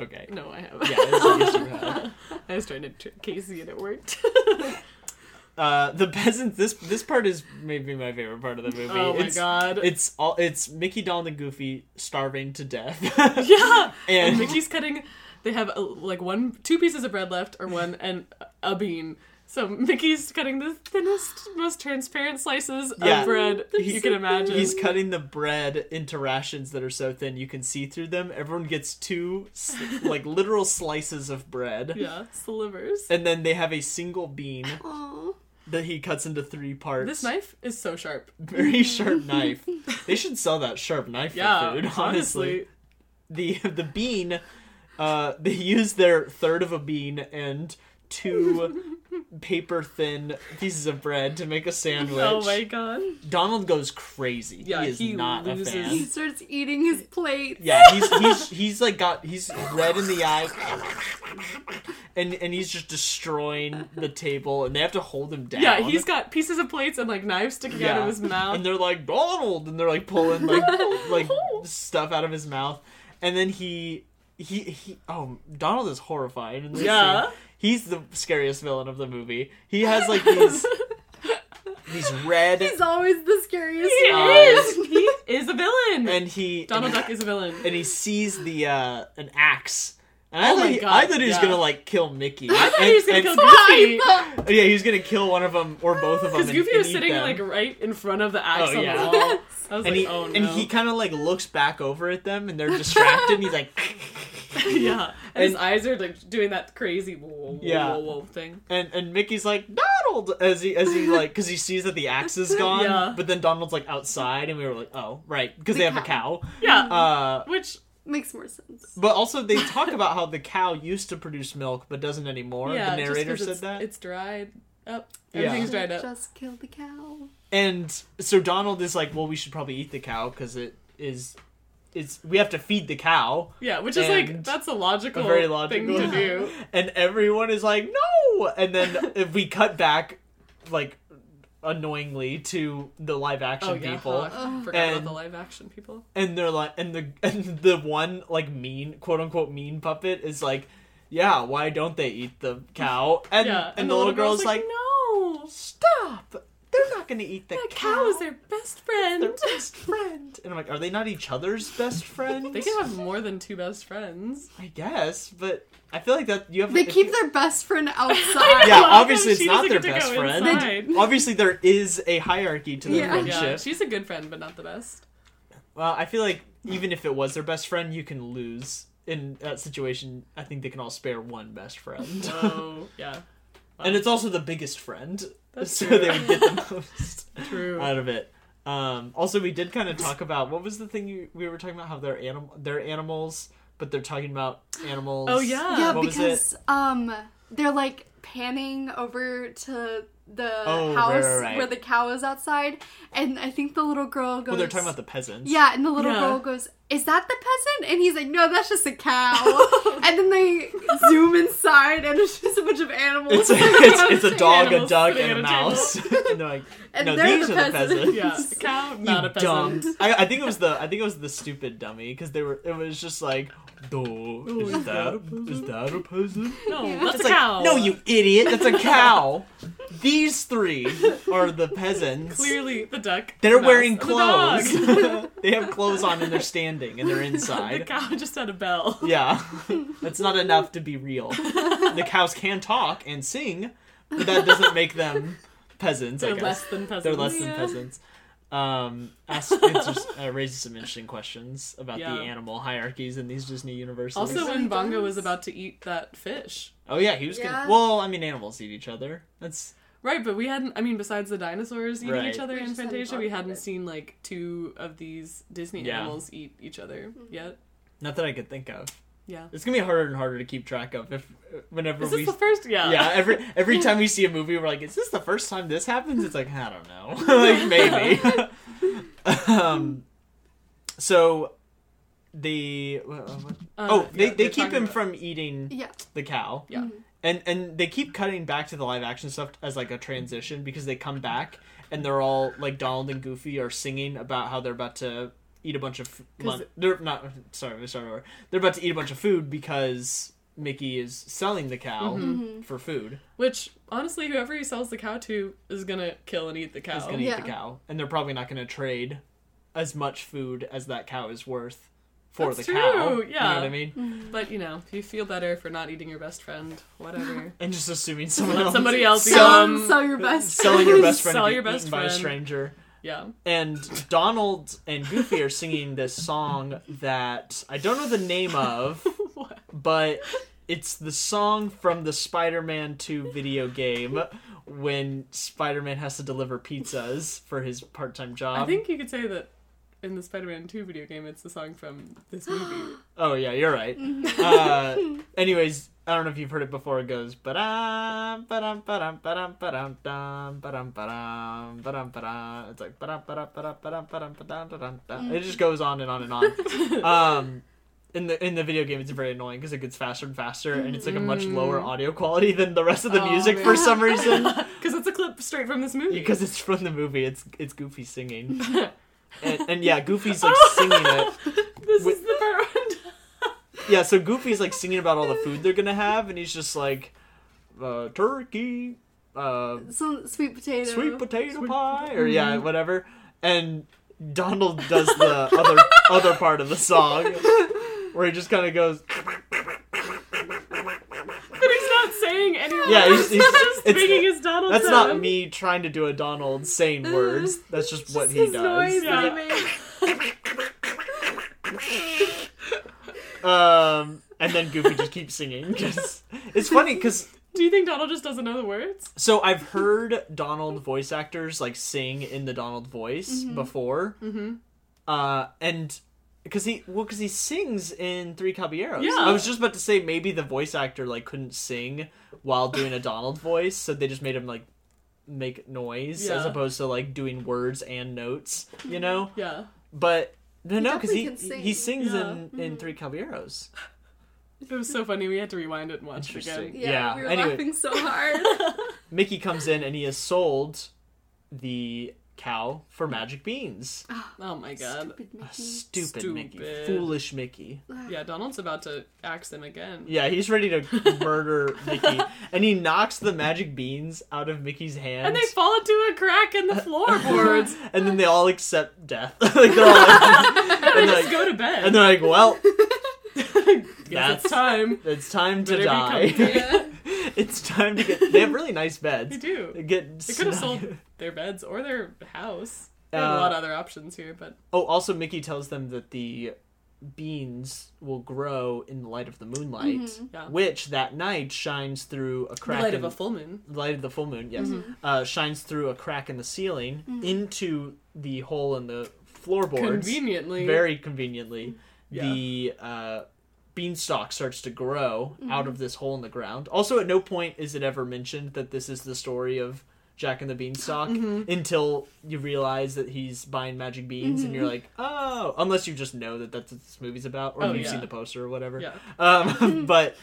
Speaker 1: okay.
Speaker 2: no, I have.
Speaker 1: Yeah, it's like yes, you have.
Speaker 2: I was trying to trick Casey and it worked.
Speaker 1: Uh, the peasants. This this part is maybe my favorite part of the movie.
Speaker 2: oh my
Speaker 1: it's,
Speaker 2: god.
Speaker 1: It's all. It's Mickey, Donald, and Goofy starving to death.
Speaker 2: yeah. And
Speaker 1: and
Speaker 2: Mickey's cutting. They have uh, like one, two pieces of bread left, or one and a bean. So Mickey's cutting the thinnest, most transparent slices
Speaker 1: Yeah.
Speaker 2: of bread
Speaker 1: He's-
Speaker 2: you can imagine.
Speaker 1: He's cutting the bread into rations that are so thin you can see through them. Everyone gets two, s- like literal slices of bread,
Speaker 2: yeah, slivers.
Speaker 1: and then they have a single bean
Speaker 3: Aw.
Speaker 1: that he cuts into three parts.
Speaker 2: This knife is so sharp.
Speaker 1: very sharp knife. They should sell that sharp knife
Speaker 2: Yeah,
Speaker 1: for food. Honestly,
Speaker 2: honestly.
Speaker 1: the the bean, uh, they use their third of a bean and two paper thin pieces of bread to make a sandwich.
Speaker 2: Oh my god.
Speaker 1: Donald goes crazy.
Speaker 2: Yeah,
Speaker 1: he is
Speaker 2: he
Speaker 1: not
Speaker 2: loses-
Speaker 1: a fan.
Speaker 3: He starts eating his plate.
Speaker 1: Yeah, he's he's he's like got he's red in the eye, and and he's just destroying the table, and they have to hold him down.
Speaker 2: Yeah, he's got pieces of plates and like knives sticking out of his mouth.
Speaker 1: and they're like Donald, and they're like pulling like like stuff out of his mouth, and then he he he oh Donald is horrifying. In this
Speaker 2: Yeah.
Speaker 1: scene. he's the scariest villain of the movie. He has like these these red
Speaker 3: He's always the scariest
Speaker 2: He
Speaker 3: one.
Speaker 2: is. He is a villain.
Speaker 1: and he
Speaker 2: Donald Duck is a villain.
Speaker 1: and he sees the uh an axe. And I,
Speaker 2: Oh
Speaker 1: thought
Speaker 2: my
Speaker 1: he,
Speaker 2: God,
Speaker 1: I thought he was
Speaker 2: yeah.
Speaker 1: gonna like kill Mickey.
Speaker 2: I thought he was gonna kill
Speaker 3: I
Speaker 2: Goofy
Speaker 3: thought-
Speaker 1: kill. Yeah, he was gonna kill one of them or both of them.
Speaker 2: because
Speaker 1: and-
Speaker 2: Goofy
Speaker 1: and
Speaker 2: was
Speaker 1: eat
Speaker 2: sitting
Speaker 1: them.
Speaker 2: like right in front of the axe
Speaker 1: Oh,
Speaker 2: on
Speaker 1: yeah.
Speaker 2: the wall. I was
Speaker 1: and
Speaker 2: like,
Speaker 1: he
Speaker 2: oh no.
Speaker 1: and he kind of like looks back over at them, and they're distracted. and he's like,
Speaker 2: yeah, and, his
Speaker 1: And-
Speaker 2: eyes are like doing that crazy whoa, whoa,
Speaker 1: Yeah. Uh,
Speaker 2: whoa, whoa thing.
Speaker 1: and and Mickey's like Donald as he as he like because he sees that the axe is gone.
Speaker 2: Yeah.
Speaker 1: But then Donald's like outside, and we were like, oh right, because they
Speaker 3: The
Speaker 1: have a cow.
Speaker 2: Yeah,
Speaker 1: Uh,
Speaker 2: which
Speaker 3: Makes more sense.
Speaker 1: but also they talk about how the cow used to produce milk but doesn't anymore.
Speaker 2: yeah,
Speaker 1: the
Speaker 2: just
Speaker 1: narrator
Speaker 2: 'cause
Speaker 1: said
Speaker 2: it's,
Speaker 1: that.
Speaker 2: it's dried up.
Speaker 1: Yeah.
Speaker 2: Everything's dried up.
Speaker 3: Just kill the cow.
Speaker 1: And so Donald is like, well, we should probably eat the cow because it is, it's we have to feed the cow.
Speaker 2: yeah, which is
Speaker 1: And-
Speaker 2: like that's a logical,
Speaker 1: A very
Speaker 2: thing
Speaker 1: logical-
Speaker 2: to
Speaker 3: Yeah.
Speaker 2: do.
Speaker 1: And everyone is like, no. And then if we cut back, like, annoyingly to the live action
Speaker 2: Oh yeah,
Speaker 1: people,
Speaker 2: huh, I forgot about
Speaker 1: And-
Speaker 2: the live action people.
Speaker 1: and they're like, and the and the one like mean quote unquote mean puppet is like, yeah, why don't they eat the cow? And
Speaker 2: yeah,
Speaker 1: and, the, little girl's like,
Speaker 2: no,
Speaker 1: stop. They're not gonna eat the,
Speaker 2: the cow
Speaker 1: cow.
Speaker 2: is their best friend.
Speaker 1: Their best friend. And I'm like, are they not each other's best friends?
Speaker 2: They can have more than two best friends.
Speaker 1: I guess, but I feel like that you have.
Speaker 3: They
Speaker 1: if
Speaker 3: keep
Speaker 1: you-
Speaker 3: their best friend
Speaker 2: I
Speaker 3: outside.
Speaker 1: Yeah,
Speaker 2: know,
Speaker 1: obviously it's
Speaker 2: she
Speaker 1: not
Speaker 2: doesn't
Speaker 1: their
Speaker 2: get to
Speaker 1: best
Speaker 2: go
Speaker 1: friend.
Speaker 2: inside.
Speaker 1: Obviously, there is a hierarchy to their
Speaker 3: Yeah.
Speaker 1: friendship.
Speaker 2: Yeah, she's a good friend, but not the best.
Speaker 1: Well, I feel like even if it was their best friend, you can lose. In that situation, I think they can all spare one best friend.
Speaker 2: Whoa. yeah.
Speaker 1: and it's also the biggest friend.
Speaker 2: That's
Speaker 1: so
Speaker 2: true.
Speaker 1: they would get the most
Speaker 2: True.
Speaker 1: out of it. Um, also, we did kind of talk about what was the thing you, we were talking about? How they're animal, they're animals, but they're talking about animals.
Speaker 2: Oh, yeah.
Speaker 3: yeah,
Speaker 1: what was it?
Speaker 3: because um, they're like panning over to the
Speaker 1: Oh, right,
Speaker 3: house
Speaker 1: right, right.
Speaker 3: where the cow is outside, and I think the little girl goes.
Speaker 1: Well, they're talking about the peasants.
Speaker 3: Yeah, and the little
Speaker 2: Yeah.
Speaker 3: girl goes, "Is that the peasant?" And he's like, "No, that's just a cow." and then they zoom inside, and it's just a bunch of animals.
Speaker 1: It's, it's, it's a
Speaker 3: Animals
Speaker 1: dog, a duck,
Speaker 2: animals
Speaker 1: and
Speaker 2: sitting
Speaker 1: a
Speaker 2: at a table.
Speaker 1: mouse. and they're like,
Speaker 3: And
Speaker 1: no,
Speaker 3: they're
Speaker 1: these
Speaker 3: the
Speaker 1: are the
Speaker 3: peasants."
Speaker 1: peasants.
Speaker 2: yeah. A cow,
Speaker 1: You
Speaker 2: not a peasant.
Speaker 1: dumb. I, I think it was the I think it was the stupid dummy because they were it was just like, "Duh, is
Speaker 2: is that
Speaker 1: that
Speaker 2: a
Speaker 1: is that a peasant?
Speaker 2: No,
Speaker 3: Yeah.
Speaker 2: that's
Speaker 1: It's
Speaker 2: a
Speaker 1: like,
Speaker 2: cow.
Speaker 1: no, you idiot, that's a cow. These three are the peasants.
Speaker 2: Clearly, the duck.
Speaker 1: They're
Speaker 2: the
Speaker 1: wearing
Speaker 2: mouse,
Speaker 1: clothes.
Speaker 2: and The, dog.
Speaker 1: they have clothes on and they're standing and they're
Speaker 2: the
Speaker 1: inside.
Speaker 2: cow just had a bell.
Speaker 1: Yeah, that's not enough to be real. The cows can talk and sing, but that doesn't make them peasants. I
Speaker 2: They're
Speaker 1: guess
Speaker 2: less than peasants.
Speaker 1: they're less than
Speaker 3: Yeah.
Speaker 1: peasants. Um, asks, answers, uh, raises some interesting questions about
Speaker 2: Yeah.
Speaker 1: the animal hierarchies in these Disney universes.
Speaker 2: Also,
Speaker 3: Really
Speaker 2: when Bongo
Speaker 3: does.
Speaker 2: was about to eat that fish.
Speaker 1: oh yeah, he was
Speaker 3: Yeah.
Speaker 1: gonna. Well, I mean, animals eat each other. That's
Speaker 2: Right, but we hadn't, I mean, besides the dinosaurs eating
Speaker 1: Right.
Speaker 2: each other
Speaker 3: We
Speaker 2: in
Speaker 3: just hadn't
Speaker 2: Fantasia,
Speaker 3: thought
Speaker 2: we
Speaker 3: about
Speaker 2: hadn't
Speaker 3: it.
Speaker 2: seen, like, two of these Disney
Speaker 1: Yeah.
Speaker 2: animals eat each other
Speaker 3: Mm-hmm.
Speaker 2: yet.
Speaker 1: not that I could think of.
Speaker 2: Yeah.
Speaker 1: It's gonna be harder and harder to keep track of if whenever
Speaker 2: Is
Speaker 1: we.
Speaker 2: this the first? Yeah.
Speaker 1: yeah, every every time we see a movie, we're like, "Is this the first time this happens?" It's like I don't know, like maybe. um, so the what- what-
Speaker 2: Uh,
Speaker 1: oh, they,
Speaker 2: yeah,
Speaker 1: they
Speaker 2: they're
Speaker 1: keep
Speaker 2: talking
Speaker 1: him
Speaker 2: about-
Speaker 1: from eating
Speaker 3: yeah,
Speaker 1: the cow.
Speaker 2: Yeah.
Speaker 1: and and they keep cutting back to the live action stuff as like a transition because they come back and they're all like Donald and Goofy are singing about how they're about to eat a bunch of mon- they're not sorry we started over they're about to eat a bunch of food because Mickey is selling the cow
Speaker 2: Mm-hmm.
Speaker 1: for food
Speaker 2: Which, honestly, whoever he sells the cow to is gonna kill and eat the cow.
Speaker 1: is going to
Speaker 3: Yeah.
Speaker 1: eat the cow and they're probably not going to trade as much food as that cow is worth for
Speaker 2: That's
Speaker 1: the cow
Speaker 2: true,
Speaker 1: you know
Speaker 2: yeah.
Speaker 1: what I mean
Speaker 2: But, you know, if you feel better for not eating your best friend, whatever.
Speaker 1: and just assuming someone
Speaker 2: Let
Speaker 1: else
Speaker 2: somebody else eat
Speaker 1: Sell-
Speaker 3: sell,
Speaker 2: them.
Speaker 3: sell your best.
Speaker 1: selling your best friend
Speaker 2: Sell
Speaker 1: to
Speaker 2: your
Speaker 1: be
Speaker 2: best
Speaker 1: eaten by a
Speaker 2: friend.
Speaker 1: stranger
Speaker 2: Yeah.
Speaker 1: Um, and Donald and Goofy are singing this song that I don't know the name of,
Speaker 2: What?
Speaker 1: but it's the song from the Spider-Man 2 video game when Spider-Man has to deliver pizzas for his part-time job.
Speaker 2: I think you could say that in the Spider-Man 2 video game, it's the song from this movie.
Speaker 1: Oh yeah, you're right. Uh, anyways, I don't know if you've heard it before. It goes ba-dum, ba-dum, ba-dum, ba-dum, ba-dum, dum, ba-dum, ba-dum, ba-dum, ba-dum. It's like ba-dum, ba-dum, ba-dum, ba-dum, ba-dum, ba-dum, da-dum, da. It just goes on and on and on. Um, in the in the video game, it's very annoying because it gets faster and faster, and it's like a much lower audio quality than the rest of the
Speaker 2: Aw,
Speaker 1: music
Speaker 2: man.
Speaker 1: for some reason.
Speaker 2: Because it's a clip straight from this movie.
Speaker 1: Because it's from the movie, it's it's Goofy singing, and, and yeah, Goofy's like singing it.
Speaker 2: this
Speaker 1: wi-
Speaker 2: is the part
Speaker 1: Yeah, so Goofy's like singing about all the food they're gonna have, and he's just like, uh, turkey, uh,
Speaker 3: Some sweet potato. Mm-hmm.
Speaker 1: sweet potato pie, or yeah, whatever. And Donald does the other other part of the song, where he just kind of goes,
Speaker 2: But he's not saying any words.
Speaker 1: yeah, he's, he's,
Speaker 2: he's just
Speaker 1: it's-
Speaker 2: making his Donald
Speaker 1: that's
Speaker 2: sound.
Speaker 1: not me trying to do a Donald saying words. That's just what
Speaker 3: Just
Speaker 1: he
Speaker 3: his
Speaker 1: does.
Speaker 3: noise that he
Speaker 2: Yeah.
Speaker 3: made.
Speaker 1: Um, and then Goofy just keeps singing. 'cause- it's funny because
Speaker 2: Do you think Donald just doesn't know the words?
Speaker 1: So I've heard Donald voice actors like sing in the Donald voice before, mm-hmm. uh, and because he well because he sings in Three Caballeros.
Speaker 2: Yeah.
Speaker 1: I was just about to say maybe the voice actor like couldn't sing while doing a Donald voice, so they just made him like make noise as
Speaker 2: Yeah.
Speaker 1: opposed to like doing words and notes, you know.
Speaker 2: Yeah.
Speaker 1: But no, no, because he
Speaker 3: definitely can
Speaker 1: he
Speaker 3: sing.
Speaker 1: sings
Speaker 2: Yeah.
Speaker 1: in in Three Caballeros.
Speaker 2: It was so funny. We had to rewind it and watch it
Speaker 1: Interesting.
Speaker 2: again.
Speaker 3: Yeah,
Speaker 1: Yeah,
Speaker 3: we were
Speaker 1: anyway.
Speaker 3: laughing so hard.
Speaker 1: Mickey comes in and he has sold the cow for magic beans.
Speaker 2: Oh my god.
Speaker 3: Stupid Mickey.
Speaker 1: Stupid, Mickey.
Speaker 2: Stupid.
Speaker 1: Foolish Mickey.
Speaker 2: Yeah, Donald's about to axe him again.
Speaker 1: Yeah, he's ready to murder Mickey. And he knocks the magic beans out of Mickey's hands.
Speaker 2: And they fall into a crack in the floorboards.
Speaker 1: And then they all accept death. like they're all like,
Speaker 2: and
Speaker 1: and, they're
Speaker 2: just
Speaker 1: like
Speaker 2: go to bed.
Speaker 1: and they're like, well,
Speaker 2: Guess
Speaker 1: that's
Speaker 2: it's time.
Speaker 1: it's time to
Speaker 2: Better be
Speaker 1: die.
Speaker 2: comfy.
Speaker 3: Yeah.
Speaker 1: it's time to get. They have really nice
Speaker 2: They
Speaker 1: beds.
Speaker 2: do.
Speaker 1: They get.
Speaker 2: They could have
Speaker 1: snuck-
Speaker 2: sold their beds or their house. They had a lot
Speaker 1: Uh,
Speaker 2: of other options here, but
Speaker 1: Oh, also Mickey tells them that the beans will grow in the light of the moonlight,
Speaker 2: Mm-hmm. Yeah.
Speaker 1: which that night shines through a
Speaker 2: the
Speaker 1: crack
Speaker 2: light
Speaker 1: in
Speaker 2: of a full moon.
Speaker 1: light of the full moon. Yes, uh, shines through a crack in the ceiling into the hole in the floorboards.
Speaker 2: Conveniently.
Speaker 1: Very conveniently, the uh, beanstalk starts to grow out of this hole in the ground. Also, at no point is it ever mentioned that this is the story of Jack and the Beanstalk
Speaker 2: Mm-hmm.
Speaker 1: until you realize that he's buying magic beans, and you're like, oh, unless you just know that that's what this movie's about, or
Speaker 2: Oh,
Speaker 1: you've
Speaker 2: yeah.
Speaker 1: seen the poster or whatever.
Speaker 2: Yeah.
Speaker 1: Um, but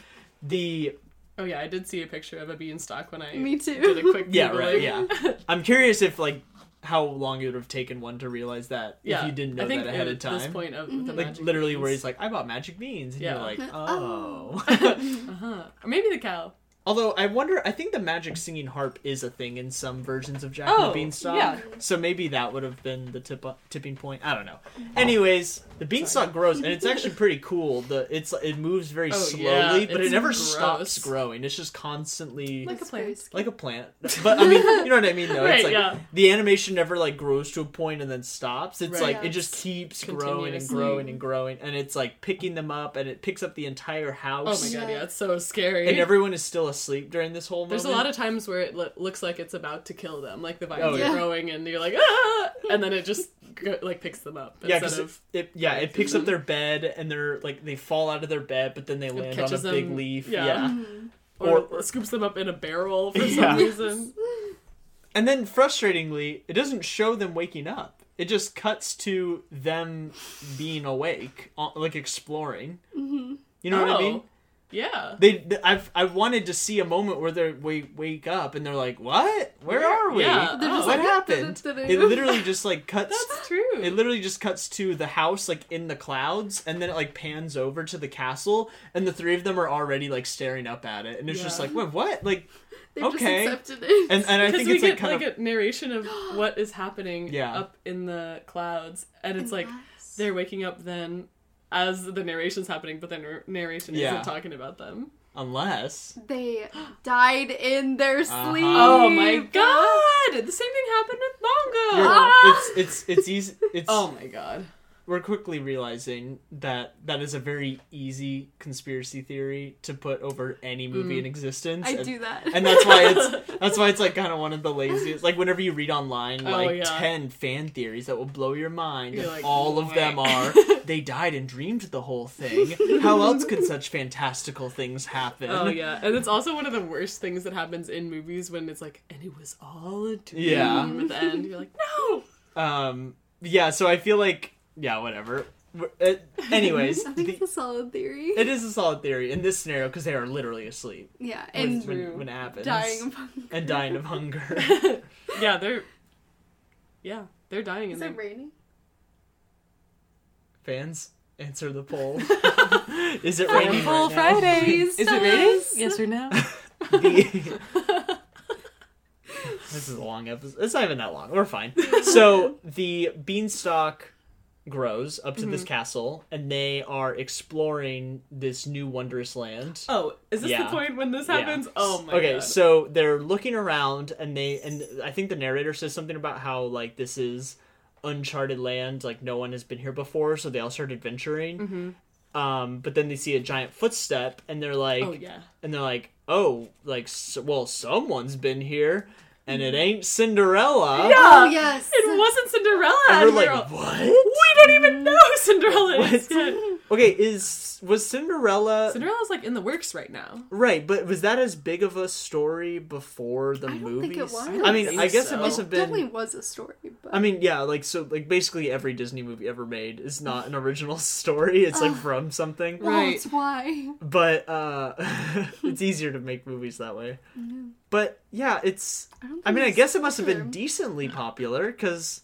Speaker 1: the
Speaker 2: Oh yeah, I did see a picture of a beanstalk when I
Speaker 3: Me too.
Speaker 2: did a quick
Speaker 1: Yeah,
Speaker 2: Googling.
Speaker 1: right, yeah. I'm curious if like how long it would have taken one to realize that
Speaker 2: yeah.
Speaker 1: if you didn't know
Speaker 2: I think
Speaker 1: that ahead
Speaker 2: at
Speaker 1: of time.
Speaker 2: This point of the
Speaker 1: like
Speaker 2: magic
Speaker 1: literally
Speaker 2: beans.
Speaker 1: where he's like, I bought magic beans, and
Speaker 2: Yeah.
Speaker 1: you're like,
Speaker 3: Oh.
Speaker 1: oh.
Speaker 2: uh-huh. or maybe the cow.
Speaker 1: Although I wonder, I think the magic singing harp is a thing in some versions of Jack and
Speaker 2: Oh,
Speaker 1: the Beanstalk.
Speaker 2: yeah.
Speaker 1: So maybe that would have been the tip uh, tipping point. I don't know. Anyways, the beanstalk grows, and it's actually pretty cool. The it's it moves very
Speaker 2: Oh, yeah,
Speaker 1: slowly, but it
Speaker 2: it's
Speaker 1: never
Speaker 2: gross.
Speaker 1: stops growing. It's just constantly
Speaker 2: Like a
Speaker 3: It's very
Speaker 2: plant.
Speaker 3: scary.
Speaker 1: like a plant. But I mean, you know what I mean. Though
Speaker 2: Right,
Speaker 1: it's like
Speaker 2: yeah.
Speaker 1: the animation never like grows to a point and then stops. It's
Speaker 2: Right. Mm-hmm.
Speaker 1: like
Speaker 3: Yeah.
Speaker 1: it just keeps growing and
Speaker 2: Continuously.
Speaker 1: growing and growing, and it's like picking them up, and it picks up the entire
Speaker 2: Oh
Speaker 1: house.
Speaker 2: my god,
Speaker 3: Yeah.
Speaker 2: yeah, it's so scary.
Speaker 1: And everyone is still asleep during this whole.
Speaker 2: There's a
Speaker 1: moment.
Speaker 2: lot of times where it lo- looks like it's about to kill them, like the vines
Speaker 1: Oh,
Speaker 2: are
Speaker 1: yeah.
Speaker 2: growing, and you're like ah, and then it just go, like picks them up
Speaker 1: yeah,
Speaker 2: instead
Speaker 1: because
Speaker 2: of
Speaker 1: it, it- yeah, it
Speaker 2: Like,
Speaker 1: picks up
Speaker 2: mhm.
Speaker 1: their bed and they're like they fall out of their bed, but then they land on a
Speaker 2: catches
Speaker 1: big
Speaker 2: them-
Speaker 1: leaf. Yeah.
Speaker 2: yeah.
Speaker 1: or-
Speaker 2: or, scoops them up in a barrel for
Speaker 1: Yeah.
Speaker 2: some reason.
Speaker 1: and then frustratingly, it doesn't show them waking up. It just cuts to them being awake, uh, like exploring. Mm-hmm. You know what I
Speaker 2: Oh,
Speaker 1: mean?
Speaker 2: Yeah.
Speaker 1: They, th- I've, I wanted to see a moment where they we wake up and they're like, "What? Where are we?
Speaker 2: Yeah.
Speaker 1: What
Speaker 2: They're just
Speaker 3: like,
Speaker 1: happened?"
Speaker 3: "Da-da-da-da."
Speaker 1: it literally just like cuts.
Speaker 2: That's true.
Speaker 1: It literally just cuts to the house like in the clouds, and then it like pans over to the castle, and the three of them are already like staring up at it, and it's just
Speaker 2: Yeah.
Speaker 1: like, "What? What? Like,
Speaker 3: They
Speaker 1: Okay.
Speaker 3: just accepted it.
Speaker 1: and and I
Speaker 2: because
Speaker 1: think
Speaker 2: we
Speaker 1: it's like
Speaker 2: get
Speaker 1: kind
Speaker 2: like,
Speaker 1: of
Speaker 2: a narration of what is happening
Speaker 1: Yeah.
Speaker 2: up in the clouds, and it's like
Speaker 3: Nice.
Speaker 2: they're waking up then as the narration's happening, but the nar- narration
Speaker 1: Yeah.
Speaker 2: isn't talking about them.
Speaker 1: unless
Speaker 3: They died in their sleep.
Speaker 1: Uh-huh.
Speaker 2: Oh my god! The same thing happened with Bongo.
Speaker 1: You're-
Speaker 3: Ah!
Speaker 1: it's it's it's easy. It's
Speaker 2: Oh my god!
Speaker 1: we're quickly realizing that that is a very easy conspiracy theory to put over any movie
Speaker 2: Mm.
Speaker 1: in existence.
Speaker 3: I
Speaker 1: and-
Speaker 3: do that.
Speaker 1: and that's why it's that's why it's like kind of one of the laziest. Like whenever you read online,
Speaker 2: Oh,
Speaker 1: like
Speaker 2: yeah.
Speaker 1: ten fan theories that will blow your mind,
Speaker 2: You're
Speaker 1: and
Speaker 2: like,
Speaker 1: all of them
Speaker 2: "Wait."
Speaker 1: are they died and dreamed the whole thing. How else could such fantastical things happen?
Speaker 2: Oh yeah, and it's also one of the worst things that happens in movies when it's like, and it was all a dream.
Speaker 1: Yeah.
Speaker 2: At the end, you're like, no.
Speaker 1: Um. Yeah. So I feel like yeah. Whatever. We're- Uh, anyways,
Speaker 3: I think
Speaker 1: the-
Speaker 3: it's a solid theory.
Speaker 1: it is a solid theory in this scenario because they are literally asleep
Speaker 3: yeah,
Speaker 1: when,
Speaker 3: and
Speaker 1: when, when it happens
Speaker 3: dying of hunger.
Speaker 1: and dying of hunger.
Speaker 2: Yeah, they're. Yeah, they're dying.
Speaker 3: Is
Speaker 2: And they
Speaker 3: it raining?
Speaker 1: Fans, answer the poll. is it raining?
Speaker 2: Full
Speaker 1: right now?
Speaker 2: Fridays.
Speaker 3: Is it raining? Yes
Speaker 2: or no?
Speaker 1: The- this is a long episode. It's not even that long. We're fine. So the beanstalk grows up to this
Speaker 3: Mm-hmm.
Speaker 1: castle, and they are exploring this new wondrous land.
Speaker 2: Oh, is this
Speaker 1: Yeah.
Speaker 2: the point when this
Speaker 1: Yeah.
Speaker 2: happens? Oh my
Speaker 1: okay,
Speaker 2: god.
Speaker 1: so they're looking around, and they and I think the narrator says something about how like this is uncharted land, like no one has been here before, so they all start adventuring. Um, but then they see a giant footstep, and they're like,
Speaker 2: Mm-hmm. oh yeah.
Speaker 1: and they're like, "Oh, like s well, someone's been here, and
Speaker 2: Mm-hmm.
Speaker 1: it ain't Cinderella."
Speaker 3: Oh yes.
Speaker 2: It wasn't Cinderella.
Speaker 1: And
Speaker 2: and
Speaker 1: we're
Speaker 2: we
Speaker 1: like,
Speaker 2: were all-
Speaker 1: "What?"
Speaker 2: we don't even know who Cinderella is.
Speaker 1: What?
Speaker 2: yet."
Speaker 1: Okay, is was Cinderella
Speaker 2: Cinderella's like in the works right now.
Speaker 1: right? But was that as big of a story before the
Speaker 3: I don't
Speaker 1: movies?
Speaker 3: think it was.
Speaker 1: I mean, I
Speaker 2: think
Speaker 1: guess it
Speaker 2: so.
Speaker 1: must have been.
Speaker 3: Definitely was a story, but
Speaker 1: I mean, yeah, like so, like basically every Disney movie ever made is not an original story. It's like from something,
Speaker 3: well,
Speaker 2: Right.
Speaker 3: it's why.
Speaker 1: but uh, it's easier to make movies that way. But yeah, it's.
Speaker 3: I, don't
Speaker 1: I mean, I
Speaker 3: think
Speaker 1: guess it must have been
Speaker 3: popular.
Speaker 1: decently popular because,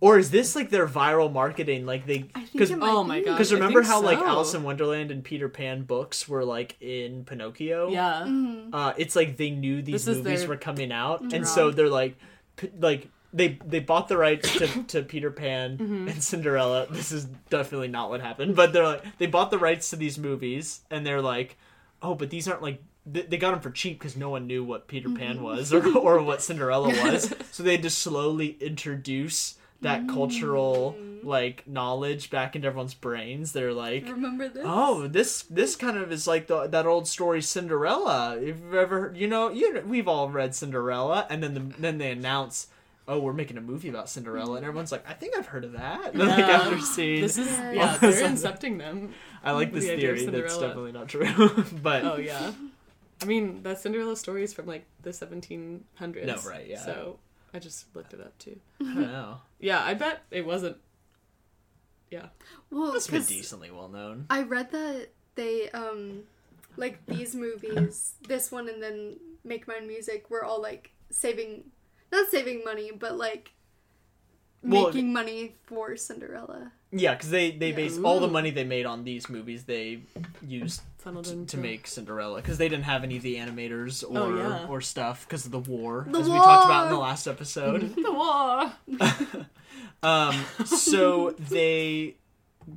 Speaker 1: or is this like their viral marketing? Like they,
Speaker 3: I think
Speaker 1: because
Speaker 3: it might
Speaker 2: Oh my
Speaker 3: be.
Speaker 2: god.
Speaker 1: because
Speaker 2: I
Speaker 1: remember
Speaker 2: think
Speaker 1: how like
Speaker 2: so.
Speaker 1: Alice in Wonderland and Peter Pan books were like in Pinocchio.
Speaker 2: Yeah.
Speaker 3: Mm.
Speaker 1: uh, it's like they knew these
Speaker 2: This is
Speaker 1: movies
Speaker 2: their-
Speaker 1: were coming out, and so they're like, p- like they they bought the rights to, to Peter Pan
Speaker 2: Mm-hmm.
Speaker 1: and Cinderella. This is definitely not what happened, but they're like they bought the rights to these movies, and they're like, oh, but these aren't like they, they got him for cheap because no one knew what Peter
Speaker 2: Mm-hmm.
Speaker 1: Pan was or, or what Cinderella was. so they had to slowly introduce that
Speaker 2: Mm-hmm.
Speaker 1: cultural like knowledge back into everyone's brains. They're like,
Speaker 3: Remember this?
Speaker 1: oh, this this kind of is like the, that old story Cinderella. If you've ever heard- you know you we've all read Cinderella, and then the, then they announce. Oh, we're making a movie about Cinderella, and everyone's like, "I think I've heard of that." Like
Speaker 2: Yeah.
Speaker 1: after seeing,
Speaker 2: This is
Speaker 3: Yeah.
Speaker 2: yeah, they're incepting them.
Speaker 1: I like this
Speaker 2: the idea of
Speaker 1: theory. That's
Speaker 2: Cinderella.
Speaker 1: definitely not true, but
Speaker 2: Oh yeah. I mean, that Cinderella story is from like the 1700s.
Speaker 1: No, right, yeah.
Speaker 2: So I just looked it up too.
Speaker 1: I don't know.
Speaker 2: Yeah, I bet it wasn't. Yeah.
Speaker 3: well,
Speaker 1: Must have
Speaker 3: 'cause
Speaker 1: been decently well known.
Speaker 3: I read that they um like these movies, this one and then Make My Own Music were all like saving not saving money, but like
Speaker 1: Well,
Speaker 3: making money for Cinderella.
Speaker 1: Yeah, because they they
Speaker 3: Yeah.
Speaker 1: base all the
Speaker 2: Ooh.
Speaker 1: money they made on these movies they used
Speaker 2: Funneled
Speaker 1: t-
Speaker 2: into
Speaker 1: to make Cinderella because they didn't have any of the animators or
Speaker 2: Oh, yeah.
Speaker 1: or stuff because of the war
Speaker 3: The
Speaker 1: as we talked about in the
Speaker 3: war!
Speaker 1: last episode.
Speaker 2: the war.
Speaker 1: um, so they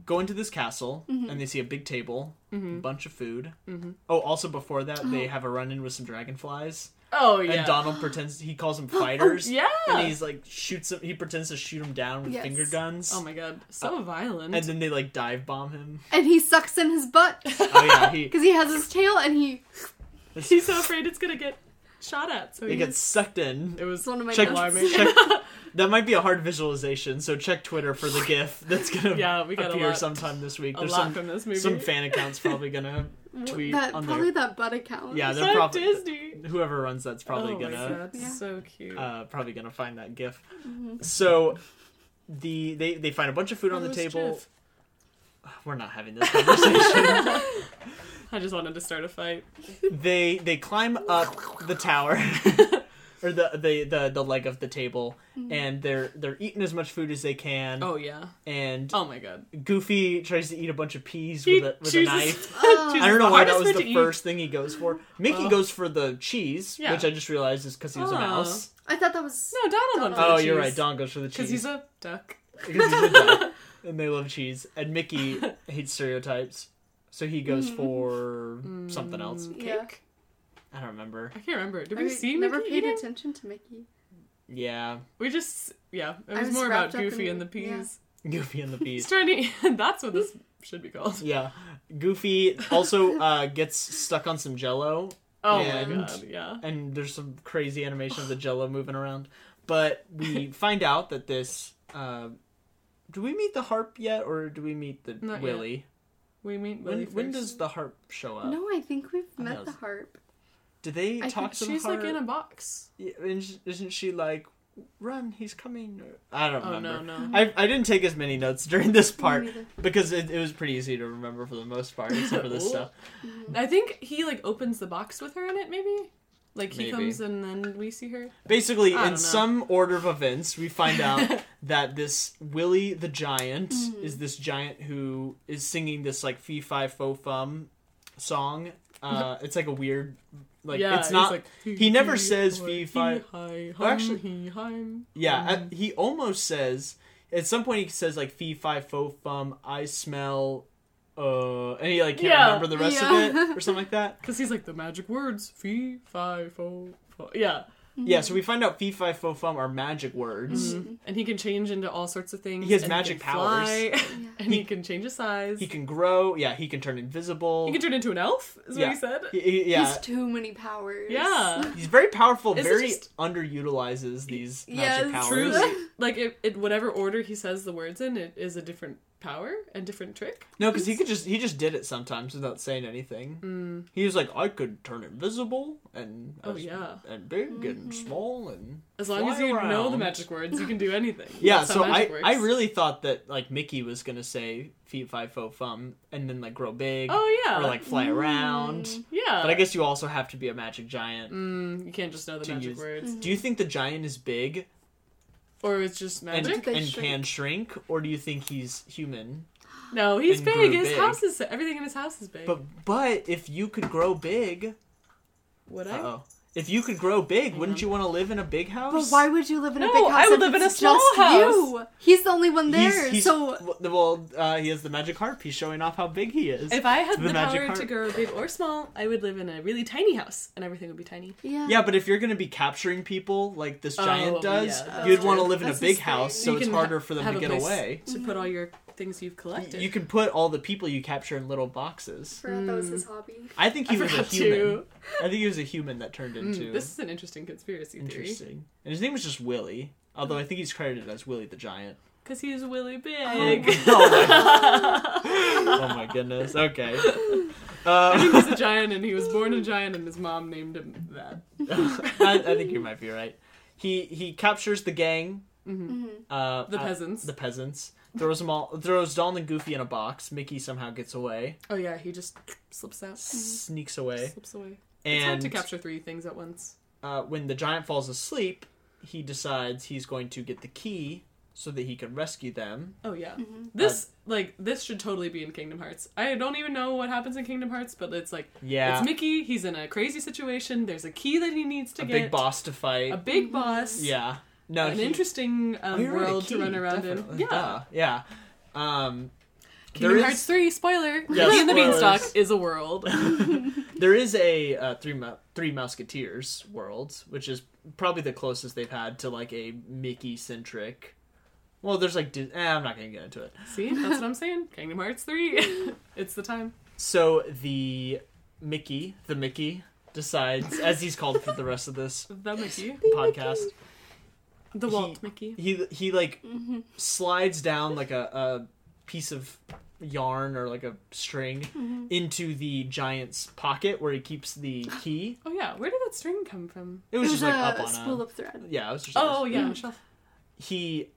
Speaker 1: go into this castle
Speaker 2: Mm-hmm.
Speaker 1: and they see a big table, a bunch of food. Mm-hmm. Oh, also before that they have a run in with some dragonflies
Speaker 2: Oh yeah. Oh,
Speaker 1: and Donald pretends he calls them fighters.
Speaker 2: Yeah.
Speaker 1: and he's like shoots him. He pretends to shoot him down with
Speaker 3: Yes.
Speaker 1: finger guns.
Speaker 2: Oh my god, so violent.
Speaker 1: Uh, and then they like dive bomb him.
Speaker 3: And he sucks in his butt
Speaker 1: Oh yeah, he
Speaker 3: because he has his tail and he
Speaker 2: He's so Oh afraid it's gonna get shot at. So
Speaker 1: It
Speaker 2: he
Speaker 1: gets sucked in.
Speaker 2: It was
Speaker 3: it's one of my
Speaker 1: Check,
Speaker 3: notes.
Speaker 1: check that might be a hard visualization, so check Twitter for the GIF that's gonna
Speaker 2: Yeah, we got a
Speaker 1: appear
Speaker 2: lot-
Speaker 1: sometime this week.
Speaker 2: a lot
Speaker 1: There's some
Speaker 2: from this movie.
Speaker 1: some fan accounts probably gonna tweet
Speaker 3: that
Speaker 1: on
Speaker 3: probably that butt account.
Speaker 1: Yeah,
Speaker 2: So
Speaker 1: they're probably-
Speaker 2: Disney.
Speaker 1: there. Whoever runs that's probably
Speaker 2: oh my
Speaker 1: gonna
Speaker 2: god, that's
Speaker 3: Yeah.
Speaker 2: so cute.
Speaker 1: uh, probably gonna find that GIF.
Speaker 3: Mm-hmm.
Speaker 1: So the they they find a bunch of food on the
Speaker 2: Those
Speaker 1: table.
Speaker 2: GIF.
Speaker 1: We're not having this conversation.
Speaker 2: I just wanted to start a fight.
Speaker 1: they they climb up the tower or the, the the the leg of the table and they're they're eating as much food as they can
Speaker 2: Mm-hmm. Oh yeah.
Speaker 1: and
Speaker 2: Oh my god.
Speaker 1: Goofy tries to eat a bunch of peas
Speaker 2: He
Speaker 1: with a, with a
Speaker 2: chooses-
Speaker 1: knife.
Speaker 2: chooses
Speaker 1: Oh. I don't know
Speaker 2: the
Speaker 1: why that
Speaker 2: hardest
Speaker 1: was
Speaker 2: food
Speaker 1: the
Speaker 2: to eat.
Speaker 1: first thing he goes for. Mickey
Speaker 2: Oh.
Speaker 1: goes for the cheese,
Speaker 2: Yeah.
Speaker 1: which I just realized is because he was a
Speaker 2: Oh.
Speaker 1: mouse.
Speaker 3: I thought that was
Speaker 2: No, Donald went for
Speaker 1: Oh,
Speaker 2: the
Speaker 1: you're
Speaker 2: cheese.
Speaker 1: right. Don goes for the cheese
Speaker 2: Because he's a duck.
Speaker 1: because he's a duck, and they love cheese. And Mickey hates stereotypes, so he
Speaker 2: Mm.
Speaker 1: goes for something else.
Speaker 3: Yeah.
Speaker 2: Cake?
Speaker 1: I don't remember.
Speaker 2: I can't remember. Did
Speaker 3: I
Speaker 2: we see
Speaker 3: never
Speaker 2: Mickey
Speaker 3: paid
Speaker 2: eating?
Speaker 3: attention to Mickey.
Speaker 1: Yeah,
Speaker 2: We just yeah. It
Speaker 3: I
Speaker 2: was
Speaker 3: was
Speaker 2: more about
Speaker 3: wrapped up
Speaker 2: Goofy
Speaker 3: in-
Speaker 2: and the peas.
Speaker 3: yeah.
Speaker 1: Goofy and the
Speaker 2: He's
Speaker 1: Beast.
Speaker 2: trying to. eat- That's what this should be called.
Speaker 1: Yeah, Goofy also uh, gets stuck on some Jello,
Speaker 2: Oh
Speaker 1: And-
Speaker 2: my god. Yeah.
Speaker 1: and there's some crazy animation of the jello moving around. But we find out that this uh do we meet the harp yet or do we meet the
Speaker 2: Not
Speaker 1: Willy?
Speaker 2: We meet
Speaker 1: When
Speaker 2: Willy
Speaker 1: when
Speaker 2: first.
Speaker 1: does the harp show up?
Speaker 3: No, I think we've
Speaker 1: Uh, I
Speaker 3: met
Speaker 1: know.
Speaker 3: the harp.
Speaker 1: Do they
Speaker 3: I
Speaker 1: talk to
Speaker 2: She's
Speaker 1: the harp?
Speaker 2: like in a box.
Speaker 1: Yeah, and sh- Isn't she like run, he's coming? or- I don't
Speaker 2: Oh
Speaker 1: remember.
Speaker 2: no no.
Speaker 1: I, I didn't take as many notes during this part
Speaker 3: neither.
Speaker 1: because it, it was pretty easy to remember for the most part, except for this
Speaker 2: Ooh.
Speaker 1: stuff.
Speaker 2: I think he like opens the box with her in it, maybe. Like he
Speaker 1: Maybe.
Speaker 2: comes and then we see her.
Speaker 1: Basically,
Speaker 2: I
Speaker 1: in
Speaker 2: don't know.
Speaker 1: some order of events, we find out that this Willie the Giant is this giant who is singing this like fee fi fo fum song. Uh, it's like a weird, like
Speaker 2: yeah,
Speaker 1: it's
Speaker 2: he's
Speaker 1: not.
Speaker 2: like,
Speaker 1: he never says
Speaker 2: hee,
Speaker 1: V5.
Speaker 2: hi,
Speaker 1: Or
Speaker 2: hum,
Speaker 1: actually-
Speaker 2: hee, hum.
Speaker 1: yeah, I-
Speaker 2: Mm-hmm.
Speaker 1: he almost says at some point he says like fee fi fo fum. I smell, uh, and he like can't
Speaker 2: Yeah,
Speaker 1: remember the rest of
Speaker 3: yeah.
Speaker 1: it or something like that.
Speaker 2: Because he's like the magic words. Fee, fi, fo, fo. Yeah.
Speaker 1: Yeah,
Speaker 2: Mm-hmm.
Speaker 1: so we find out fee fi fo fum are magic words.
Speaker 2: And he can change into all sorts of things.
Speaker 1: He has
Speaker 2: and
Speaker 1: magic
Speaker 2: can
Speaker 1: powers.
Speaker 2: fly,
Speaker 3: Yeah.
Speaker 2: and he, can change his size.
Speaker 1: He
Speaker 2: He can,
Speaker 1: can grow. Yeah, he can turn invisible.
Speaker 2: turn into an elf, is
Speaker 1: yeah.
Speaker 2: what he said.
Speaker 1: He- he- yeah.
Speaker 3: He's too many powers.
Speaker 2: Yeah.
Speaker 1: He's very powerful,
Speaker 2: Is it
Speaker 1: very
Speaker 2: just-
Speaker 1: underutilizes these
Speaker 3: Yes.
Speaker 1: magic powers.
Speaker 2: Truly. like, it, it, whatever order he says the words in, it is a different power and different trick.
Speaker 1: No, because he could just he just did it sometimes without saying anything. He was like, I could turn invisible and
Speaker 2: Mm. Oh, yeah. Mm-hmm.
Speaker 1: and big and small and
Speaker 2: As long
Speaker 1: fly
Speaker 2: as you know the
Speaker 1: around."
Speaker 2: magic words, you can do anything.
Speaker 1: Yeah,
Speaker 2: That's how
Speaker 1: so I
Speaker 2: magic
Speaker 1: I
Speaker 2: works.
Speaker 1: really thought that like Mickey was gonna say feet five fo fum and then like grow big
Speaker 2: Oh, yeah. Mm.
Speaker 1: or like fly around.
Speaker 2: yeah.
Speaker 1: But I guess you also have to be a magic giant.
Speaker 2: Mm, you can't just know the
Speaker 1: to
Speaker 2: magic
Speaker 1: use-
Speaker 2: words.
Speaker 1: Do you think the giant is big
Speaker 2: Or it's just
Speaker 1: and,
Speaker 2: magic?
Speaker 1: and
Speaker 3: They shrink.
Speaker 1: can shrink, or do you think he's human?
Speaker 2: no, he's
Speaker 1: and grew
Speaker 2: big. His
Speaker 1: big.
Speaker 2: house is everything in his house is big.
Speaker 1: But but if you could grow big,
Speaker 2: would I?
Speaker 1: uh oh, If you could grow big, wouldn't you want to live in a big house?
Speaker 3: But why would you live in a
Speaker 2: No,
Speaker 3: big house?
Speaker 2: I would
Speaker 3: if
Speaker 2: live in a
Speaker 3: it's
Speaker 2: small
Speaker 3: just
Speaker 2: house.
Speaker 3: You? He's the only one there.
Speaker 1: He's- he's-
Speaker 3: so
Speaker 1: w- well, uh, he has the magic harp. He's showing off how big he is.
Speaker 2: If I had
Speaker 1: The
Speaker 2: the,
Speaker 1: magic
Speaker 2: power
Speaker 1: heart.
Speaker 2: to grow big or small, I would live in a really tiny house and everything would be tiny.
Speaker 3: yeah,
Speaker 1: yeah, but if you're going to be capturing people like this
Speaker 2: Oh,
Speaker 1: giant does,
Speaker 2: yeah, that's
Speaker 1: you'd want to
Speaker 3: true.
Speaker 1: live in
Speaker 3: That's
Speaker 1: a big
Speaker 3: his
Speaker 1: house,
Speaker 3: thing.
Speaker 1: so
Speaker 2: You
Speaker 1: it's
Speaker 2: can
Speaker 1: harder
Speaker 2: ha-
Speaker 1: for them
Speaker 2: have
Speaker 1: to
Speaker 2: a
Speaker 1: get
Speaker 2: place
Speaker 1: away.
Speaker 2: To put all your things you've collected.
Speaker 1: You can put all the people you capture in little boxes.
Speaker 3: forgot that was his hobby.
Speaker 1: I think
Speaker 2: I
Speaker 1: he was a
Speaker 2: forgot
Speaker 1: human.
Speaker 2: to. Hmm, Mm,
Speaker 1: I think he was a human that turned into.
Speaker 2: This is an interesting conspiracy theory.
Speaker 1: Interesting. And his name was just Willie, although I think he's credited as Willie the Giant.
Speaker 2: Because he's really
Speaker 1: Oh
Speaker 2: big.
Speaker 1: my, oh my goodness. Okay.
Speaker 2: I think he's
Speaker 1: Um,
Speaker 2: a giant and he was born a giant and his mom named him that.
Speaker 1: I, I think you might be right. He he captures the gang.
Speaker 3: Mm-hmm.
Speaker 1: Uh,
Speaker 2: The
Speaker 1: uh,
Speaker 2: peasants.
Speaker 1: The peasants. Throws them all. Throws Donald and Goofy in a box. Mickey somehow gets away.
Speaker 2: Oh yeah, he just slips out.
Speaker 1: Sneaks away.
Speaker 2: Slips away. It's hard
Speaker 1: And
Speaker 2: to capture three things at once.
Speaker 1: uh, when the giant falls asleep, he decides he's going to get the key so that he can rescue them.
Speaker 2: Oh yeah.
Speaker 1: Uh,
Speaker 2: This like this should totally be in Kingdom Hearts. I don't even know what happens in Kingdom Hearts, but it's like
Speaker 1: Yeah.
Speaker 2: it's Mickey, he's in a crazy situation, there's a key that he needs to
Speaker 1: a
Speaker 2: get.
Speaker 1: big boss to fight.
Speaker 2: A big boss.
Speaker 1: yeah. No.
Speaker 2: An
Speaker 1: he- Oh,
Speaker 2: interesting um,
Speaker 1: You're right, a
Speaker 2: world
Speaker 1: key,
Speaker 2: to run around
Speaker 1: definitely.
Speaker 2: in. Yeah.
Speaker 1: Duh, yeah. Um,
Speaker 2: Kingdom
Speaker 1: There
Speaker 2: Hearts
Speaker 1: is-
Speaker 2: 3, spoiler.
Speaker 1: Yeah,
Speaker 2: Mickey and the
Speaker 1: spoilers.
Speaker 2: Beanstalk is a world.
Speaker 1: there is a uh, three Mu- three Musketeers world, which is probably the closest they've had to like a Mickey centric. Well, there's like Dis- eh, I'm not gonna get into it.
Speaker 2: See, that's what I'm saying. Kingdom Hearts 3. it's the time.
Speaker 1: So the Mickey, the Mickey, decides as he's called for the rest of this
Speaker 2: The Mickey.
Speaker 1: podcast.
Speaker 2: The Walt Mickey.
Speaker 1: He he like
Speaker 3: Mm-hmm.
Speaker 1: slides down like a, a piece of yarn or like a string
Speaker 3: Mm-hmm.
Speaker 1: into the giant's pocket where he keeps the key.
Speaker 2: Oh yeah, where did that string come from?
Speaker 1: It
Speaker 3: It
Speaker 1: was
Speaker 3: was
Speaker 1: just
Speaker 3: a
Speaker 1: like up on
Speaker 3: spool
Speaker 1: a
Speaker 3: of thread.
Speaker 1: yeah. It was just
Speaker 2: Oh
Speaker 1: it was-
Speaker 2: yeah, Michelle.
Speaker 1: He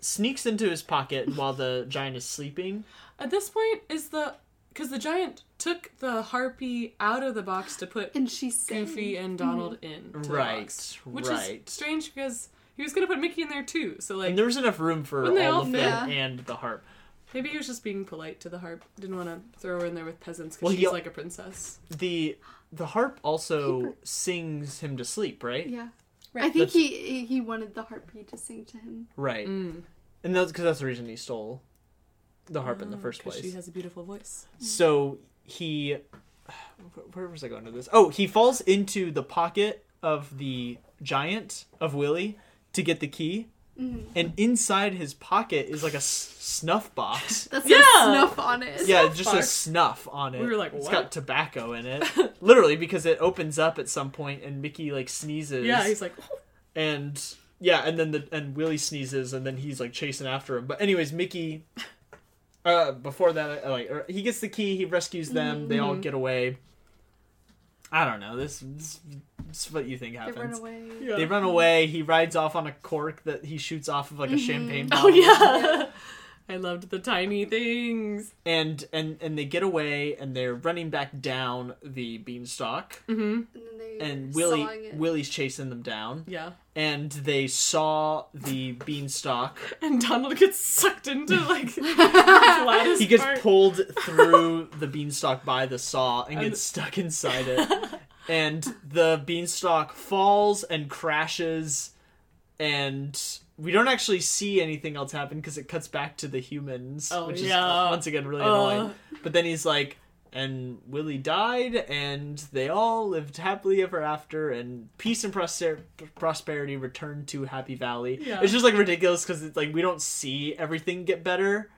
Speaker 1: sneaks into his pocket while the giant is sleeping.
Speaker 2: At this point, is the because the giant took the harpy out of the box to put
Speaker 3: And she sang.
Speaker 2: Goofy and Donald in, to the
Speaker 1: Mm-hmm. Right,
Speaker 2: box, which
Speaker 1: right.
Speaker 2: is strange because he was gonna put Mickey in there too. So like
Speaker 1: And there was enough room for
Speaker 2: When they
Speaker 1: all
Speaker 2: all-
Speaker 1: of them
Speaker 3: yeah.
Speaker 1: and the harp.
Speaker 2: maybe he was just being polite to the harp. Didn't want to throw her in there with peasants because
Speaker 1: Well, he
Speaker 2: she's
Speaker 1: al-
Speaker 2: like a princess.
Speaker 1: The the harp also
Speaker 3: Paper.
Speaker 1: sings him to sleep, right?
Speaker 3: Yeah.
Speaker 2: Right.
Speaker 3: I think
Speaker 1: That's-
Speaker 3: he he wanted the harpy to sing to him.
Speaker 1: Right.
Speaker 2: Mm,
Speaker 1: And that's because that's the reason he stole the harp in the
Speaker 2: Oh,
Speaker 1: first
Speaker 2: 'cause
Speaker 1: place.
Speaker 2: She has a beautiful voice.
Speaker 1: So he, where was I going with this? Oh, he falls into the pocket of the giant of Willy to get the key,
Speaker 2: Mm-hmm.
Speaker 1: and inside his pocket is like a s- snuff box.
Speaker 3: That's
Speaker 2: Yeah!
Speaker 3: yeah. snuff on it.
Speaker 1: yeah, it just
Speaker 2: box.
Speaker 1: says snuff on it.
Speaker 2: We were like,
Speaker 1: It's
Speaker 2: "What?"
Speaker 1: got tobacco in it, literally, because it opens up at some point, and Mickey like sneezes.
Speaker 2: Yeah, he's like, oh,
Speaker 1: and yeah, and then the and Willy sneezes, and then he's like chasing after him. But anyways, Mickey. Uh, before that, uh, like or he gets the key, he rescues them. They
Speaker 2: Mm-hmm.
Speaker 1: all get away. I don't know. This, this, this is what you think
Speaker 3: They
Speaker 1: happens.
Speaker 3: run away.
Speaker 2: yeah.
Speaker 1: They run away. He rides off on a cork that he shoots off of like a champagne
Speaker 2: Oh
Speaker 1: bottle.
Speaker 2: yeah. I loved the tiny things.
Speaker 1: And and and they get away, and they're running back down the beanstalk.
Speaker 2: Mm-hmm.
Speaker 3: And then they
Speaker 1: And
Speaker 3: Willie,
Speaker 1: Willie Willie's chasing them down,
Speaker 2: Yeah.
Speaker 1: and they saw the beanstalk
Speaker 2: And Donald gets sucked into like the flattest
Speaker 1: he gets
Speaker 2: part.
Speaker 1: pulled through the beanstalk by the saw and
Speaker 2: And-
Speaker 1: gets stuck inside it. and the beanstalk falls and crashes and we don't actually see anything else happen because it cuts back to the humans,
Speaker 2: Oh,
Speaker 1: which
Speaker 2: yeah.
Speaker 1: is once again really
Speaker 2: Uh.
Speaker 1: annoying. But then he's like, and Willie died, and they all lived happily ever after, and peace and prosper- prosperity returned to Happy Valley.
Speaker 2: Yeah.
Speaker 1: It's just like ridiculous because it's like we don't see everything get better,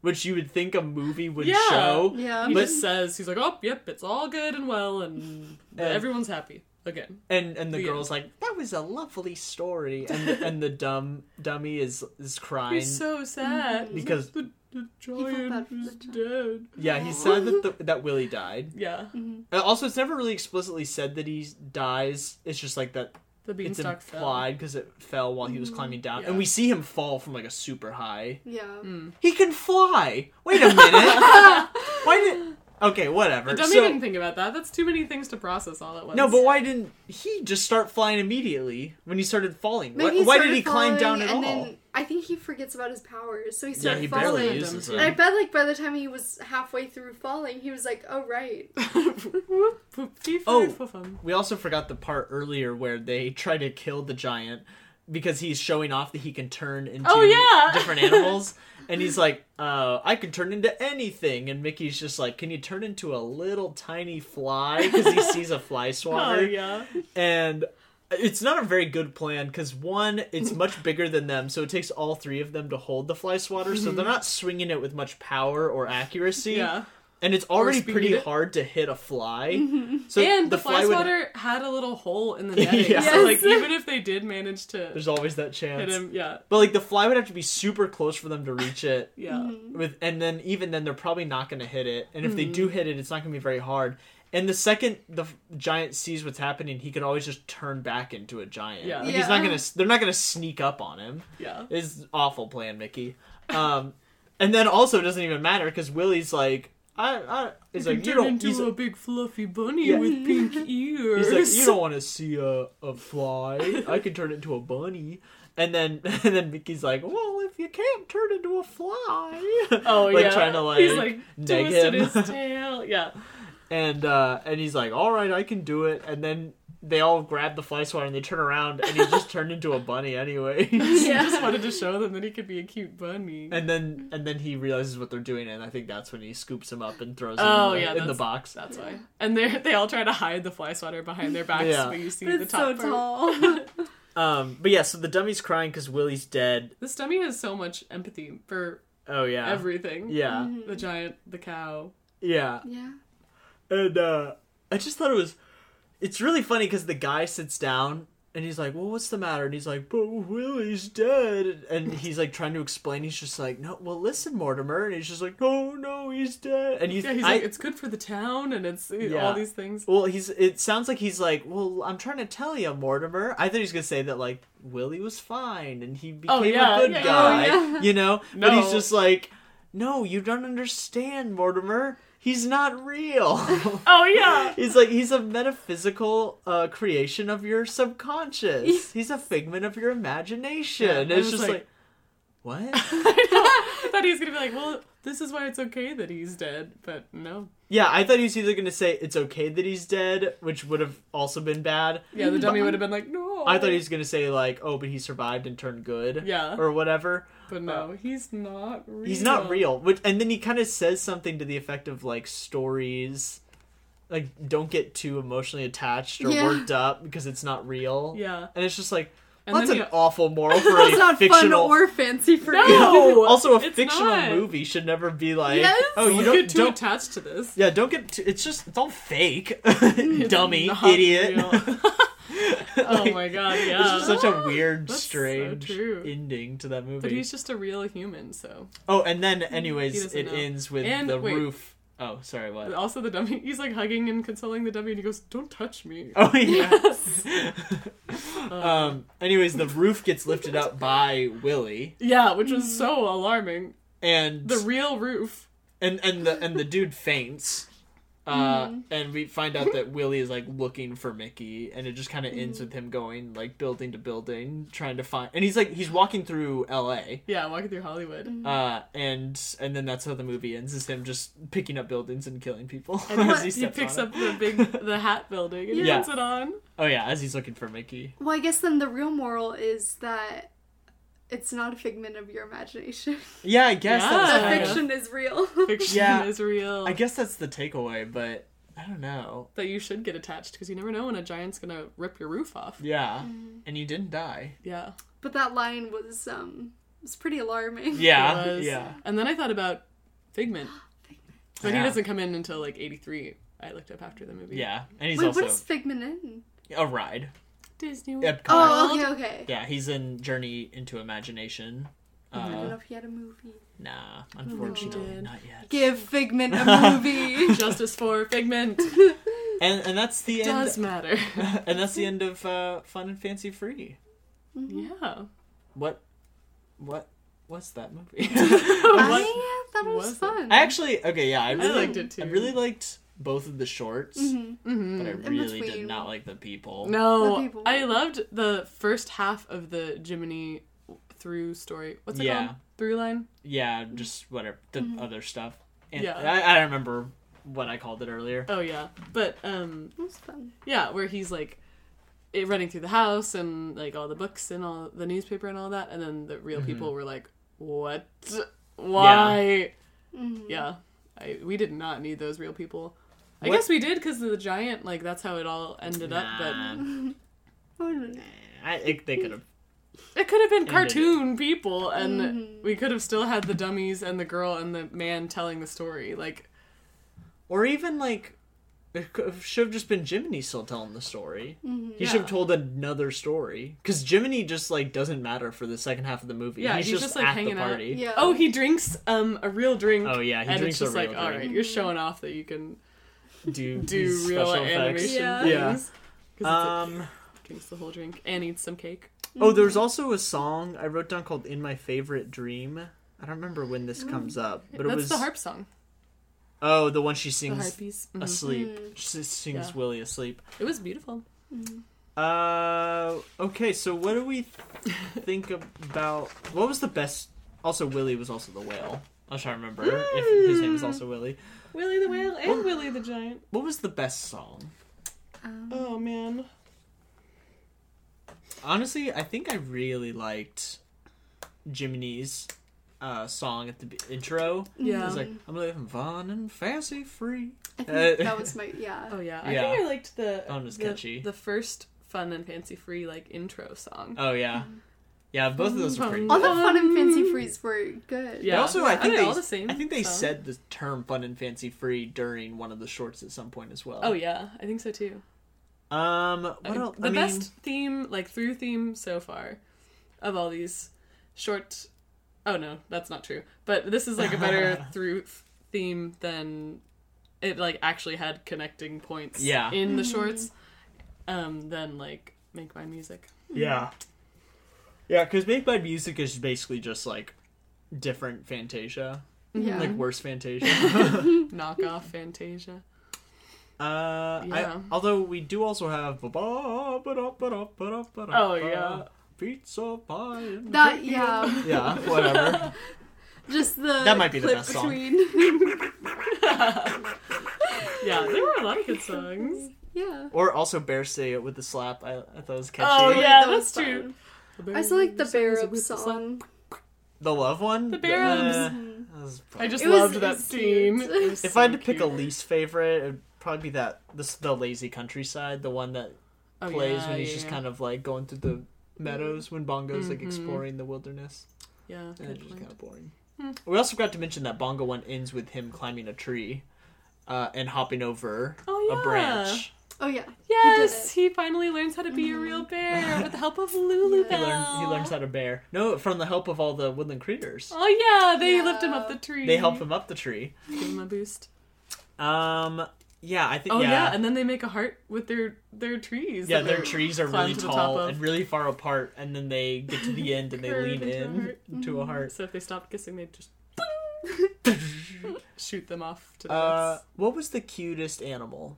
Speaker 1: which you would think a movie would
Speaker 2: Yeah.
Speaker 1: show.
Speaker 3: Yeah.
Speaker 2: He
Speaker 1: But-
Speaker 2: just says he's like, "Oh, yep, it's all good and well, and everyone's happy again."
Speaker 1: And and the
Speaker 2: Yeah.
Speaker 1: girl's like, that was a lovely story, and the, and the dumb dummy is is crying
Speaker 2: He's so sad
Speaker 1: Mm-hmm. because
Speaker 2: the, the
Speaker 3: bad
Speaker 2: giant
Speaker 3: for the
Speaker 2: is
Speaker 3: giant.
Speaker 2: dead.
Speaker 1: yeah, he's sad that the, that Willie died.
Speaker 2: Yeah,
Speaker 1: And also, it's never really explicitly said that he dies. It's just like that
Speaker 2: the
Speaker 1: it's
Speaker 2: beanstalk fell. Mm,
Speaker 1: implied because it fell while he was climbing down,
Speaker 2: Yeah.
Speaker 1: and we see him fall from like a super high.
Speaker 3: Yeah.
Speaker 1: He can fly. Wait a minute. why did? Okay, whatever.
Speaker 2: The dummy
Speaker 1: So-
Speaker 2: didn't think about that. That's too many things to process all at once.
Speaker 1: no, but why didn't he just start flying immediately when he started falling?
Speaker 3: Maybe
Speaker 1: why why
Speaker 3: started
Speaker 1: did he climb down
Speaker 3: falling
Speaker 1: at
Speaker 3: and
Speaker 1: all?
Speaker 3: Then, I think he forgets about his powers, so he
Speaker 1: Yeah,
Speaker 3: started
Speaker 1: he
Speaker 3: falling.
Speaker 1: barely
Speaker 2: them.
Speaker 1: uses
Speaker 3: And I
Speaker 1: them.
Speaker 3: bet like by the time he was halfway through falling, he was like, "Oh right."
Speaker 1: Oh.
Speaker 2: oh.
Speaker 1: We also forgot the part earlier where they try to kill the giant because he's showing off that he can turn into
Speaker 2: Oh, yeah.
Speaker 1: different animals. And he's like, uh, I can turn into anything. And Mickey's just like, Can you turn into a little tiny fly? Because he sees a fly swatter.
Speaker 2: oh yeah.
Speaker 1: and it's not a very good plan because one, it's much bigger than them, so it takes all three of them to hold the fly swatter, so they're not swinging it with much power or accuracy.
Speaker 2: Yeah.
Speaker 1: and it's already
Speaker 2: speed.
Speaker 1: pretty hard to hit a fly. So
Speaker 2: Mm-hmm. and the,
Speaker 1: would-
Speaker 2: fly swatter had a little hole in the netting.
Speaker 1: Yeah.
Speaker 2: So like
Speaker 3: Yes.
Speaker 2: even if they did manage to
Speaker 1: there's always that
Speaker 2: hit
Speaker 1: chance.
Speaker 2: him, yeah.
Speaker 1: But like the fly would have to be super close for them to reach it.
Speaker 2: Yeah.
Speaker 3: Mm-hmm.
Speaker 1: With and then even then they're probably not going to hit it, and if they
Speaker 2: Mm-hmm.
Speaker 1: do hit it, it's not going to be very hard. And the second the f- giant sees what's happening, he could always just turn back into a giant.
Speaker 2: Yeah.
Speaker 1: Like, he's not
Speaker 3: Yeah.
Speaker 1: gonna. s- They're not gonna sneak up on him.
Speaker 2: Yeah.
Speaker 1: It's an awful plan, Mickey. Um, and then also it doesn't even matter because Willie's like, I, I, he's like, you
Speaker 2: Turn
Speaker 1: don't,
Speaker 2: into
Speaker 1: he's,
Speaker 2: a
Speaker 1: like,
Speaker 2: big fluffy bunny
Speaker 1: Yeah.
Speaker 2: with pink ears.
Speaker 1: he's like, you don't want to see a, a fly. I can turn into a bunny. And then, and then Mickey's like, well, if you can't turn into a fly,
Speaker 2: Oh
Speaker 1: like
Speaker 2: yeah.
Speaker 1: trying to like,
Speaker 2: he's like
Speaker 1: neg
Speaker 2: twisted
Speaker 1: him.
Speaker 2: his tail. Yeah.
Speaker 1: and uh, and he's like, all right, I can do it. And then they all grab the fly swatter and they turn around and he's just turned into a bunny anyway.
Speaker 2: I just
Speaker 3: yeah.
Speaker 2: wanted to show them that he could be a cute bunny.
Speaker 1: And then and then he realizes what they're doing, and I think that's when he scoops him up and throws him
Speaker 2: Oh,
Speaker 1: in, the,
Speaker 2: yeah,
Speaker 1: in the
Speaker 2: that's-
Speaker 1: box.
Speaker 2: That's why. And they they all try to hide the fly swatter behind their backs,
Speaker 1: Yeah.
Speaker 2: but you see
Speaker 3: But
Speaker 2: the
Speaker 3: it's so
Speaker 2: top part.
Speaker 3: tall.
Speaker 1: Um, but yeah, so the dummy's crying because Willie's dead.
Speaker 2: This dummy has so much empathy for
Speaker 1: Oh yeah,
Speaker 2: everything.
Speaker 1: yeah,
Speaker 2: The giant, the cow.
Speaker 1: yeah.
Speaker 3: yeah.
Speaker 1: And uh, I just thought it was, it's really funny because the guy sits down and he's like, "Well, what's the matter?" And he's like, "But Willie's dead." And he's like trying to explain. He's just like, "No, well, listen, Mortimer." And he's just like, "No, no, he's dead." And you,
Speaker 2: Yeah, he's
Speaker 1: I,
Speaker 2: like, it's good for the town, and it's
Speaker 1: Yeah.
Speaker 2: all these things.
Speaker 1: Well, he's. It sounds like he's like. Well, I'm trying to tell you, Mortimer. I thought he was gonna say that like Willie was fine and he became
Speaker 2: Oh, yeah,
Speaker 1: a good
Speaker 2: yeah, yeah.
Speaker 1: guy.
Speaker 3: Oh, yeah.
Speaker 1: You know, but
Speaker 2: No.
Speaker 1: he's just like, no, you don't understand, Mortimer. He's not real.
Speaker 2: Oh yeah.
Speaker 1: he's like he's a metaphysical uh, creation of your subconscious. he's a figment of your imagination.
Speaker 2: Yeah,
Speaker 1: and
Speaker 2: I
Speaker 1: it's
Speaker 2: was
Speaker 1: just
Speaker 2: like-
Speaker 1: like, what?
Speaker 2: I thought he was gonna be like, well, this is why it's okay that he's dead, but no.
Speaker 1: yeah, I thought he was either gonna say it's okay that he's dead, which would have also been bad.
Speaker 2: Yeah, the dummy would have been like, no.
Speaker 1: I thought he was gonna say like, oh, but he survived and turned good,
Speaker 2: Yeah.
Speaker 1: or whatever.
Speaker 2: But no, he's not real.
Speaker 1: He's not real. Which, and then he kind of says something to the effect of like stories, like don't get too emotionally attached or
Speaker 3: Yeah.
Speaker 1: worked up because it's not real.
Speaker 2: Yeah.
Speaker 1: and it's just like
Speaker 2: And
Speaker 1: that's
Speaker 2: then
Speaker 1: an
Speaker 2: he-
Speaker 1: awful moral for
Speaker 3: That's
Speaker 1: a
Speaker 3: not
Speaker 1: fictional.
Speaker 3: fun or fancy for
Speaker 2: No!
Speaker 3: you.
Speaker 2: No,
Speaker 1: also, a
Speaker 2: it's
Speaker 1: fictional
Speaker 2: not.
Speaker 1: movie should never be like,
Speaker 3: Yes.
Speaker 1: oh, you
Speaker 2: You
Speaker 1: don't,
Speaker 2: get too
Speaker 1: don't
Speaker 2: attached to this.
Speaker 1: yeah, don't get too, it's just it's all fake, dummy,
Speaker 2: Not
Speaker 1: idiot.
Speaker 2: real. oh my god, yeah.
Speaker 1: It's just such a weird,
Speaker 2: That's so
Speaker 1: strange
Speaker 2: true.
Speaker 1: ending to that movie.
Speaker 2: But he's just a real human, so.
Speaker 1: Oh, and then,
Speaker 2: He
Speaker 1: anyways,
Speaker 2: doesn't
Speaker 1: it
Speaker 2: know.
Speaker 1: ends with
Speaker 2: And-
Speaker 1: the
Speaker 2: wait.
Speaker 1: roof. Oh, sorry,
Speaker 2: But
Speaker 1: what?
Speaker 2: also, the dummy, he's like hugging and consoling the dummy, and he goes, Don't touch me.
Speaker 1: Oh yeah.
Speaker 3: Yes.
Speaker 1: um. Anyways, the roof gets lifted up by Willie,
Speaker 2: Yeah, which was
Speaker 1: Mm.
Speaker 2: so alarming.
Speaker 1: and
Speaker 2: The real roof.
Speaker 1: and and the and the dude faints. Uh,
Speaker 2: Mm-hmm.
Speaker 1: and we find out that Willie is like looking for Mickey, and it just kind of ends with
Speaker 2: Mm-hmm.
Speaker 1: him going like building to building, trying to find. And he's like he's walking through L.A.
Speaker 2: Yeah, walking through Hollywood.
Speaker 1: Uh, and and then that's how the movie ends: is him just picking up buildings and killing people.
Speaker 2: And
Speaker 1: as
Speaker 2: he,
Speaker 1: steps
Speaker 2: picks
Speaker 1: on it.
Speaker 2: up the big, the hat building and he
Speaker 1: Yeah.
Speaker 2: puts it on.
Speaker 1: Oh yeah, as he's looking for Mickey.
Speaker 3: Well, I guess then the real moral is that it's not a figment of your imagination.
Speaker 1: Yeah, I guess that's
Speaker 2: Yeah.
Speaker 3: that
Speaker 1: kind of-
Speaker 3: fiction is real.
Speaker 2: Fiction
Speaker 1: Yeah.
Speaker 2: is real.
Speaker 1: I guess that's the takeaway, but I don't know.
Speaker 2: that you should get attached because you never know when a giant's gonna rip your roof off.
Speaker 1: Yeah.
Speaker 2: Mm-hmm.
Speaker 1: And you didn't die.
Speaker 2: Yeah.
Speaker 3: but that line was um was pretty alarming.
Speaker 1: Yeah.
Speaker 2: was.
Speaker 1: Yeah.
Speaker 2: And then I thought about Figment. But he
Speaker 1: Yeah.
Speaker 2: doesn't come in until like 83. I looked up after the movie.
Speaker 1: Yeah. And he's
Speaker 3: Wait,
Speaker 1: also
Speaker 3: what is Figment in?
Speaker 1: a ride.
Speaker 2: Disney World.
Speaker 1: Epcot.
Speaker 3: Oh, okay, okay.
Speaker 1: Yeah, he's in Journey into Imagination.
Speaker 3: I don't know
Speaker 1: Uh,
Speaker 3: if he had a movie.
Speaker 1: nah,
Speaker 2: he
Speaker 1: unfortunately,
Speaker 2: did.
Speaker 1: not yet.
Speaker 3: Give Figment a movie.
Speaker 2: Justice for Figment.
Speaker 1: And and that's the
Speaker 2: Does
Speaker 1: end.
Speaker 2: matter.
Speaker 1: and that's the end of uh, Fun and Fancy Free. Mm-hmm.
Speaker 2: yeah.
Speaker 1: What, what, what's that movie?
Speaker 3: I thought it was,
Speaker 2: was it?
Speaker 3: fun.
Speaker 1: I actually okay, yeah, I really
Speaker 2: liked it too. Mm-hmm.
Speaker 1: I really liked both of the shorts,
Speaker 3: Mm-hmm.
Speaker 1: but I really did
Speaker 3: between.
Speaker 1: not like the people.
Speaker 2: No,
Speaker 3: The people.
Speaker 2: I loved the first half of the Jiminy through story. What's it
Speaker 1: Yeah.
Speaker 2: called? Through line.
Speaker 1: Yeah, just whatever the other stuff. And
Speaker 2: Mm-hmm. Yeah.
Speaker 1: I, I don't remember what I called it earlier.
Speaker 2: Oh yeah, but um,
Speaker 3: That was fun.
Speaker 2: yeah, where he's like it, running through the house and like all the books and all the newspaper and all that, and then the real
Speaker 1: Mm-hmm.
Speaker 2: people were like, "What? Why?"
Speaker 3: Mhm.
Speaker 2: Yeah, I, we did not need those real people. I
Speaker 1: What-
Speaker 2: guess we did because of the giant. Like that's how it all ended up.
Speaker 1: Nah,
Speaker 3: That would've been-
Speaker 1: I think they could have.
Speaker 2: But it could have been
Speaker 1: Ended it.
Speaker 2: cartoon people, and
Speaker 3: Mhm.
Speaker 2: we could have still had the dummies and the girl and the man telling the story. Like
Speaker 1: Or even like, it should have just been Jiminy still telling the story. He
Speaker 2: Yeah.
Speaker 1: should have told another story because Jiminy just like doesn't matter for the second half of the movie.
Speaker 2: Yeah,
Speaker 1: he's,
Speaker 2: he's
Speaker 1: just,
Speaker 2: just, like,
Speaker 1: at
Speaker 2: hanging
Speaker 1: the
Speaker 2: out.
Speaker 1: party.
Speaker 3: Yeah.
Speaker 2: oh, he drinks um a real drink.
Speaker 1: Oh yeah, he
Speaker 2: and
Speaker 1: drinks
Speaker 2: it's just
Speaker 1: a real
Speaker 2: like, all
Speaker 1: drink.
Speaker 2: right, you're showing off that you can
Speaker 1: Do
Speaker 2: do
Speaker 1: these
Speaker 2: real
Speaker 1: special effects.
Speaker 2: animation
Speaker 3: Yeah.
Speaker 1: Yeah.
Speaker 2: things. 'Cause it's like,
Speaker 1: Um.
Speaker 2: drinks the whole drink and eats some cake.
Speaker 1: Oh, there's also a song I wrote down called "In My Favorite Dream." I don't remember when this comes up, but it
Speaker 2: Mm. That's
Speaker 1: was
Speaker 2: the harp song.
Speaker 1: oh the one she
Speaker 2: The
Speaker 1: sings
Speaker 2: harpies. Mhm.
Speaker 1: asleep. She sings
Speaker 2: Yeah.
Speaker 1: Willie asleep.
Speaker 2: It was beautiful.
Speaker 1: Uh, okay. So what do we think about? What was the best? Also, Willie was also the whale. I was trying to remember if his name is also Willie.
Speaker 2: Willie the whale and Willie the giant.
Speaker 1: What was the best song?
Speaker 3: Um,
Speaker 2: Oh man.
Speaker 1: Honestly, I think I really liked Jiminy's uh, song at the b- intro. It
Speaker 2: Yeah.
Speaker 1: was like I'm living fun and fancy free.
Speaker 3: mm-hmm. I think
Speaker 1: Uh,
Speaker 3: that was my yeah.
Speaker 2: oh yeah. I
Speaker 1: Yeah.
Speaker 2: think I liked the
Speaker 1: That one was
Speaker 2: the,
Speaker 1: catchy.
Speaker 2: the first fun and fancy free like intro song.
Speaker 1: Oh yeah, yeah. Both of those are pretty.
Speaker 3: All the fun and fancy frees were good.
Speaker 1: They
Speaker 2: Mm-hmm. Yeah.
Speaker 1: also, I
Speaker 2: Aren't
Speaker 1: think
Speaker 2: they
Speaker 1: they,
Speaker 2: all the same
Speaker 1: I think they
Speaker 2: song?
Speaker 1: said the term "fun and fancy free" during one of the shorts at some point as well.
Speaker 2: Oh yeah, I think so too.
Speaker 1: Um, what
Speaker 2: I-
Speaker 1: else?
Speaker 2: The
Speaker 1: I mean,
Speaker 2: best theme, like through theme so far, of all these short. Oh no, that's not true. But this is like a better through f- theme than it like actually had connecting points.
Speaker 1: Yeah.
Speaker 2: In
Speaker 3: Mm-hmm.
Speaker 2: the shorts, um, than like make my music.
Speaker 1: Yeah. Yeah, because Make My Music is basically just like different Fantasia,
Speaker 3: Yeah.
Speaker 1: like worse Fantasia.
Speaker 2: Knock off Fantasia.
Speaker 1: uh, I,
Speaker 2: Yeah.
Speaker 1: although we do also have. Oh,
Speaker 2: Oh, yeah.
Speaker 1: Pizza pie. And
Speaker 3: That
Speaker 1: cookies.
Speaker 3: yeah.
Speaker 1: Yeah, whatever.
Speaker 3: Just the
Speaker 1: That might be the
Speaker 3: clip
Speaker 1: best song.
Speaker 3: between.
Speaker 2: Yeah, there were a lot of good songs.
Speaker 3: yeah.
Speaker 1: or also Bear Say It with the Slap. I, I thought was catchy.
Speaker 2: Oh, yeah,
Speaker 3: that was
Speaker 2: that's true.
Speaker 3: fun. I still like the bear up
Speaker 2: With the slap.
Speaker 3: song.
Speaker 1: The Love one?
Speaker 2: The Bear Ups.
Speaker 1: Uh,
Speaker 3: Mhm.
Speaker 1: that was
Speaker 2: I just
Speaker 3: It was-
Speaker 2: loved
Speaker 3: it
Speaker 2: that
Speaker 3: was
Speaker 2: scene.
Speaker 3: cute.
Speaker 2: It was
Speaker 1: If
Speaker 2: so
Speaker 1: I had to pick a
Speaker 2: cute.
Speaker 1: least favorite, it'd probably be that this the lazy countryside, the one that
Speaker 2: Oh,
Speaker 1: plays
Speaker 2: yeah,
Speaker 1: when he's
Speaker 2: yeah,
Speaker 1: just
Speaker 2: yeah.
Speaker 1: kind of like going through the meadows when Bongo's like exploring the wilderness.
Speaker 2: Yeah,
Speaker 1: And
Speaker 2: good
Speaker 1: it's just
Speaker 2: point. Hmm.
Speaker 1: kind of boring. We also forgot to mention that Bongo one ends with him climbing a tree, uh, and hopping over
Speaker 2: Oh,
Speaker 1: a
Speaker 2: yeah.
Speaker 1: branch.
Speaker 3: Oh yeah.
Speaker 2: Yes, he, finally learns how to be a real bear with the help of Lulu
Speaker 3: He
Speaker 1: Mm-hmm. He,
Speaker 2: Bell.
Speaker 1: learns, he learns how to bear. No, from the help of all the woodland creatures.
Speaker 2: Oh yeah, they
Speaker 3: Yeah.
Speaker 2: lift him up the tree.
Speaker 1: They help him up the tree.
Speaker 2: give him a boost.
Speaker 1: Um, yeah, I think.
Speaker 2: Oh yeah.
Speaker 1: yeah
Speaker 2: and then they make a heart with their their trees.
Speaker 1: Yeah,
Speaker 2: that
Speaker 1: their
Speaker 2: they're-
Speaker 1: trees are
Speaker 2: climb
Speaker 1: really
Speaker 2: to the top
Speaker 1: tall
Speaker 2: of.
Speaker 1: and really far apart, and then they get to the end and they
Speaker 2: Curve
Speaker 1: lean
Speaker 2: into a
Speaker 1: in
Speaker 2: heart. Mm-hmm.
Speaker 1: into a heart.
Speaker 2: So if they stopped kissing, they'd just shoot them off to the
Speaker 1: Uh, what was the cutest animal?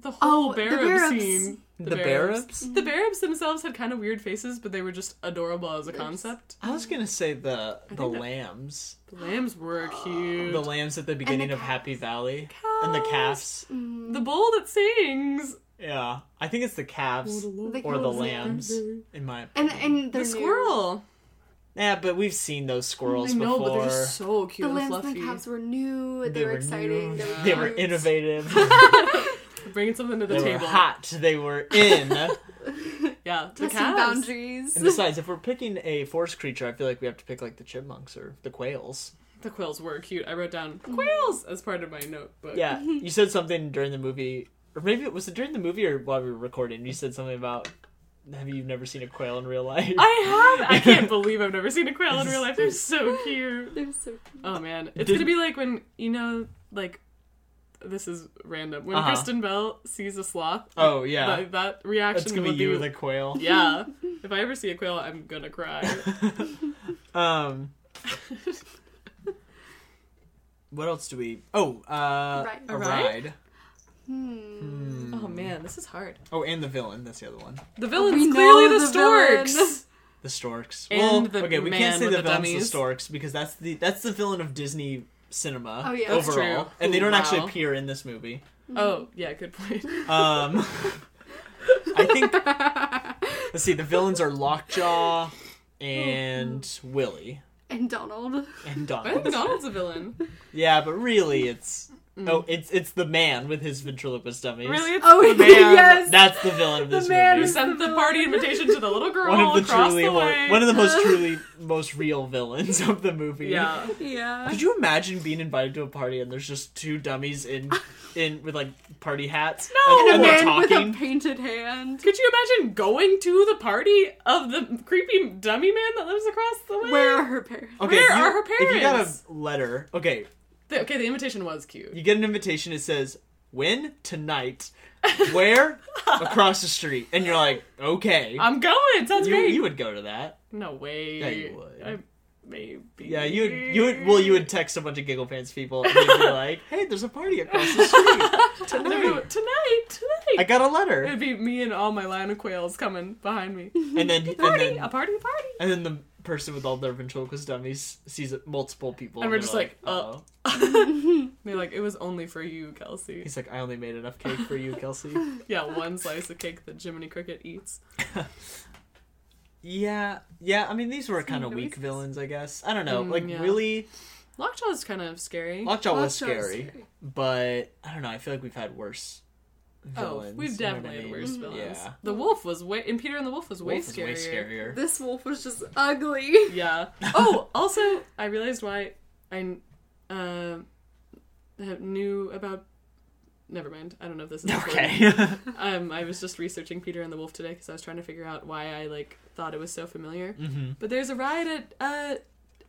Speaker 2: The whole
Speaker 3: Oh,
Speaker 2: bear
Speaker 3: the
Speaker 2: up
Speaker 3: bear ups.
Speaker 2: scene.
Speaker 1: The bear ups?
Speaker 2: The bear ups themselves had kind of weird faces, but they were just adorable as a concept.
Speaker 1: I was gonna say the the
Speaker 2: think that-
Speaker 1: lambs,
Speaker 2: The lambs were cute.
Speaker 1: the lambs at the beginning of Happy Valley, and the calves.
Speaker 2: The bull that sings.
Speaker 1: Yeah, I think it's the calves
Speaker 3: The
Speaker 1: or the
Speaker 3: calves.
Speaker 1: lambs. In my
Speaker 3: And and
Speaker 2: The
Speaker 3: their
Speaker 2: squirrel.
Speaker 1: yeah, but we've seen those squirrels
Speaker 2: I know, but
Speaker 1: before.
Speaker 2: they're just so
Speaker 3: New,
Speaker 2: cute
Speaker 3: the
Speaker 2: and
Speaker 3: lambs and
Speaker 2: fluffy.
Speaker 3: the calves were new. They, were, exciting.
Speaker 1: new.
Speaker 3: They were,
Speaker 1: They were
Speaker 3: cute.
Speaker 1: innovative.
Speaker 2: Bringing something to the
Speaker 1: they were
Speaker 2: table.
Speaker 1: hot. They were in.
Speaker 2: Yeah, the
Speaker 3: Testing
Speaker 2: calves.
Speaker 3: boundaries.
Speaker 1: And besides, if we're picking a forest creature, I feel like we have to pick like the chipmunks or the quails.
Speaker 2: The quails were cute. I wrote down quails as part of my notebook.
Speaker 1: Yeah, you said something during the movie, or maybe it was it during the movie or while we were recording. You said something about have you never seen a quail in real life?
Speaker 2: I have. I can't believe I've never seen a quail in real life. They're so cute.
Speaker 3: They're so cute.
Speaker 2: Oh man, it's
Speaker 1: Did-
Speaker 2: gonna be like when you know, like, this is random. When
Speaker 1: Uh-huh.
Speaker 2: Kristen Bell sees a sloth.
Speaker 1: oh yeah,
Speaker 2: that, that reaction
Speaker 1: that's gonna be
Speaker 2: would
Speaker 1: you with a quail.
Speaker 2: Yeah. If I ever see a quail, I'm gonna cry.
Speaker 1: Um, what else do we? Oh, uh,
Speaker 3: Ride.
Speaker 1: a
Speaker 2: A
Speaker 1: ride.
Speaker 2: ride?
Speaker 3: Hmm.
Speaker 1: Hmm.
Speaker 2: oh man, this is hard.
Speaker 1: Oh, and the villain. That's the other one.
Speaker 2: The villain's
Speaker 3: We
Speaker 2: clearly
Speaker 3: know
Speaker 2: the,
Speaker 3: the villain.
Speaker 2: storks.
Speaker 1: The storks.
Speaker 2: And
Speaker 1: well,
Speaker 2: the
Speaker 1: okay, we
Speaker 2: man
Speaker 1: can't say
Speaker 2: with
Speaker 1: the,
Speaker 2: the
Speaker 1: villain's the
Speaker 2: dummies.
Speaker 1: storks because that's the that's the villain of Disney cinema
Speaker 3: Oh, yeah.
Speaker 1: overall,
Speaker 3: That's
Speaker 2: true.
Speaker 1: and they
Speaker 2: Ooh,
Speaker 1: don't actually
Speaker 2: wow.
Speaker 1: appear in this movie.
Speaker 2: Oh, yeah, good point.
Speaker 1: Um, I think let's see, the villains are Lockjaw and Willie
Speaker 3: and Donald.
Speaker 1: and
Speaker 2: I think
Speaker 1: Donald.
Speaker 2: Donald's a villain.
Speaker 1: Yeah, but really, it's oh, it's it's the man with his ventriloquist dummies.
Speaker 2: Really? It's
Speaker 3: Oh,
Speaker 2: the man
Speaker 3: yes.
Speaker 1: That's the villain of this
Speaker 3: The man
Speaker 2: who
Speaker 1: movie.
Speaker 3: is-
Speaker 2: sent the party invitation to the little girl
Speaker 1: One of the
Speaker 2: across
Speaker 1: truly,
Speaker 2: the
Speaker 1: mo-
Speaker 2: way.
Speaker 1: one of the most truly most real villains of the movie.
Speaker 2: yeah.
Speaker 3: Yeah.
Speaker 1: Could you imagine being invited to a party and there's just two dummies in in with like party hats?
Speaker 2: No!
Speaker 3: And
Speaker 1: and,
Speaker 3: a
Speaker 1: and they're
Speaker 3: man with a
Speaker 1: talking.
Speaker 3: painted hand.
Speaker 2: Could you imagine going to the party of the creepy dummy man that lives across the way?
Speaker 3: Where are her parents?
Speaker 1: okay,
Speaker 2: Where
Speaker 1: if you-
Speaker 2: are her
Speaker 1: If you got
Speaker 2: parents?
Speaker 1: a letter, okay,
Speaker 2: The- okay, the invitation was cute.
Speaker 1: you get an invitation. It says when tonight, where across the street, and you're like, okay,
Speaker 2: I'm going. Sounds
Speaker 1: you,
Speaker 2: great.
Speaker 1: you would go to that.
Speaker 2: no way.
Speaker 1: Yeah, you would.
Speaker 2: I, maybe.
Speaker 1: Yeah, you would. You would. Well, you would text a bunch of Giggle Pants people and you'd be like, hey, there's a party across the street
Speaker 2: And then we
Speaker 1: tonight.
Speaker 2: would- tonight. Tonight.
Speaker 1: I got a
Speaker 2: it would
Speaker 1: letter,
Speaker 2: be me and all my llama quails coming behind me.
Speaker 1: and then and
Speaker 2: Party,
Speaker 1: then
Speaker 2: a party, a party.
Speaker 1: And then the person with all their ventriloquist dummies sees multiple people.
Speaker 2: And we're
Speaker 1: they're
Speaker 2: just like, uh.
Speaker 1: "Uh-oh."
Speaker 2: They're like, it was only for you, Kelsey.
Speaker 1: He's like, I only made enough cake for you, Kelsey.
Speaker 2: Yeah, one slice of cake that Jiminy Cricket eats.
Speaker 1: yeah, yeah. I mean, these were kind of
Speaker 3: Some
Speaker 1: weak
Speaker 3: noises.
Speaker 1: villains, I guess. I don't know.
Speaker 2: Mm,
Speaker 1: like,
Speaker 2: yeah.
Speaker 1: really,
Speaker 2: Lockjaw's kind of scary.
Speaker 1: Lockjaw was
Speaker 3: Lockjaw is
Speaker 1: scary,
Speaker 3: scary.
Speaker 1: but I don't know. I feel like we've had worse
Speaker 2: oh,
Speaker 1: villains.
Speaker 2: we've
Speaker 1: you know what
Speaker 2: definitely
Speaker 1: I
Speaker 2: had
Speaker 1: mean? Mm-hmm.
Speaker 2: worse villains.
Speaker 1: Yeah.
Speaker 2: The wolf was way, and Peter and the wolf was way
Speaker 1: Wolf is
Speaker 2: scarier.
Speaker 1: way scarier.
Speaker 3: This wolf was just ugly.
Speaker 2: Yeah. Oh, also, I realized why I uh, have- knew about. Never mind. I don't know if this is important.
Speaker 1: Okay.
Speaker 2: Um, I was just researching Peter and the Wolf today because I was trying to figure out why I like thought it was so familiar.
Speaker 1: Mhm.
Speaker 2: But there's a ride at uh,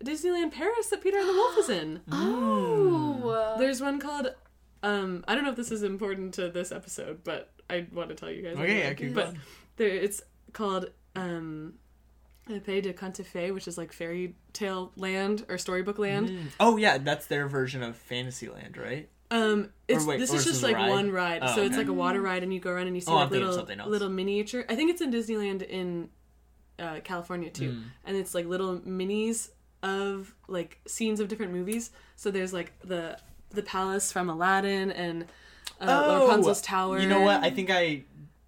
Speaker 2: Disneyland Paris that Peter and the Wolf is in.
Speaker 1: Hmm.
Speaker 3: Oh.
Speaker 2: There's one called. Um, I don't know if this is important to this episode, but I want to tell you guys.
Speaker 1: Okay,
Speaker 2: anyway.
Speaker 1: yeah, keep
Speaker 2: But
Speaker 1: going.
Speaker 2: there, it's called um, Le Pays de Conte Fée, which is like fairy tale land or storybook land.
Speaker 1: Mm. Oh yeah, that's their version of Fantasyland, right?
Speaker 2: Um, it's
Speaker 1: wait,
Speaker 2: this
Speaker 1: or
Speaker 2: is
Speaker 1: is
Speaker 2: just
Speaker 1: this a
Speaker 2: like
Speaker 1: ride?
Speaker 2: one ride,
Speaker 1: Oh,
Speaker 2: so it's
Speaker 1: okay.
Speaker 2: like a water ride, and you go around and you see
Speaker 1: Oh, I'm
Speaker 2: like
Speaker 1: thinking of
Speaker 2: little
Speaker 1: something else.
Speaker 2: little miniature. I think it's in Disneyland in uh, California too,
Speaker 1: Hmm.
Speaker 2: and it's like little minis of like scenes of different movies. So there's like the the palace from Aladdin and uh,
Speaker 1: Oh,
Speaker 2: Rapunzel's tower.
Speaker 1: You know what? I think I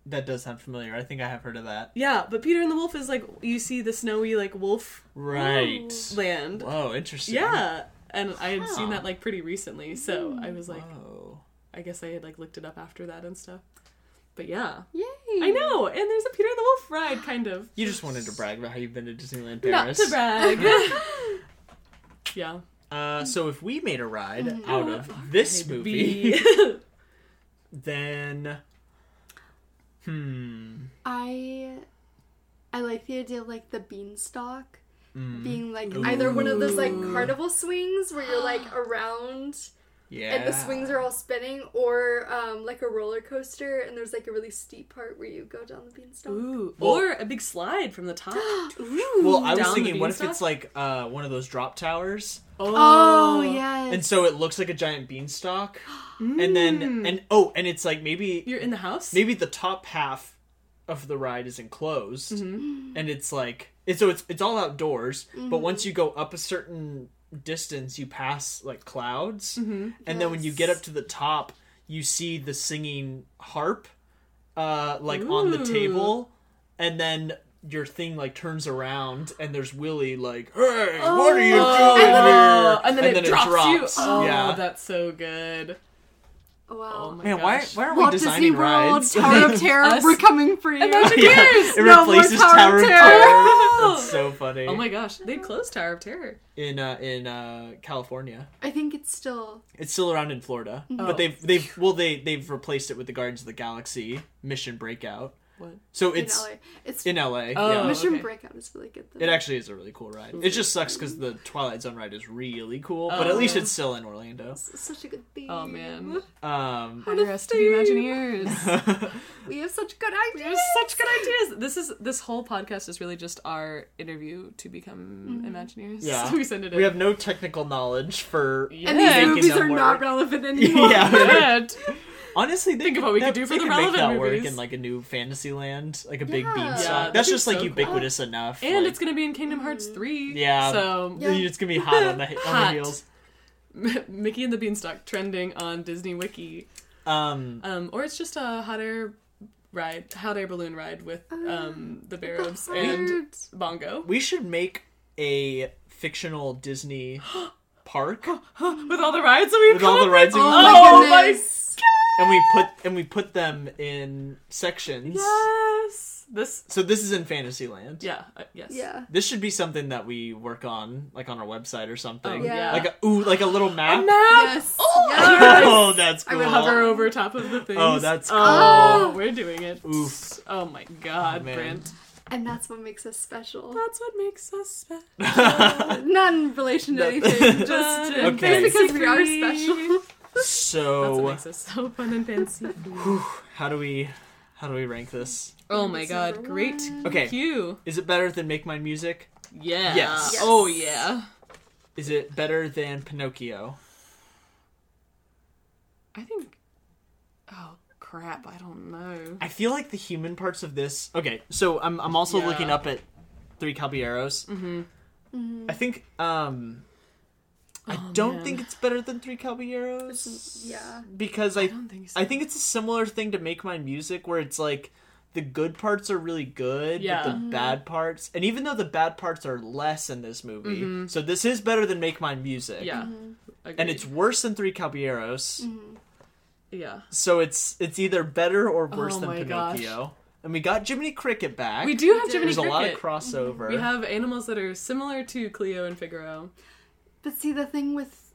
Speaker 1: that does sound familiar. I think I have heard of that.
Speaker 2: Yeah, but Peter and the Wolf is like you see the snowy like wolf
Speaker 1: Right.
Speaker 2: land.
Speaker 1: Whoa, interesting.
Speaker 2: Yeah. And I had seen
Speaker 1: Huh. Hmm.
Speaker 2: that like pretty recently, so I was like,
Speaker 1: Whoa.
Speaker 2: I guess I had like looked it up after that and stuff. But yeah,
Speaker 3: Yay.
Speaker 2: I know. And there's a Peter and the Wolf ride, kind of.
Speaker 1: You just wanted to brag about how you've been to Disneyland
Speaker 2: Not
Speaker 1: Paris.
Speaker 2: to brag. yeah.
Speaker 1: Uh, so if we made a ride
Speaker 2: Mm-hmm.
Speaker 1: out
Speaker 2: Oh,
Speaker 1: of this movie,
Speaker 2: Be-
Speaker 1: then hmm,
Speaker 3: I I like the idea of like the beanstalk
Speaker 1: Mm-hmm.
Speaker 3: being like either one of those like
Speaker 2: Ooh.
Speaker 3: carnival swings where you're like around
Speaker 1: yeah,
Speaker 3: and the swings are all spinning or um like a roller coaster and there's like a really steep part where you go down the beanstalk.
Speaker 2: Ooh.
Speaker 1: Well-
Speaker 2: or a big slide from the top.
Speaker 1: Well, I was
Speaker 2: down the
Speaker 1: thinking, what if
Speaker 2: beanstalk?
Speaker 1: it's like uh, one of those drop towers,
Speaker 3: Oh, yes.
Speaker 1: and so it looks like a giant beanstalk, and then and oh, and it's like maybe
Speaker 2: You're in the house?
Speaker 1: maybe the top half of the ride is enclosed
Speaker 2: Mm-hmm.
Speaker 1: and it's like it's so it's it's all outdoors but once you go up a certain distance you pass like clouds
Speaker 2: Mm-hmm.
Speaker 1: and then when you get up to the top you see the singing harp uh like on the
Speaker 2: Ooh.
Speaker 1: table and then your thing like turns around and there's Willie like hey what are you doing
Speaker 2: Oh,
Speaker 1: here
Speaker 2: and then, it, drops, you. Oh,
Speaker 1: yeah
Speaker 2: that's so good. Oh
Speaker 3: wow.
Speaker 2: my
Speaker 1: man why
Speaker 2: gosh.
Speaker 1: why are we
Speaker 3: Walt
Speaker 1: designing
Speaker 3: Disney World,
Speaker 1: rides
Speaker 3: Tower of Terror,
Speaker 2: Us.
Speaker 3: we're coming for you.
Speaker 2: that's a-
Speaker 1: Yeah,
Speaker 2: Years!
Speaker 1: It
Speaker 3: No more
Speaker 1: replaces
Speaker 3: Tower of
Speaker 1: Tower of
Speaker 3: Terror.
Speaker 1: Terror. That's so funny.
Speaker 2: Oh my gosh, they closed Tower of Terror.
Speaker 1: In uh, in uh, California,
Speaker 3: I think it's still
Speaker 1: it's still around in Florida,
Speaker 2: Oh.
Speaker 3: Mm-hmm.
Speaker 1: but they've they've well they they've replaced it with the Guardians of the Galaxy Mission Breakout.
Speaker 2: What?
Speaker 1: So
Speaker 3: in
Speaker 1: it's
Speaker 3: LA. It's
Speaker 1: in LA.
Speaker 2: Oh.
Speaker 1: yeah.
Speaker 3: Mission
Speaker 2: okay.
Speaker 3: Breakout is really good though.
Speaker 1: It actually is a really cool ride. It just sucks because the Twilight Zone ride is really cool, but
Speaker 2: Oh.
Speaker 1: at least it's still in Orlando.
Speaker 3: It's such a good theme.
Speaker 2: Oh, man.
Speaker 1: Um,
Speaker 2: Hire us to be Imagineers.
Speaker 3: We have such good
Speaker 2: We
Speaker 3: ideas.
Speaker 2: have such good ideas. This is this whole podcast is really just our interview to become Imagineers.
Speaker 1: Yeah.
Speaker 2: we send it.
Speaker 1: we have no technical knowledge for
Speaker 2: Yeah.
Speaker 3: And these
Speaker 2: Making
Speaker 3: movies
Speaker 1: them
Speaker 3: are not
Speaker 1: work.
Speaker 3: relevant anymore.
Speaker 1: Yeah.
Speaker 2: Good.
Speaker 1: Honestly, they
Speaker 2: Think of
Speaker 1: could-
Speaker 2: what we could
Speaker 1: that-
Speaker 2: do for
Speaker 1: they
Speaker 2: the
Speaker 1: could
Speaker 2: relevant
Speaker 1: make that work
Speaker 2: movies.
Speaker 1: in like a new fantasy land, like a big
Speaker 3: Yeah.
Speaker 1: beanstalk.
Speaker 2: Yeah, that'd
Speaker 1: That's
Speaker 2: be
Speaker 1: just like
Speaker 2: so cool.
Speaker 1: ubiquitous enough.
Speaker 2: and
Speaker 1: like-
Speaker 2: it's gonna be in Kingdom Hearts three.
Speaker 1: Yeah.
Speaker 2: So
Speaker 3: Yeah.
Speaker 1: it's gonna be hot on the on the
Speaker 2: Hot.
Speaker 1: heels.
Speaker 2: Mickey and the Beanstalk trending on Disney Wiki,
Speaker 1: Um,
Speaker 2: um, or it's just a hot air ride, hot air balloon ride with um, the Barobes and
Speaker 3: Heart.
Speaker 2: Bongo
Speaker 1: we should make a fictional Disney park,
Speaker 2: with all the rides that we
Speaker 1: With all the rides that we
Speaker 3: Oh,
Speaker 1: put
Speaker 2: Oh
Speaker 3: my
Speaker 2: my
Speaker 3: goodness.
Speaker 1: and we put and we put them in sections.
Speaker 2: Yes, this
Speaker 1: So this is in Fantasyland.
Speaker 2: yeah uh, yes
Speaker 3: Yeah.
Speaker 1: This should be something that we work on, like on our website or something.
Speaker 2: Oh, yeah.
Speaker 1: Like a ooh, like a little
Speaker 2: A
Speaker 1: map.
Speaker 2: map.
Speaker 3: Yes.
Speaker 2: Oh,
Speaker 3: Yes.
Speaker 1: oh, that's
Speaker 3: I
Speaker 1: cool.
Speaker 3: would
Speaker 2: hover over top of the things.
Speaker 1: Oh, that's
Speaker 2: Oh,
Speaker 3: cool.
Speaker 2: we're doing it.
Speaker 1: Oof.
Speaker 2: Oh my god,
Speaker 1: Oh, man.
Speaker 2: Brent.
Speaker 3: And that's what makes us special.
Speaker 2: That's what makes us special.
Speaker 3: Not in relation to
Speaker 1: No.
Speaker 3: anything, just,
Speaker 1: Okay.
Speaker 3: just because we are
Speaker 2: Fancy-free.
Speaker 3: special.
Speaker 2: That's what
Speaker 1: so,
Speaker 2: makes us so fun and fancy.
Speaker 1: whew, how do we how do we rank this?
Speaker 2: oh my
Speaker 3: That's
Speaker 2: god,
Speaker 3: number
Speaker 2: great.
Speaker 3: one.
Speaker 1: Okay.
Speaker 2: You.
Speaker 1: Is it better than Make My Music?
Speaker 2: Yeah.
Speaker 1: Yes.
Speaker 3: Yes.
Speaker 2: Oh yeah.
Speaker 1: Is it better than Pinocchio?
Speaker 2: I think. Oh crap! I don't know.
Speaker 1: I feel like the human parts of this. Okay, so I'm I'm also
Speaker 2: Yeah.
Speaker 1: looking up at Three Caballeros.
Speaker 2: Mhm.
Speaker 1: I think um I
Speaker 2: Oh,
Speaker 1: don't
Speaker 2: man.
Speaker 1: think it's better than Three Caballeros
Speaker 3: Yeah.
Speaker 1: because
Speaker 2: I
Speaker 1: I
Speaker 2: don't think so.
Speaker 1: I think it's a similar thing to Make My Music where it's like the good parts are really good,
Speaker 2: Yeah.
Speaker 1: but the bad parts, and even though the bad parts are less in this movie, so this is better than Make My Music.
Speaker 2: Mm-hmm. Yeah.
Speaker 3: Mm-hmm.
Speaker 1: And it's worse than Three Caballeros,
Speaker 2: yeah.
Speaker 1: so it's it's either better or worse
Speaker 2: Oh
Speaker 1: than
Speaker 2: my
Speaker 1: Pinocchio. And we got Jiminy Cricket back.
Speaker 2: We do have Jiminy
Speaker 1: There's a lot of
Speaker 2: Cricket.
Speaker 1: crossover.
Speaker 2: we have animals that are similar to Cleo and Figaro.
Speaker 3: But see, the thing with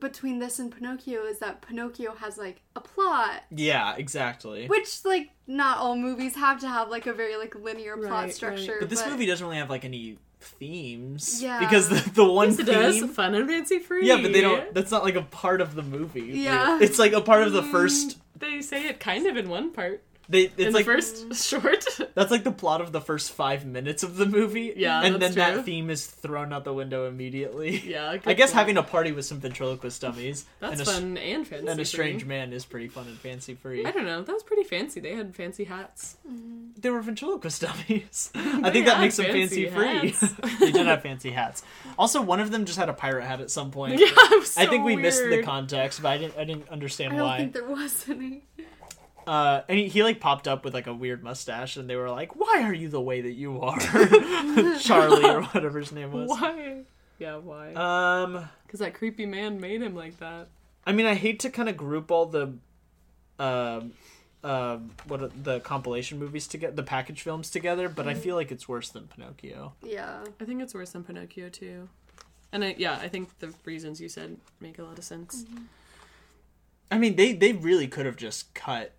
Speaker 3: between this and Pinocchio is that Pinocchio has like a plot,
Speaker 1: yeah, exactly.
Speaker 3: which like not all movies have to have like a very like linear
Speaker 2: Right,
Speaker 3: plot
Speaker 2: right.
Speaker 3: structure.
Speaker 1: But this movie doesn't really have like any themes.
Speaker 3: Yeah.
Speaker 1: Because the, the one
Speaker 2: Yes, it does.
Speaker 1: theme-
Speaker 2: Fun and fancy free.
Speaker 1: Yeah, but they don't. That's not like a part of the movie. really.
Speaker 3: Yeah.
Speaker 1: It's like a part of the first.
Speaker 2: They say it kind of in one part.
Speaker 1: They. It's
Speaker 2: Mm. in
Speaker 1: like
Speaker 2: the first
Speaker 3: Mm.
Speaker 2: short.
Speaker 1: that's like the plot of the first five minutes of the movie.
Speaker 2: Yeah,
Speaker 1: And
Speaker 2: that's
Speaker 1: then
Speaker 2: true.
Speaker 1: that theme is thrown out the window immediately.
Speaker 2: yeah.
Speaker 1: I guess having a party with some ventriloquist dummies and
Speaker 2: that's
Speaker 1: a,
Speaker 2: fun and fancy.
Speaker 1: and a strange
Speaker 2: free.
Speaker 1: man is pretty fun and fancy free.
Speaker 2: I don't know. That was pretty fancy. They had fancy hats.
Speaker 1: They were ventriloquist dummies. I
Speaker 2: They
Speaker 1: think that
Speaker 2: had
Speaker 1: makes them fancy
Speaker 2: fancy
Speaker 1: free.
Speaker 2: hats.
Speaker 1: they did have fancy hats. Also, one of them just had a pirate hat at some point.
Speaker 2: Yeah, it was
Speaker 1: I
Speaker 2: so
Speaker 1: think we missed the
Speaker 2: weird.
Speaker 1: context, but I didn't. I didn't understand
Speaker 3: I don't
Speaker 1: why.
Speaker 3: think there was any.
Speaker 1: uh, and he, he like popped up with like a weird mustache, and they were like, "Why are you the way that you are, Charlie or whatever his name was?"
Speaker 2: Why? Yeah, why?
Speaker 1: Um,
Speaker 2: Because that creepy man made him like that.
Speaker 1: I mean, I hate to kind of group all the, um, um, what are- the compilation movies together, the package films together, but
Speaker 2: Mm.
Speaker 1: I feel like it's worse than Pinocchio.
Speaker 3: Yeah.
Speaker 2: I think it's worse than Pinocchio too. And I, yeah, I think the reasons you said make a lot of sense.
Speaker 1: I mean, they they really could have just cut.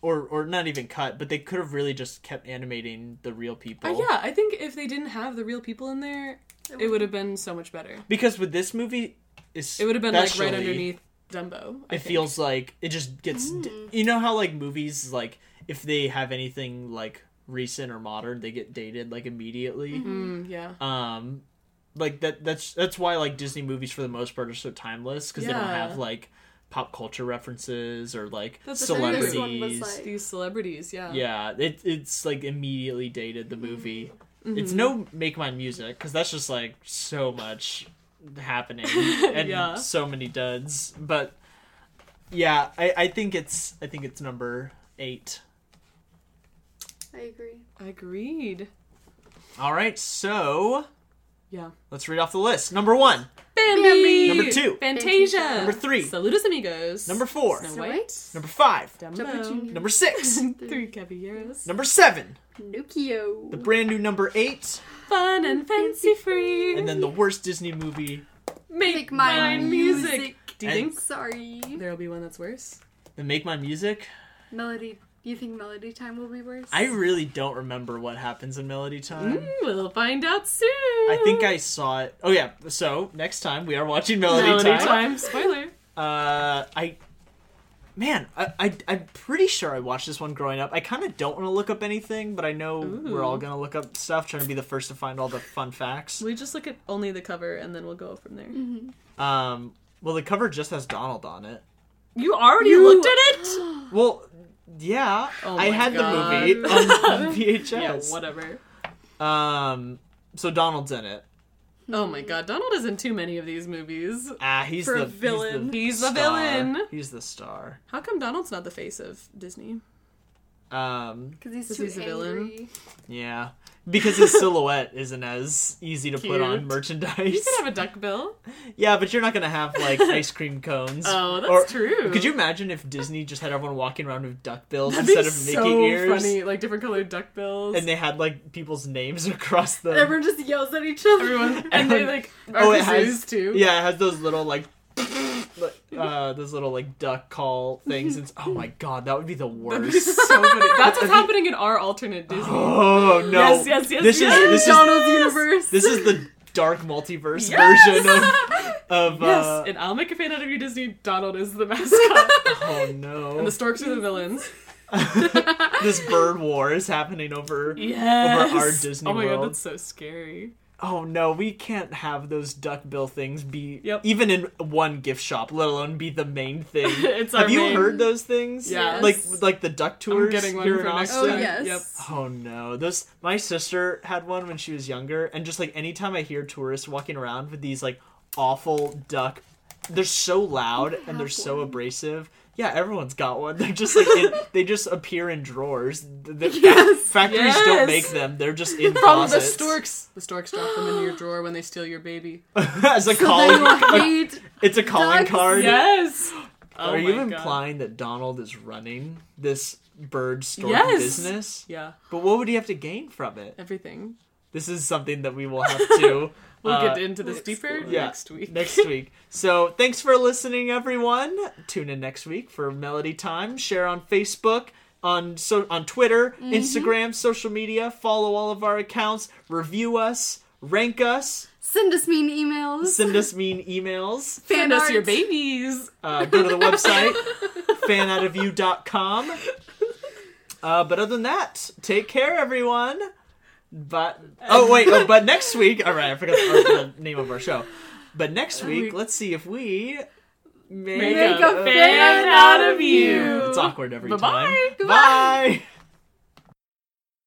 Speaker 1: Or, or not even cut, but they could have really just kept animating the real people.
Speaker 2: Uh, yeah, I think if they didn't have the real people in there, it would have been so much better.
Speaker 1: Because with this movie,
Speaker 2: It would have been like right
Speaker 1: especially-
Speaker 2: underneath Dumbo. I
Speaker 1: it
Speaker 2: think.
Speaker 1: feels like it just gets d-
Speaker 2: Mm.
Speaker 1: you know how like movies like if they have anything like recent or modern they get dated like immediately
Speaker 2: Mm, yeah.
Speaker 1: um like that that's that's why like disney movies for the most part are so timeless because they don't
Speaker 2: Yeah.
Speaker 1: have like pop culture references or like
Speaker 2: That's the thing, this one was,
Speaker 1: celebrities
Speaker 3: like-
Speaker 2: These celebrities, yeah.
Speaker 1: yeah it, it's like immediately dated the movie
Speaker 2: Mm-hmm.
Speaker 1: it's no make my music because that's just like so much happening and
Speaker 2: Yeah.
Speaker 1: so many duds but yeah I, I think it's i think it's number eight
Speaker 3: I agree.
Speaker 2: Agreed.
Speaker 1: all right so
Speaker 2: Yeah.
Speaker 1: let's read off the list number one
Speaker 2: Bambi.
Speaker 3: Bambi.
Speaker 1: Number two.
Speaker 2: Fantasia.
Speaker 3: Number
Speaker 1: three.
Speaker 2: Saludos amigos.
Speaker 1: number four
Speaker 2: Snow
Speaker 3: Snow
Speaker 2: White.
Speaker 1: number five
Speaker 3: Jumbo
Speaker 2: Dumbo.
Speaker 3: Junior.
Speaker 1: number six
Speaker 2: Three caballeros.
Speaker 1: number seven
Speaker 3: Pinocchio.
Speaker 1: the brand new number eight
Speaker 2: Fun and fancy free.
Speaker 1: and then the worst disney movie
Speaker 2: make,
Speaker 3: Make my music.
Speaker 2: Do you
Speaker 1: And-
Speaker 2: think
Speaker 3: Sorry.
Speaker 2: there'll be one that's worse?
Speaker 1: the make my music
Speaker 3: Melody. You think Melody Time will be worse?
Speaker 1: i really don't remember what happens in melody time
Speaker 2: Mm, we'll find out soon.
Speaker 1: Um, I think I saw it. Oh yeah. So next time we are watching Melody,
Speaker 2: Melody
Speaker 1: Time.
Speaker 2: time. Spoiler.
Speaker 1: Uh, I, man, I, I I'm pretty sure I watched this one growing up. I kind of don't want to look up anything, but I know we're all
Speaker 2: Ooh.
Speaker 1: gonna look up stuff, trying to be the first to find all the fun facts.
Speaker 2: We just look at
Speaker 3: Mm-hmm.
Speaker 2: only the cover and then we'll go from there.
Speaker 1: Um, well, the cover just has Donald on it.
Speaker 2: You already
Speaker 1: You-
Speaker 2: looked at it?
Speaker 1: Well, yeah,
Speaker 2: Oh
Speaker 1: I
Speaker 2: my
Speaker 1: had
Speaker 2: God.
Speaker 1: the movie on, on VHS.
Speaker 2: yeah, whatever.
Speaker 1: Um, so Donald's in it.
Speaker 2: Oh my
Speaker 3: Mm-hmm.
Speaker 2: god, Donald is in too many of these movies.
Speaker 1: Ah, he's
Speaker 3: For a
Speaker 1: the
Speaker 3: villain.
Speaker 2: He's the
Speaker 1: star.
Speaker 2: villain.
Speaker 1: He's the star.
Speaker 2: How come Donald's not the face of Disney?
Speaker 1: Um,
Speaker 3: Because he's
Speaker 2: 'Cause
Speaker 3: too
Speaker 2: he's a villain.
Speaker 3: angry.
Speaker 1: yeah, because his silhouette isn't as easy to put on
Speaker 2: Cute.
Speaker 1: merchandise.
Speaker 2: You could have a duck bill.
Speaker 1: yeah, but you're not gonna have like ice cream cones.
Speaker 2: Oh, that's
Speaker 1: Or-
Speaker 2: true.
Speaker 1: Could you imagine if Disney just had everyone walking around with duck bills
Speaker 2: That'd
Speaker 1: instead
Speaker 2: be
Speaker 1: of
Speaker 2: so
Speaker 1: Mickey ears,
Speaker 2: funny, like different colored duck bills.
Speaker 1: and they had like people's names across the.
Speaker 3: And everyone just yells at each other.
Speaker 2: Everyone and they like are
Speaker 1: Oh,
Speaker 2: oh,
Speaker 1: it has-
Speaker 2: too.
Speaker 1: Yeah, it has those little like, uh, those little like duck call things. It's, oh my god, that would be the
Speaker 2: That'd be
Speaker 1: worst.
Speaker 2: so funny. That's what's happening in our alternate Disney.
Speaker 1: Oh no!
Speaker 2: Yes, yes, yes,
Speaker 1: This
Speaker 2: yes.
Speaker 1: is this is
Speaker 3: Donald's universe.
Speaker 1: this is the dark multiverse
Speaker 2: Yes!
Speaker 1: version of of.
Speaker 2: yes,
Speaker 1: Uh,
Speaker 2: and I'll make a fan out of you, Disney. Donald is the mascot,
Speaker 1: oh
Speaker 2: and
Speaker 1: no!
Speaker 2: the storks are the villains.
Speaker 1: this bird war is happening over.
Speaker 2: Yes,
Speaker 1: Over our Disney
Speaker 2: Oh my god,
Speaker 1: World.
Speaker 2: that's so scary.
Speaker 1: Oh no, we can't have those duck bill things be
Speaker 2: Yep.
Speaker 1: even in one gift shop, let alone be the main thing.
Speaker 2: It's
Speaker 1: have
Speaker 2: our
Speaker 1: you
Speaker 2: main-
Speaker 1: heard those things?
Speaker 2: Yes.
Speaker 1: Like like the duck tours
Speaker 2: I'm getting one
Speaker 1: here
Speaker 2: for
Speaker 1: in
Speaker 2: next
Speaker 1: Austin.
Speaker 3: Oh
Speaker 2: time.
Speaker 3: yes.
Speaker 2: Yep.
Speaker 1: Oh no. Those my sister had one when she was younger and just like anytime I hear tourists walking around with these like awful duck they're so loud
Speaker 3: have
Speaker 1: and they're so
Speaker 3: one.
Speaker 1: abrasive. Yeah, everyone's got one. They're just like in, they just appear in drawers. The, the-
Speaker 3: Yes.
Speaker 1: Factories don't
Speaker 2: Yes.
Speaker 1: make them. They're just in
Speaker 2: From the
Speaker 1: closets.
Speaker 2: storks, the storks drop them into your drawer when they steal your baby.
Speaker 1: As a
Speaker 3: so they
Speaker 1: calling,
Speaker 3: will hate.
Speaker 1: it's a calling
Speaker 3: Ducks.
Speaker 1: card.
Speaker 2: Yes. Oh
Speaker 1: Are you
Speaker 2: my God.
Speaker 1: implying that Donald is running this bird stork
Speaker 2: Yes.
Speaker 1: business?
Speaker 2: Yeah,
Speaker 1: But what would he have to gain from it?
Speaker 2: everything.
Speaker 1: This is something that we will have to
Speaker 2: We'll
Speaker 1: uh,
Speaker 2: get into this deeper
Speaker 1: yeah,
Speaker 2: next week.
Speaker 1: next week. So thanks for listening, everyone. Tune in next week for Melody Time. Share on Facebook, on so on Twitter,
Speaker 2: Mm-hmm.
Speaker 1: Instagram, social media. Follow all of our accounts. Review us. Rank us.
Speaker 3: Send us mean emails.
Speaker 1: Send us mean emails.
Speaker 2: Send us your
Speaker 3: art.
Speaker 2: babies.
Speaker 1: Uh, go to the website, fanoutofyou.com. Uh, but other than that, take care, everyone. But oh wait, oh, but next week. All right, I forgot the, the name of our show. But next week, let's see if we make,
Speaker 2: Make
Speaker 3: a fan
Speaker 2: out of you.
Speaker 1: It's awkward every
Speaker 2: Bye-bye.
Speaker 1: time. Bye.